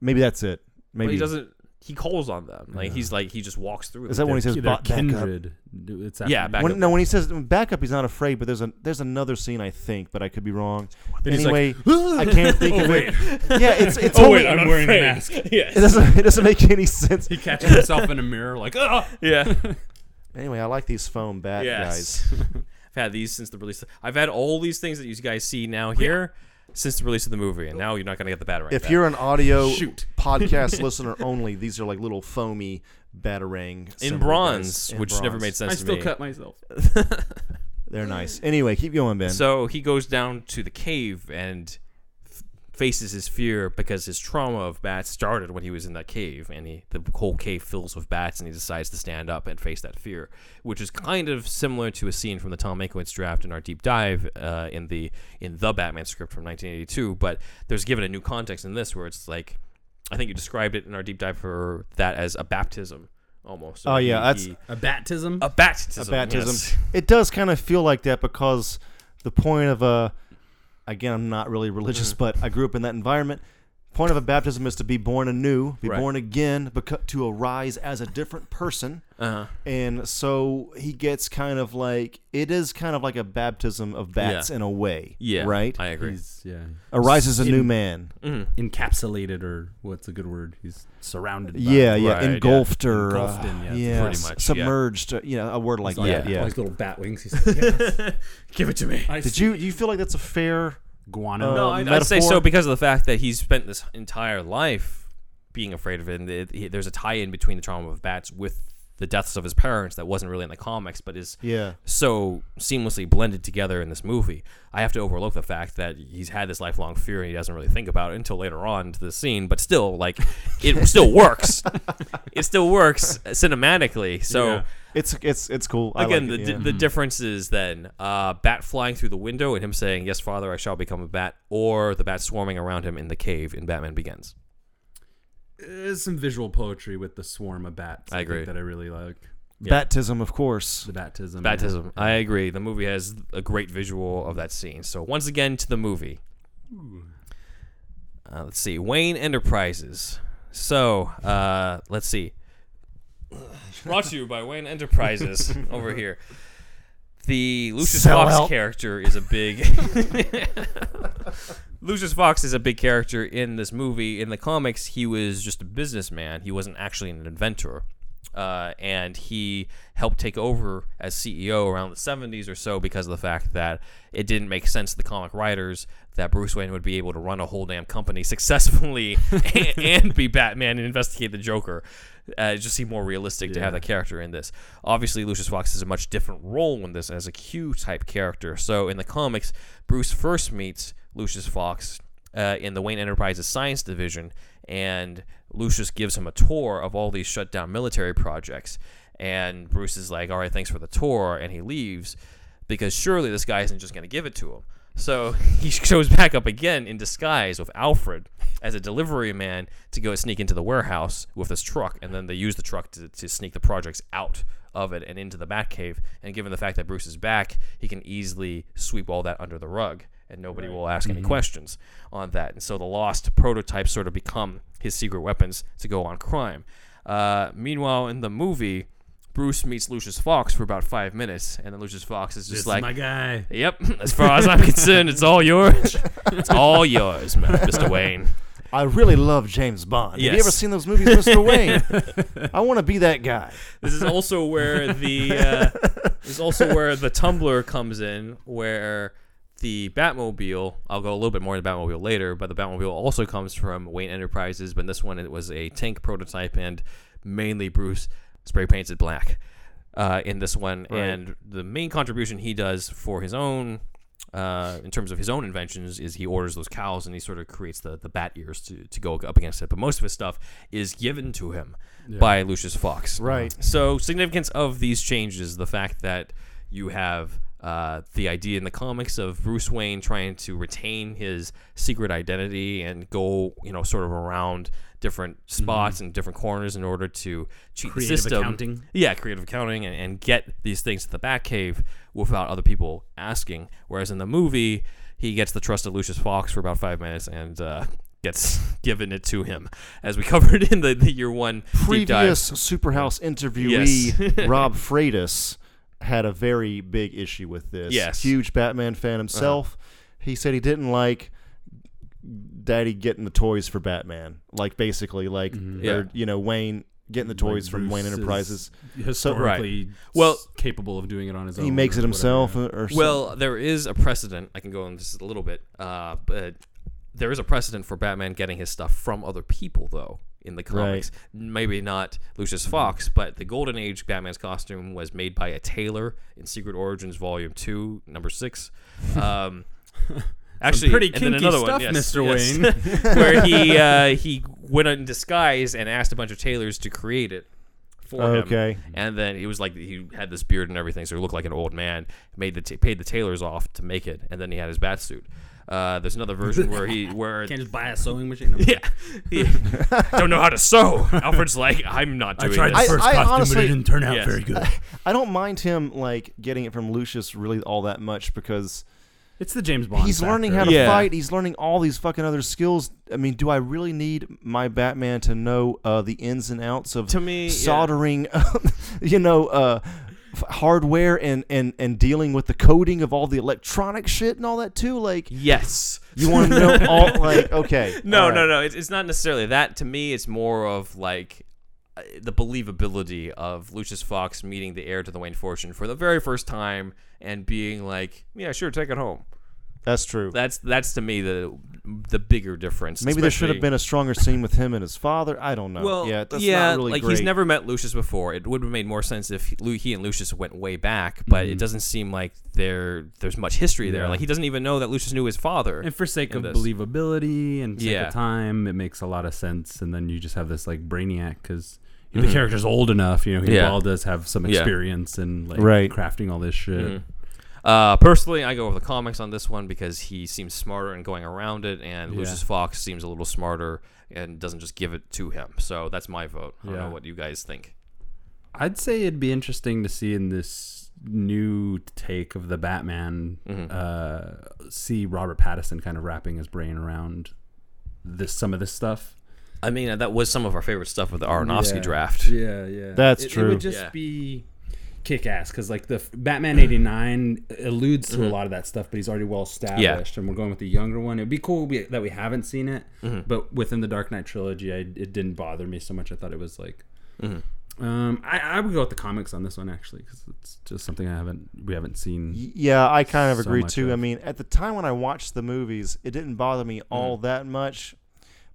[SPEAKER 2] maybe that's it
[SPEAKER 1] But
[SPEAKER 2] maybe
[SPEAKER 1] he doesn't. He calls on them. Like he's like he just walks through.
[SPEAKER 2] is
[SPEAKER 1] them.
[SPEAKER 2] that when he says
[SPEAKER 3] Yeah, they're
[SPEAKER 2] "Ba- back up
[SPEAKER 3] kindred. Dude, It's after
[SPEAKER 1] Yeah, back
[SPEAKER 2] when,
[SPEAKER 1] up.
[SPEAKER 2] no, when he says back up, he's not afraid. But there's a there's another scene I think, but I could be wrong.
[SPEAKER 3] Then he's
[SPEAKER 2] anyway, I can't think
[SPEAKER 3] Oh,
[SPEAKER 2] of it. Yeah, it's it's
[SPEAKER 4] Oh
[SPEAKER 2] only,
[SPEAKER 4] wait, I'm wearing a mask.
[SPEAKER 2] it doesn't it doesn't make any sense.
[SPEAKER 3] He catches himself in a mirror, like, ah.
[SPEAKER 1] yeah.
[SPEAKER 2] Anyway, I like these foam bat guys.
[SPEAKER 1] yes. I've had these since the release. I've had all these things that you guys see now here since the release of the movie, and now you're not gonna get the batarang.
[SPEAKER 2] If
[SPEAKER 1] back.
[SPEAKER 2] you're an audio
[SPEAKER 4] Shoot.
[SPEAKER 2] podcast listener only, these are like little foamy batarang
[SPEAKER 1] in
[SPEAKER 2] symbol
[SPEAKER 1] bronze,
[SPEAKER 2] guys. In
[SPEAKER 1] which never
[SPEAKER 2] bronze.
[SPEAKER 1] made sense
[SPEAKER 3] I
[SPEAKER 1] to
[SPEAKER 3] still
[SPEAKER 1] me.
[SPEAKER 3] cut myself.
[SPEAKER 2] They're nice. Anyway, keep going, Ben.
[SPEAKER 1] So he goes down to the cave and f- faces his fear because his trauma of bats started when he was in that cave, and he the whole cave fills with bats, and he decides to stand up and face that fear, which is kind of similar to a scene from the Tom Mankiewicz draft in our deep dive uh, in the in the Batman script from 1982. But there's given a new context in this where it's like, I think you described it in our deep dive for that as a baptism. Almost.
[SPEAKER 2] Oh,
[SPEAKER 1] He-
[SPEAKER 2] yeah, that's-
[SPEAKER 1] he-
[SPEAKER 4] A baptism.
[SPEAKER 1] a baptism.
[SPEAKER 2] A baptism.
[SPEAKER 1] yes.
[SPEAKER 2] it does kind of feel like that because
[SPEAKER 1] Mm.
[SPEAKER 2] the point of a, again, I'm not really religious, but I grew up in that environment. point of a baptism is to be born anew, be
[SPEAKER 1] Right.
[SPEAKER 2] born again, beco- to arise as a different person.
[SPEAKER 1] Uh-huh.
[SPEAKER 2] And so he gets kind of like it is kind of like a baptism of bats
[SPEAKER 1] Yeah.
[SPEAKER 2] in a way.
[SPEAKER 1] Yeah,
[SPEAKER 2] Right?
[SPEAKER 1] I agree. Mm-hmm.
[SPEAKER 3] He's yeah
[SPEAKER 2] Arises a
[SPEAKER 3] in-
[SPEAKER 2] new man.
[SPEAKER 3] encapsulated or what's a good word? He's surrounded. By
[SPEAKER 2] Yeah, yeah,
[SPEAKER 1] Right, yeah.
[SPEAKER 2] engulfed or
[SPEAKER 3] Engulfed
[SPEAKER 2] uh,
[SPEAKER 3] in, yeah,
[SPEAKER 2] yeah,
[SPEAKER 1] pretty
[SPEAKER 2] s-
[SPEAKER 1] much, yeah.
[SPEAKER 2] submerged. uh, you know, a word like
[SPEAKER 1] like
[SPEAKER 2] that.
[SPEAKER 1] that.
[SPEAKER 2] Yeah.
[SPEAKER 4] Like little bat wings. He's like, yeah,
[SPEAKER 1] Give it to me.
[SPEAKER 4] I
[SPEAKER 2] Did
[SPEAKER 4] see
[SPEAKER 2] you you feel like that's a fair?
[SPEAKER 3] guano.
[SPEAKER 1] No,
[SPEAKER 2] uh,
[SPEAKER 1] I'd, I'd say so
[SPEAKER 2] metaphor?
[SPEAKER 1] because of the fact that he's spent this entire life being afraid of it, and it, it- there's a tie-in between the trauma of bats with the deaths of his parents that wasn't really in the comics, but is
[SPEAKER 2] Yeah.
[SPEAKER 1] so seamlessly blended together in this movie. I have to overlook the fact that he's had this lifelong fear and he doesn't really think about it until later on to the scene, but still, like, it still works. it still works cinematically. So
[SPEAKER 3] Yeah.
[SPEAKER 2] It's it's it's cool. I
[SPEAKER 1] again,
[SPEAKER 2] like it,
[SPEAKER 1] the,
[SPEAKER 2] yeah.
[SPEAKER 1] the difference is then uh, bat flying through the window and him saying, "Yes, Father, I shall become a bat," or the bat swarming around him in the cave in Batman Begins.
[SPEAKER 3] There's uh, some visual poetry with the swarm of bats.
[SPEAKER 1] I
[SPEAKER 3] think,
[SPEAKER 1] agree.
[SPEAKER 3] that I really like
[SPEAKER 2] baptism, of course.
[SPEAKER 3] the baptism.
[SPEAKER 1] Baptism. I agree. The movie has a great visual of that scene. So once again to the movie. Uh, let's see, Wayne Enterprises. So uh, let's see. Brought to you by Wayne Enterprises over here. The Lucius
[SPEAKER 2] Sell
[SPEAKER 1] Fox
[SPEAKER 2] out.
[SPEAKER 1] character is a big. Lucius Fox is a big character in this movie. In the comics, he was just a businessman. He wasn't actually an inventor. Uh, and he helped take over as CEO around the 70s or so because of the fact that it didn't make sense to the comic writers that Bruce Wayne would be able to run a whole damn company successfully and, and be Batman and investigate the Joker. Uh, it just seemed more realistic to have that character in this. Obviously, Lucius Fox is a much different role in this as a Q type character. So in the comics, Bruce first meets Lucius Fox uh, in the Wayne Enterprises Science Division, and Lucius gives him a tour of all these shut down military projects. And Bruce is like, "All right, thanks for the tour," and he leaves because surely this guy isn't just going to give it to him. So he shows back up again in disguise with Alfred as a delivery man to go sneak into the warehouse with this truck, and then they use the truck to, to sneak the projects out of it and into the Batcave. And given the fact that Bruce is back, he can easily sweep all that under the rug, and nobody will ask any questions on that. And so the lost prototypes sort of become his secret weapons to go on crime. Uh, meanwhile, in the movie, Bruce meets Lucius Fox for about five minutes, and then Lucius Fox is just
[SPEAKER 4] this is
[SPEAKER 1] like,
[SPEAKER 4] my guy.
[SPEAKER 1] Yep. As far as I'm concerned, it's all yours. It's all yours, man, Mr. Wayne.
[SPEAKER 2] I really love James Bond. Have you
[SPEAKER 1] Yes.
[SPEAKER 2] ever seen those movies, Mr. Wayne? I want to be that guy.
[SPEAKER 1] This is also where the uh, this is also where the tumbler comes in, where the Batmobile. I'll go a little bit more into Batmobile later, but the Batmobile also comes from Wayne Enterprises, but in this one it was a tank prototype, and mainly Bruce spray paints it black uh, in this one. And the main contribution he does for his own uh, in terms of his own inventions is he orders those cows and he sort of creates the, the bat ears to, to go up against it. But most of his stuff is given to him by Lucius Fox.
[SPEAKER 2] Right.
[SPEAKER 1] So significance of these changes, the fact that you have uh, the idea in the comics of Bruce Wayne trying to retain his secret identity and go, you know, sort of around different spots and different corners in order to cheat the
[SPEAKER 4] Mm-hmm. Creative
[SPEAKER 1] system.
[SPEAKER 4] accounting.
[SPEAKER 1] Yeah, creative accounting and, and get these things to the Batcave without other people asking. Whereas in the movie, he gets the trust of Lucius Fox for about five minutes and uh, gets given it to him, as we covered in the, the year one deep dive.
[SPEAKER 2] Previous Superhouse interviewee
[SPEAKER 1] Yes.
[SPEAKER 2] Rob Freitas had a very big issue with this.
[SPEAKER 1] Yes. Uh-huh.
[SPEAKER 2] Huge Batman fan himself. He said he didn't like Daddy getting the toys for Batman. Like basically like
[SPEAKER 3] Mm-hmm.
[SPEAKER 1] Yeah.
[SPEAKER 2] or, you know, Wayne getting the toys from Wayne
[SPEAKER 3] Bruce is
[SPEAKER 2] Enterprises.
[SPEAKER 3] historically
[SPEAKER 1] Well-
[SPEAKER 3] s- capable of doing it on his own.
[SPEAKER 2] He makes
[SPEAKER 3] or
[SPEAKER 2] it
[SPEAKER 3] whatever,
[SPEAKER 2] himself uh,
[SPEAKER 3] yeah.
[SPEAKER 2] or, or
[SPEAKER 1] Well, there is a precedent. I can go on this a little bit, uh, but there is a precedent for Batman getting his stuff from other people, though. In the comics, maybe not Lucius Fox, but the Golden Age Batman's costume was made by a tailor in Secret Origins Volume Two, Number Six. Um, actually,
[SPEAKER 3] pretty
[SPEAKER 1] and then
[SPEAKER 3] kinky
[SPEAKER 1] another
[SPEAKER 3] stuff,
[SPEAKER 1] one, yes,
[SPEAKER 3] Mr.
[SPEAKER 1] yes.
[SPEAKER 3] Wayne.
[SPEAKER 1] where he uh, he went in disguise and asked a bunch of tailors to create it for him.
[SPEAKER 2] Okay.
[SPEAKER 1] And then he was like he had this beard and everything, so he looked like an old man. Made the t- paid the tailors off to make it, and then he had his bat suit. Uh, there's another version where he where
[SPEAKER 4] Can't just buy a sewing machine.
[SPEAKER 1] yeah, Yeah. don't know how to sew. Alfred's like I'm not doing
[SPEAKER 4] tried
[SPEAKER 1] this.
[SPEAKER 4] the first
[SPEAKER 2] I
[SPEAKER 4] costume, but
[SPEAKER 2] honestly-
[SPEAKER 4] it didn't turn out
[SPEAKER 1] Yes.
[SPEAKER 4] very good.
[SPEAKER 2] I don't mind him like getting it from Lucius really all that much because
[SPEAKER 3] It's the James Bond.
[SPEAKER 2] he's learning how
[SPEAKER 3] factor.
[SPEAKER 2] to
[SPEAKER 1] Yeah.
[SPEAKER 2] fight. He's learning all these fucking other skills. I mean, do I really need my Batman to know uh, the ins and outs of
[SPEAKER 1] To me, yeah.
[SPEAKER 2] soldering, you know, uh, f- hardware and, and and dealing with the coding of all the electronic shit and all that too? Like,
[SPEAKER 1] Yes.
[SPEAKER 2] you want to know all? Like, okay,
[SPEAKER 1] No,
[SPEAKER 2] all
[SPEAKER 1] no,
[SPEAKER 2] right.
[SPEAKER 1] no. It's, it's not necessarily that. To me, it's more of like uh, the believability of Lucius Fox meeting the heir to the Wayne fortune for the very first time and being like, "Yeah, sure, take it home."
[SPEAKER 2] That's true.
[SPEAKER 1] That's that's to me the the bigger difference.
[SPEAKER 2] Maybe there should
[SPEAKER 1] especially-
[SPEAKER 2] have been a stronger scene with him and his father. I don't know.
[SPEAKER 1] Well,
[SPEAKER 2] yeah, that's
[SPEAKER 1] yeah,
[SPEAKER 2] not really
[SPEAKER 1] like
[SPEAKER 2] great.
[SPEAKER 1] he's never met Lucius before. It would have made more sense if Lu- he and Lucius went way back, but
[SPEAKER 2] Mm-hmm.
[SPEAKER 1] it doesn't seem like there there's much history there.
[SPEAKER 3] Yeah.
[SPEAKER 1] Like he doesn't even know that Lucius knew his father.
[SPEAKER 3] And for sake
[SPEAKER 1] in
[SPEAKER 3] of
[SPEAKER 1] this.
[SPEAKER 3] believability and sake
[SPEAKER 1] Yeah.
[SPEAKER 3] of time, it makes a lot of sense. And then you just have this like brainiac because
[SPEAKER 2] Mm-hmm.
[SPEAKER 3] the character's old enough. You know, he
[SPEAKER 1] Yeah.
[SPEAKER 3] all does have some
[SPEAKER 1] Yeah.
[SPEAKER 3] experience in like
[SPEAKER 2] Right.
[SPEAKER 3] crafting all this shit.
[SPEAKER 1] Uh, personally, I go with the comics on this one because he seems smarter in going around it, and Lucius Fox seems a little smarter and doesn't just give it to him. So that's my vote. I don't
[SPEAKER 3] Yeah.
[SPEAKER 1] know what you guys think.
[SPEAKER 3] I'd say it'd be interesting to see in this new take of the Batman, uh, see Robert Pattinson kind of wrapping his brain around this some of this stuff.
[SPEAKER 1] I mean, that was some of our favorite stuff with the Aronofsky
[SPEAKER 3] Yeah.
[SPEAKER 1] draft.
[SPEAKER 3] Yeah, yeah.
[SPEAKER 2] That's
[SPEAKER 3] It- It
[SPEAKER 2] true.
[SPEAKER 3] would just
[SPEAKER 1] Yeah.
[SPEAKER 3] be kick ass because like the f- Batman '89 alludes to a
[SPEAKER 2] Mm-hmm.
[SPEAKER 3] lot of that stuff, but he's already well established, and we're going with the younger one. It'd be cool we, that we haven't seen it,
[SPEAKER 2] Mm-hmm.
[SPEAKER 3] but within the Dark Knight trilogy, I, it didn't bother me so much. I thought it was like.
[SPEAKER 2] Mm-hmm.
[SPEAKER 3] Um, I, I would go with the comics on this one actually because it's just something I haven't we haven't seen.
[SPEAKER 2] Yeah, I kind of
[SPEAKER 3] so
[SPEAKER 2] agree
[SPEAKER 3] much
[SPEAKER 2] too.
[SPEAKER 3] of.
[SPEAKER 2] I mean, at the time when I watched the movies, it didn't bother me all that much.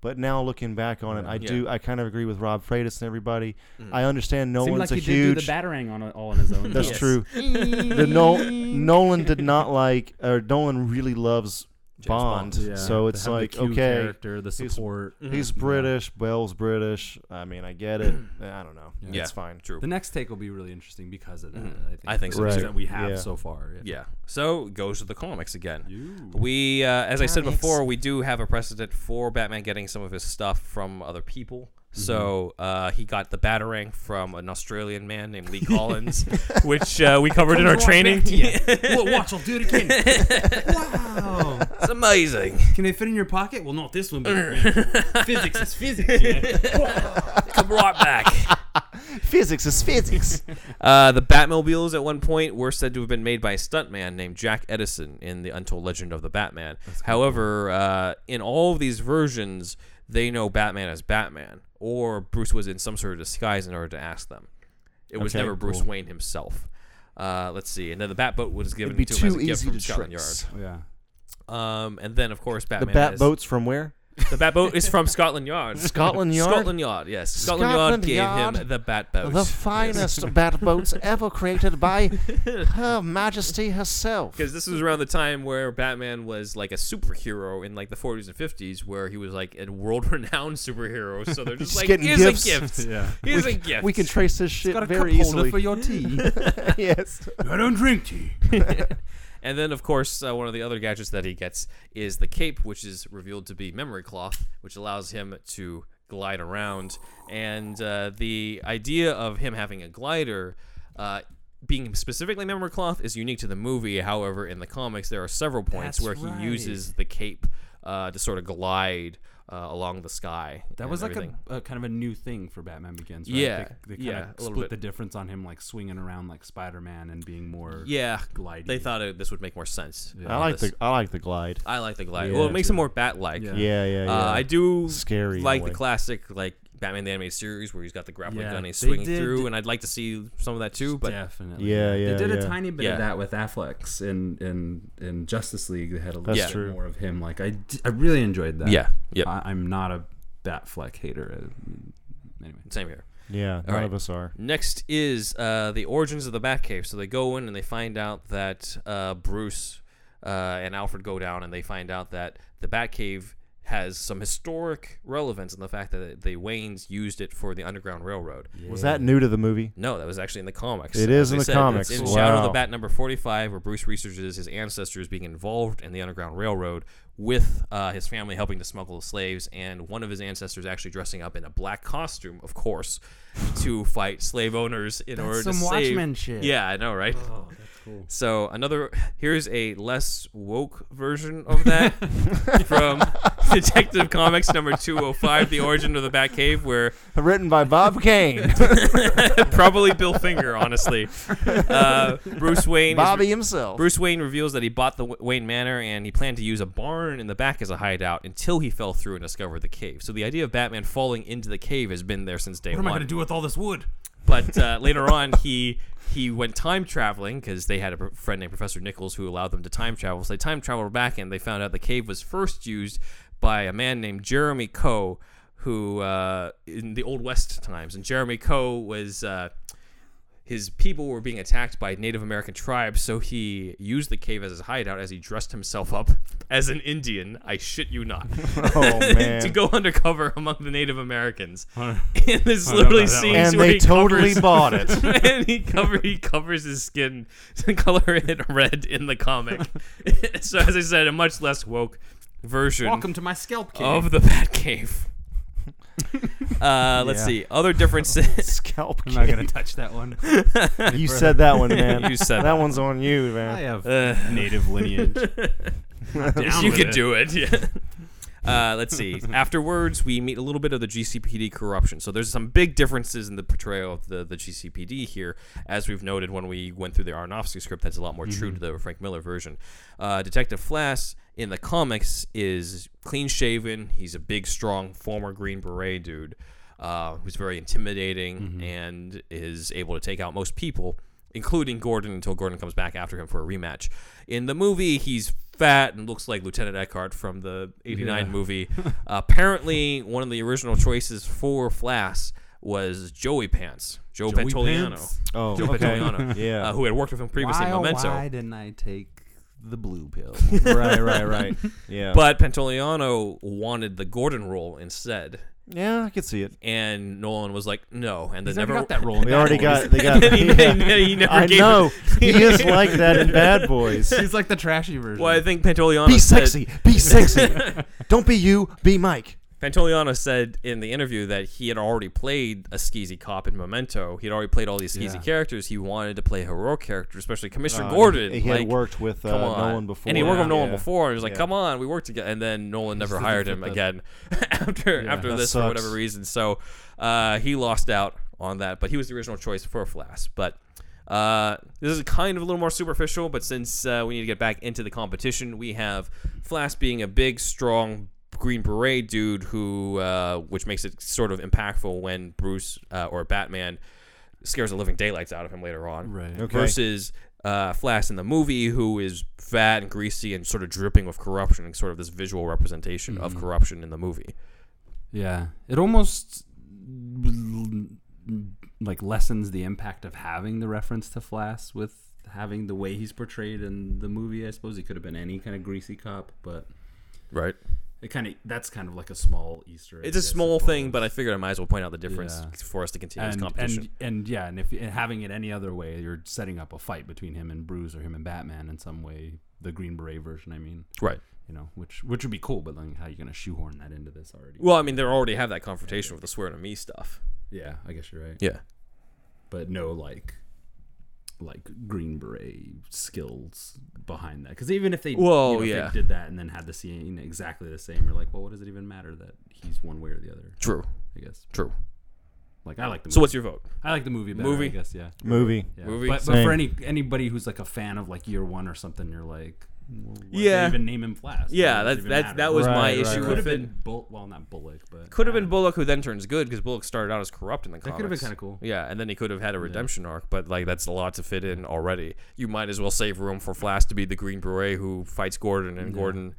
[SPEAKER 2] But now looking back on it, I do. I kind of agree with Rob Freitas and everybody. I understand
[SPEAKER 3] Seemed
[SPEAKER 2] Nolan's
[SPEAKER 3] like
[SPEAKER 2] a
[SPEAKER 3] he
[SPEAKER 2] huge.
[SPEAKER 3] did do the batarang on all on his own.
[SPEAKER 2] that's
[SPEAKER 3] Yes.
[SPEAKER 2] true. the Nol- Nolan did not like, or Nolan really loves Bond.
[SPEAKER 1] Bond.
[SPEAKER 3] Yeah.
[SPEAKER 2] So
[SPEAKER 3] To
[SPEAKER 2] it's
[SPEAKER 3] have the
[SPEAKER 2] like
[SPEAKER 3] Q
[SPEAKER 2] okay,
[SPEAKER 3] character, the
[SPEAKER 2] he's-
[SPEAKER 3] support.
[SPEAKER 2] he's British, Bell's British. I mean, I get it. I don't know.
[SPEAKER 1] Yeah.
[SPEAKER 2] It's fine.
[SPEAKER 1] True.
[SPEAKER 3] The next take will be really interesting because of that. I think,
[SPEAKER 1] I think
[SPEAKER 3] the
[SPEAKER 1] so,
[SPEAKER 3] things
[SPEAKER 1] too.
[SPEAKER 3] that we have
[SPEAKER 2] Yeah.
[SPEAKER 3] so far.
[SPEAKER 1] Yeah. So goes to the comics again. We, uh, as I said before, we do have a precedent for Batman getting some of his stuff from other people. So uh, he got the batarang from an Australian man named Lee Collins, which uh, we covered in our training.
[SPEAKER 4] well, watch, I'll do it again. wow.
[SPEAKER 1] it's amazing.
[SPEAKER 4] Can they fit in your pocket? Well, not this one, but physics is physics. You know?
[SPEAKER 1] Come right back.
[SPEAKER 2] Physics is physics.
[SPEAKER 1] Uh, the Batmobiles at one point were said to have been made by a stuntman named Jack Edison in the Untold Legend of the Batman. However, uh, in all of these versions, they know Batman as Batman, or Bruce was in some sort of disguise in order to ask them. It was
[SPEAKER 2] Okay,
[SPEAKER 1] never Bruce
[SPEAKER 2] cool.
[SPEAKER 1] Wayne himself. Uh, let's see, and then the Batboat was given
[SPEAKER 2] It'd be
[SPEAKER 1] to him as
[SPEAKER 2] too
[SPEAKER 1] a gift
[SPEAKER 2] easy
[SPEAKER 1] from
[SPEAKER 2] to
[SPEAKER 1] Scotland
[SPEAKER 2] trace.
[SPEAKER 3] Yeah.
[SPEAKER 1] Yard. Um, and then of course
[SPEAKER 2] The
[SPEAKER 1] Batman.
[SPEAKER 2] bat
[SPEAKER 1] is-
[SPEAKER 2] boats from where?
[SPEAKER 1] The Batboat is from Scotland Yard.
[SPEAKER 2] Scotland Yard?
[SPEAKER 1] Scotland Yard. Yes, Scotland, Yard
[SPEAKER 2] Scotland
[SPEAKER 1] gave him
[SPEAKER 2] Yard?
[SPEAKER 1] the Batboat.
[SPEAKER 2] The finest bat boats ever created by Her Majesty herself.
[SPEAKER 1] because this was around the time where Batman was like a superhero in like the 40s and 50s, where he was like a world-renowned superhero. So they're just,
[SPEAKER 2] Just
[SPEAKER 1] like,
[SPEAKER 2] getting
[SPEAKER 1] here's
[SPEAKER 2] gifts."
[SPEAKER 1] a gift.
[SPEAKER 3] Yeah.
[SPEAKER 1] Here's a gift.
[SPEAKER 2] We can trace this shit
[SPEAKER 3] Got a
[SPEAKER 2] very
[SPEAKER 3] cup
[SPEAKER 2] easily.
[SPEAKER 3] holder for your tea.
[SPEAKER 2] yes.
[SPEAKER 4] I don't drink tea.
[SPEAKER 1] and then, of course, uh, one of the other gadgets that he gets is the cape, which is revealed to be memory cloth, which allows him to glide around. And uh, the idea of him having a glider. Uh, being specifically memory cloth is unique to the movie. However, in the comics, there are several points
[SPEAKER 4] That's
[SPEAKER 1] where
[SPEAKER 4] right.
[SPEAKER 1] he uses the cape uh, to sort of glide uh, along the sky.
[SPEAKER 3] That
[SPEAKER 1] and
[SPEAKER 3] was like a,
[SPEAKER 1] everything.
[SPEAKER 3] a kind of a new thing for Batman Begins. Right?
[SPEAKER 1] Yeah,
[SPEAKER 3] They, they
[SPEAKER 1] yeah,
[SPEAKER 3] kind
[SPEAKER 1] a
[SPEAKER 3] of
[SPEAKER 1] little bit.
[SPEAKER 3] split the difference on him like swinging around like Spider-Man and being more.
[SPEAKER 1] yeah
[SPEAKER 3] glidey.
[SPEAKER 1] They thought it, this would make more sense.
[SPEAKER 2] I
[SPEAKER 1] on
[SPEAKER 2] like
[SPEAKER 1] this.
[SPEAKER 2] the I like the glide.
[SPEAKER 1] I like the glide.
[SPEAKER 3] Yeah,
[SPEAKER 1] well, it makes him
[SPEAKER 3] too.
[SPEAKER 1] more bat-like.
[SPEAKER 3] Yeah.
[SPEAKER 2] Yeah, yeah, yeah.
[SPEAKER 1] Uh, I do
[SPEAKER 2] Scary in a
[SPEAKER 1] like the
[SPEAKER 2] way.
[SPEAKER 1] classic like Batman the Animated Series where he's got the grappling
[SPEAKER 3] Yeah,
[SPEAKER 1] gun and he's
[SPEAKER 3] they
[SPEAKER 1] swinging
[SPEAKER 3] did-
[SPEAKER 1] through, and I'd like to see some of that too. But
[SPEAKER 3] Definitely.
[SPEAKER 2] yeah, yeah.
[SPEAKER 3] they did
[SPEAKER 2] yeah.
[SPEAKER 3] a tiny bit
[SPEAKER 1] Yeah.
[SPEAKER 3] of that with Affleck's in in in Justice League. They had a little
[SPEAKER 2] That's
[SPEAKER 3] bit
[SPEAKER 2] true.
[SPEAKER 3] more of him. Like I, d- I really enjoyed that.
[SPEAKER 1] yeah, yep.
[SPEAKER 3] I, I'm not a Batfleck hater. I- Anyway.
[SPEAKER 1] same here.
[SPEAKER 2] Yeah, none
[SPEAKER 1] right.
[SPEAKER 2] of us are.
[SPEAKER 1] Next is uh, the origins of the Batcave. So they go in and they find out that uh, Bruce uh, and Alfred go down and they find out that the Batcave has some historic relevance in the fact that the Waynes used it for the Underground Railroad.
[SPEAKER 2] Was that new to the movie?
[SPEAKER 1] No, that was actually in the comics.
[SPEAKER 2] It
[SPEAKER 1] As
[SPEAKER 2] is in
[SPEAKER 1] I
[SPEAKER 2] the
[SPEAKER 1] said,
[SPEAKER 2] comics.
[SPEAKER 1] It's in Shadow of the
[SPEAKER 2] Wow.
[SPEAKER 1] Bat number 45, where Bruce researches his ancestors being involved in the Underground Railroad with uh, his family helping to smuggle slaves, and one of his ancestors actually dressing up in a black costume, of course, to fight slave owners in order to
[SPEAKER 3] some
[SPEAKER 1] save.
[SPEAKER 3] Watchmen shit.
[SPEAKER 1] Yeah, I know, right? So another here's a less woke version of that from Detective Comics number 205, The Origin of the Batcave, where
[SPEAKER 2] Written by Bob Kane,
[SPEAKER 1] probably Bill Finger, honestly. Uh, Bruce Wayne. is-
[SPEAKER 2] Bobby himself.
[SPEAKER 1] Bruce Wayne reveals that he bought the W- Wayne Manor and he planned to use a barn in the back as a hideout until he fell through and discovered the cave. So the idea of Batman falling into the cave has been there since day
[SPEAKER 4] What am I
[SPEAKER 1] one.
[SPEAKER 4] going to do with all this wood?
[SPEAKER 1] But uh, later on, he he went time traveling because they had a pr- friend named Professor Nichols who allowed them to time travel. So they time traveled back and they found out the cave was first used by a man named Jeremy Coe, who uh, in the Old West times. And Jeremy Coe was. Uh, his people were being attacked by Native American tribes, so he used the cave as his hideout as he dressed himself up as an Indian. I shit you not.
[SPEAKER 2] Oh man.
[SPEAKER 1] to go undercover among the Native Americans.
[SPEAKER 3] Huh.
[SPEAKER 1] and there's
[SPEAKER 3] know
[SPEAKER 1] literally
[SPEAKER 3] about that one.
[SPEAKER 1] scenes
[SPEAKER 2] and
[SPEAKER 1] where
[SPEAKER 2] they
[SPEAKER 1] he
[SPEAKER 2] totally
[SPEAKER 1] covers,
[SPEAKER 2] bought it.
[SPEAKER 1] and he cover he covers his skin to color it red in the comic. so as I said, a much less woke version
[SPEAKER 3] Welcome to my scalp cave.
[SPEAKER 1] of the Batcave. Uh, let's
[SPEAKER 2] Yeah.
[SPEAKER 1] see. Other differences.
[SPEAKER 2] Scalp
[SPEAKER 3] I'm not
[SPEAKER 2] Kane.
[SPEAKER 3] gonna touch that one.
[SPEAKER 2] You said that one, man.
[SPEAKER 1] You said
[SPEAKER 2] that,
[SPEAKER 1] that
[SPEAKER 2] one's on you,
[SPEAKER 3] I
[SPEAKER 2] man.
[SPEAKER 3] have
[SPEAKER 1] Uh,
[SPEAKER 3] native lineage.
[SPEAKER 1] Yes, you could do it. Yeah. Uh, let's see. Afterwards, we meet a little bit of the GCPD corruption. So there's some big differences in the portrayal of the, the GCPD here, as we've noted when we went through the Aronofsky script. That's a lot more true to the Frank Miller version. Uh, Detective Flass in the comics is clean shaven. He's a big, strong former Green Beret dude uh, who's very intimidating
[SPEAKER 3] Mm-hmm.
[SPEAKER 1] and is able to take out most people including Gordon until Gordon comes back after him for a rematch. In the movie, he's fat and looks like Lieutenant Eckhart from the 89 movie. Apparently, one of the original choices for Flass was Joey Pants, Joe
[SPEAKER 3] Joey
[SPEAKER 1] Pantoliano.
[SPEAKER 3] Pants.
[SPEAKER 2] Oh,
[SPEAKER 1] Joe Pantoliano,
[SPEAKER 2] Yeah.
[SPEAKER 1] uh, who had worked with him previously in
[SPEAKER 3] why, oh,
[SPEAKER 1] Memento.
[SPEAKER 3] why didn't I take the blue pill?
[SPEAKER 2] right, right, right. Yeah.
[SPEAKER 1] Oh. But Pantoliano wanted the Gordon role instead.
[SPEAKER 2] yeah, I could see it.
[SPEAKER 1] And Nolan was like, no. And they
[SPEAKER 3] He's
[SPEAKER 1] never
[SPEAKER 3] got that role. in
[SPEAKER 2] We
[SPEAKER 3] Bad
[SPEAKER 2] already
[SPEAKER 3] Boys.
[SPEAKER 2] got. They got.
[SPEAKER 1] he, he never
[SPEAKER 2] I
[SPEAKER 1] gave
[SPEAKER 2] know he is like that in Bad Boys.
[SPEAKER 3] He's like the trashy version.
[SPEAKER 1] Well, I think Pantoliano
[SPEAKER 2] Be
[SPEAKER 1] said-
[SPEAKER 2] sexy. Be sexy. Don't be you. Be Mike.
[SPEAKER 1] Pantoliano said in the interview that he had already played a skeezy cop in Memento. He had already played all these skeezy
[SPEAKER 3] Yeah.
[SPEAKER 1] characters. He wanted to play a heroic character, especially Commissioner
[SPEAKER 2] Uh,
[SPEAKER 1] Gordon.
[SPEAKER 2] He had
[SPEAKER 1] like,
[SPEAKER 2] worked with uh,
[SPEAKER 1] come on.
[SPEAKER 2] Nolan before.
[SPEAKER 1] and he worked with Nolan
[SPEAKER 2] Yeah.
[SPEAKER 1] before. And he was like,
[SPEAKER 2] Yeah.
[SPEAKER 1] "Come on, we worked together." And then Nolan never
[SPEAKER 3] doesn't
[SPEAKER 1] hired
[SPEAKER 3] fit
[SPEAKER 1] him
[SPEAKER 3] the-
[SPEAKER 1] again after after
[SPEAKER 2] That
[SPEAKER 1] this for
[SPEAKER 2] sucks.
[SPEAKER 1] whatever reason. So uh, he lost out on that. But he was the original choice for Flass. But uh, this is kind of a little more superficial. But since uh, we need to get back into the competition, we have Flass being a big, strong. Green Beret dude who, uh, which makes it sort of impactful when Bruce uh, or Batman scares the living daylights out of him later on
[SPEAKER 3] Right.
[SPEAKER 2] Okay.
[SPEAKER 1] versus uh, Flash in the movie, who is fat and greasy and sort of dripping with corruption, and sort of this visual representation
[SPEAKER 3] Mm-hmm.
[SPEAKER 1] of corruption in the movie.
[SPEAKER 3] Yeah. It almost like lessens the impact of having the reference to Flass with having the way he's portrayed in the movie. I suppose he could have been any kind of greasy cop, but
[SPEAKER 1] Right.
[SPEAKER 3] it kind of that's kind of like a small Easter. egg,
[SPEAKER 1] It's a
[SPEAKER 3] I
[SPEAKER 1] small
[SPEAKER 3] suppose.
[SPEAKER 1] thing, but I figured I might as well point out the difference
[SPEAKER 3] Yeah.
[SPEAKER 1] for us to continue this
[SPEAKER 3] and,
[SPEAKER 1] competition.
[SPEAKER 3] and and yeah, and if and having it any other way, you're setting up a fight between him and Bruce or him and Batman in some way. The Green Beret version, I mean,
[SPEAKER 1] right.
[SPEAKER 3] you know, which which would be cool, but like, how are you gonna shoehorn that into this already?
[SPEAKER 1] Well, I mean, they already have that confrontation with the swear to me stuff.
[SPEAKER 3] yeah, I guess you're right.
[SPEAKER 1] Yeah.
[SPEAKER 3] but no like like green beret skills behind that because even if they
[SPEAKER 1] Well,
[SPEAKER 3] you know, if they
[SPEAKER 1] yeah.
[SPEAKER 3] did that and then had the scene exactly the same you're like well what does it even matter that he's one way or the other
[SPEAKER 1] True.
[SPEAKER 3] i guess
[SPEAKER 1] True.
[SPEAKER 3] like i like the
[SPEAKER 1] So,
[SPEAKER 3] movie.
[SPEAKER 1] what's your vote?
[SPEAKER 3] i like the movie better,
[SPEAKER 1] Movie?
[SPEAKER 3] i guess yeah,
[SPEAKER 2] Movie.
[SPEAKER 3] yeah.
[SPEAKER 1] Movie?
[SPEAKER 3] but, but
[SPEAKER 2] Same.
[SPEAKER 3] for any anybody who's like a fan of like year one or something you're like well, why did they
[SPEAKER 1] Yeah.
[SPEAKER 3] even name him flash
[SPEAKER 1] Yeah, that's that's that was my
[SPEAKER 2] Right, right,
[SPEAKER 1] issue
[SPEAKER 2] right.
[SPEAKER 3] could have
[SPEAKER 1] with it.
[SPEAKER 3] been Bull, well not bullock but
[SPEAKER 1] Could have been Bullock, who then turns good because Bullock started out as corrupt in the comics.
[SPEAKER 3] could have been kinda cool.
[SPEAKER 1] Yeah, and then he could have had a redemption arc, but like that's a lot to fit in already. You might as well save room for Flash to be the Green Beret who fights Gordon, and Gordon,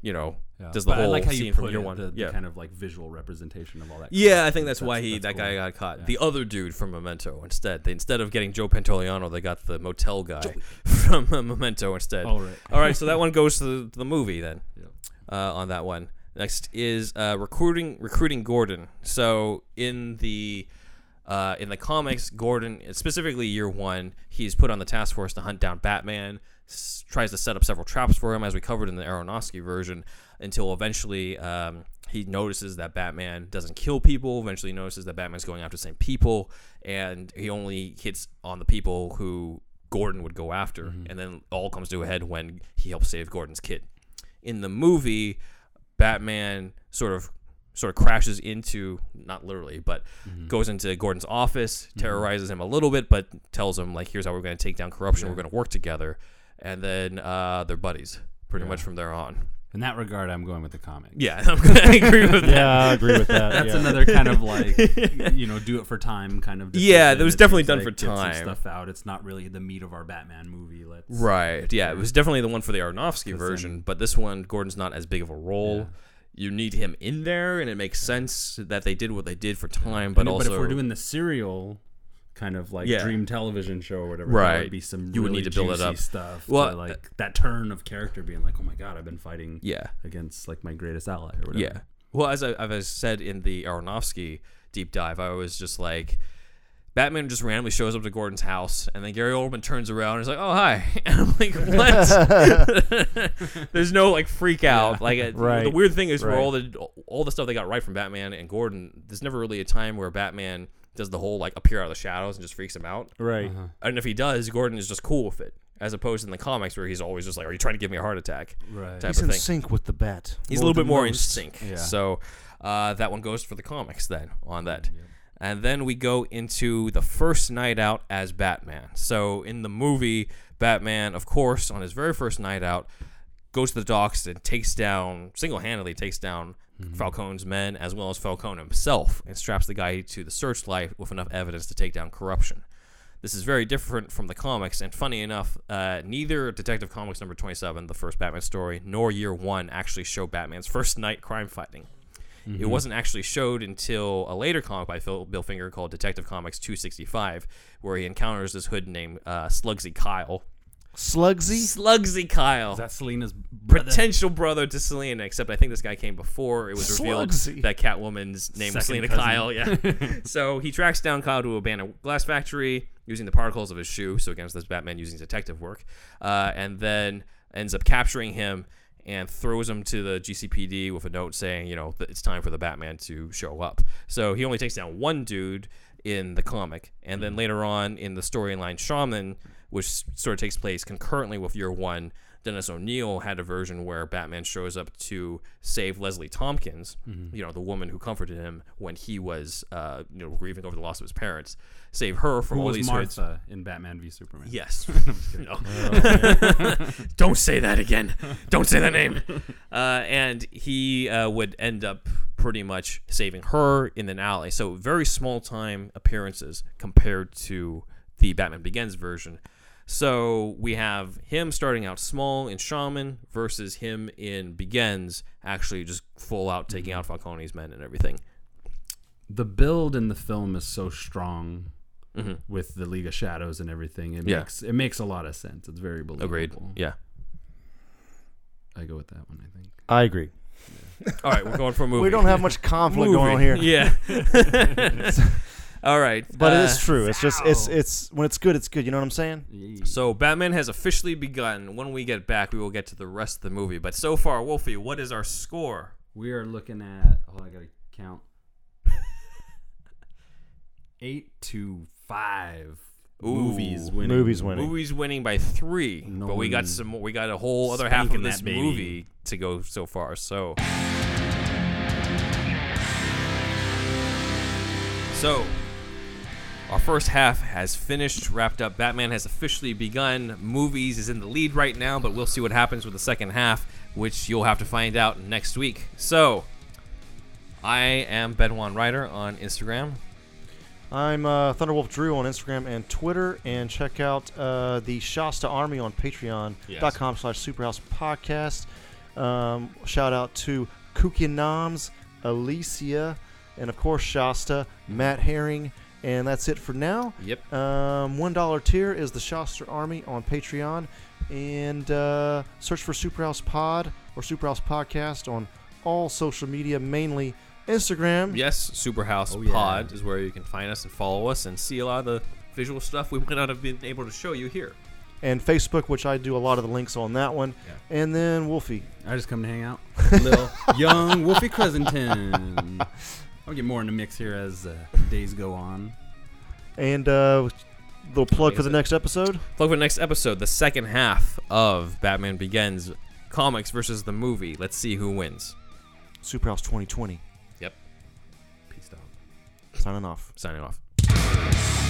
[SPEAKER 1] you know,
[SPEAKER 3] Yeah.
[SPEAKER 1] does the
[SPEAKER 3] But
[SPEAKER 1] whole
[SPEAKER 3] I like how
[SPEAKER 1] scene
[SPEAKER 3] you
[SPEAKER 1] from
[SPEAKER 3] put
[SPEAKER 1] year
[SPEAKER 3] it,
[SPEAKER 1] one.
[SPEAKER 3] the, the
[SPEAKER 1] yeah.
[SPEAKER 3] kind of like visual representation of all that
[SPEAKER 1] yeah, I think that's, why
[SPEAKER 3] That's-
[SPEAKER 1] he that
[SPEAKER 3] that's cool.
[SPEAKER 1] guy got caught. The other dude from Memento instead. They, instead of getting Joe Pantoliano, they got the motel guy from uh, Memento instead.
[SPEAKER 3] All right.
[SPEAKER 1] All right, so that one goes to the, to the movie then.
[SPEAKER 3] Yep.
[SPEAKER 1] Uh, on that one, Next is uh, recruiting recruiting Gordon. So in the uh, in the comics, Gordon specifically year one, he's put on the task force to hunt down Batman. S- tries to set up several traps for him, as we covered in the Aronofsky version, until eventually um, he notices that Batman doesn't kill people. Eventually, he notices that Batman's going after the same people, and he only hits on the people who Gordon would go after. And then all comes to a head when he helps save Gordon's kid. In the movie, Batman sort of sort of crashes into not literally but goes into Gordon's office terrorizes him a little bit but tells him like here's how we're going to take down corruption we're going to work together and then uh, they're buddies pretty much from there on
[SPEAKER 3] In that regard, I'm going with the comic.
[SPEAKER 1] uh, yeah I'm going to agree with that
[SPEAKER 2] Yeah, I agree with that.
[SPEAKER 3] That's
[SPEAKER 2] yeah.
[SPEAKER 3] another kind of like you know, do it for time kind of.
[SPEAKER 1] Yeah,
[SPEAKER 3] decision.
[SPEAKER 1] that was
[SPEAKER 3] It's
[SPEAKER 1] definitely
[SPEAKER 3] just
[SPEAKER 1] done
[SPEAKER 3] like,
[SPEAKER 1] for
[SPEAKER 3] get some
[SPEAKER 1] time.
[SPEAKER 3] stuff out. It's not really the meat of our Batman movie. Let's
[SPEAKER 1] right yeah it was definitely the one Mm-hmm. for the Aronofsky
[SPEAKER 3] then-
[SPEAKER 1] version but this one Gordon's not as big of a role you need him in there and it makes sense that they did what they did for time but
[SPEAKER 3] But,
[SPEAKER 1] also
[SPEAKER 3] if we're doing the serial kind of like
[SPEAKER 1] Yeah.
[SPEAKER 3] dream television show or whatever, That
[SPEAKER 1] Right.
[SPEAKER 3] would be some
[SPEAKER 1] You would
[SPEAKER 3] really
[SPEAKER 1] need to build it
[SPEAKER 3] juicy
[SPEAKER 1] up.
[SPEAKER 3] stuff.
[SPEAKER 1] Well, uh,
[SPEAKER 3] Well, like that turn of character being like, oh my god, I've been fighting
[SPEAKER 1] yeah
[SPEAKER 3] against like my greatest ally or whatever.
[SPEAKER 1] Yeah. Well, as I, as I said in the Aronofsky deep dive, I was just like, Batman just randomly shows up to Gordon's house, and then Gary Oldman turns around and is like, "Oh hi," and I'm like, "What?" There's no like freak out. Like uh,
[SPEAKER 2] Right.
[SPEAKER 1] the weird thing is, for
[SPEAKER 2] Right.
[SPEAKER 1] all the all the stuff they got right from Batman and Gordon, there's never really a time where Batman does the whole like appear out of the shadows and just freaks him out.
[SPEAKER 2] right.
[SPEAKER 3] Uh-huh.
[SPEAKER 1] And if he does, Gordon is just cool with it, as opposed in the comics where he's always just like, "Are you trying to give me a heart attack?"
[SPEAKER 3] Right.
[SPEAKER 1] Type
[SPEAKER 2] He's
[SPEAKER 1] of
[SPEAKER 2] in
[SPEAKER 1] thing
[SPEAKER 2] sync with the bat.
[SPEAKER 1] he's a little bit
[SPEAKER 2] than
[SPEAKER 1] more in
[SPEAKER 2] most.
[SPEAKER 1] sync.
[SPEAKER 3] Yeah.
[SPEAKER 1] So uh, that one goes for the comics then on that. And then we go into the first night out as Batman. So in the movie, Batman, of course, on his very first night out, goes to the docks and takes down single-handedly takes down Falcone's men as well as Falcone himself and straps the guy to the searchlight with enough evidence to take down corruption. This is very different from the comics, and funny enough, uh, neither Detective Comics number 27, the first Batman story, nor Year One actually show Batman's first night crime fighting. It wasn't actually showed until a later comic by Phil, Bill Finger called Detective Comics 265, where he encounters this hood named uh, Slugsy Kyle.
[SPEAKER 2] Slugsy.
[SPEAKER 1] Slugsy Kyle
[SPEAKER 3] Is that Selena's brother?
[SPEAKER 1] potential brother to Selena, except I think this guy came before it was revealed
[SPEAKER 2] Slugsy.
[SPEAKER 1] that Catwoman's name was Selena
[SPEAKER 3] Second
[SPEAKER 1] Kyle. Yeah. so he tracks down Kyle to a abandoned glass factory using the particles of his shoe. So against this Batman using detective work, uh, and then ends up capturing him and throws him to the GCPD with a note saying, you know, that it's time for the Batman to show up. So he only takes down one dude in the comic, and
[SPEAKER 3] Mm.
[SPEAKER 1] then later on in the storyline, Shaman, which s- sort of takes place concurrently with Year One. Dennis O'Neill had a version where Batman shows up to save Leslie Tompkins,
[SPEAKER 3] Mm-hmm.
[SPEAKER 1] you know, the woman who comforted him when he was, uh, you know, grieving over the loss of his parents, save her from
[SPEAKER 3] Who
[SPEAKER 1] all
[SPEAKER 3] was
[SPEAKER 1] these hoods.
[SPEAKER 3] Martha in Batman v Superman?
[SPEAKER 1] Yes. no. Oh. Don't say that again. Don't say that name. Uh, and he uh, would end up pretty much saving her in an alley. So very small time appearances compared to the Batman Begins version. So we have him starting out small in Shaman versus him in Begins actually just full out taking out Falcone's men and everything.
[SPEAKER 3] the build in the film is so strong with the League of Shadows and everything. It
[SPEAKER 1] Mm-hmm. Yeah.
[SPEAKER 3] makes it makes a lot of sense. It's very believable.
[SPEAKER 1] Agreed. Yeah.
[SPEAKER 3] I go with that one. I think.
[SPEAKER 2] I agree.
[SPEAKER 1] All right, we're going for a movie.
[SPEAKER 2] We don't have much conflict
[SPEAKER 1] Movie.
[SPEAKER 2] going on here.
[SPEAKER 1] Yeah. All right,
[SPEAKER 2] But
[SPEAKER 1] uh,
[SPEAKER 2] it is true. It's just it's it's when it's good, it's good. You know what I'm saying?
[SPEAKER 1] So Batman has officially begun. When we get back, we will get to the rest of the movie. But so far, Wolfie, what is our score?
[SPEAKER 3] We are looking at. Hold on, I gotta count. Eight to five
[SPEAKER 1] Ooh.
[SPEAKER 3] movies winning.
[SPEAKER 2] Movies winning.
[SPEAKER 1] Movies winning by three,
[SPEAKER 3] No
[SPEAKER 1] but we got
[SPEAKER 3] one
[SPEAKER 1] some. We got a whole other half of
[SPEAKER 3] spanking
[SPEAKER 1] this
[SPEAKER 3] that baby.
[SPEAKER 1] movie to go so far. So, so our first half has finished, wrapped up. Batman has officially begun. Movies is in the lead right now, but we'll see what happens with the second half, which you'll have to find out next week. So, I am Benwan Ryder on Instagram.
[SPEAKER 2] I'm uh, Thunderwolf Drew on Instagram and Twitter, and check out uh, the Shasta Army on patreon.com slash superhouse podcast. Um, shout out to Kuki Noms, Alicia, and of course Shasta, Matt Herring, and that's it for now.
[SPEAKER 1] Yep.
[SPEAKER 2] Um, One dollar tier is the Shasta Army on Patreon, and uh, search for Superhouse Pod or Superhouse Podcast on all social media, mainly Instagram.
[SPEAKER 1] Yes, Superhouse
[SPEAKER 3] Oh, yeah.
[SPEAKER 1] Pod is where you can find us and follow us and see a lot of the visual stuff we might not have been able to show you here.
[SPEAKER 2] and Facebook, which I do a lot of the links on that one. And then Wolfie.
[SPEAKER 3] I just come to hang out. Little young Wolfie Crescenton. I'll get more in the mix here as uh, days go on.
[SPEAKER 2] And uh little plug for the
[SPEAKER 1] Amazing.
[SPEAKER 2] next episode.
[SPEAKER 1] Look for the next episode, the second half of Batman Begins comics versus the movie. Let's see who wins.
[SPEAKER 2] Superhouse 2020.
[SPEAKER 1] Peace out.
[SPEAKER 2] Signing off.
[SPEAKER 1] Signing off.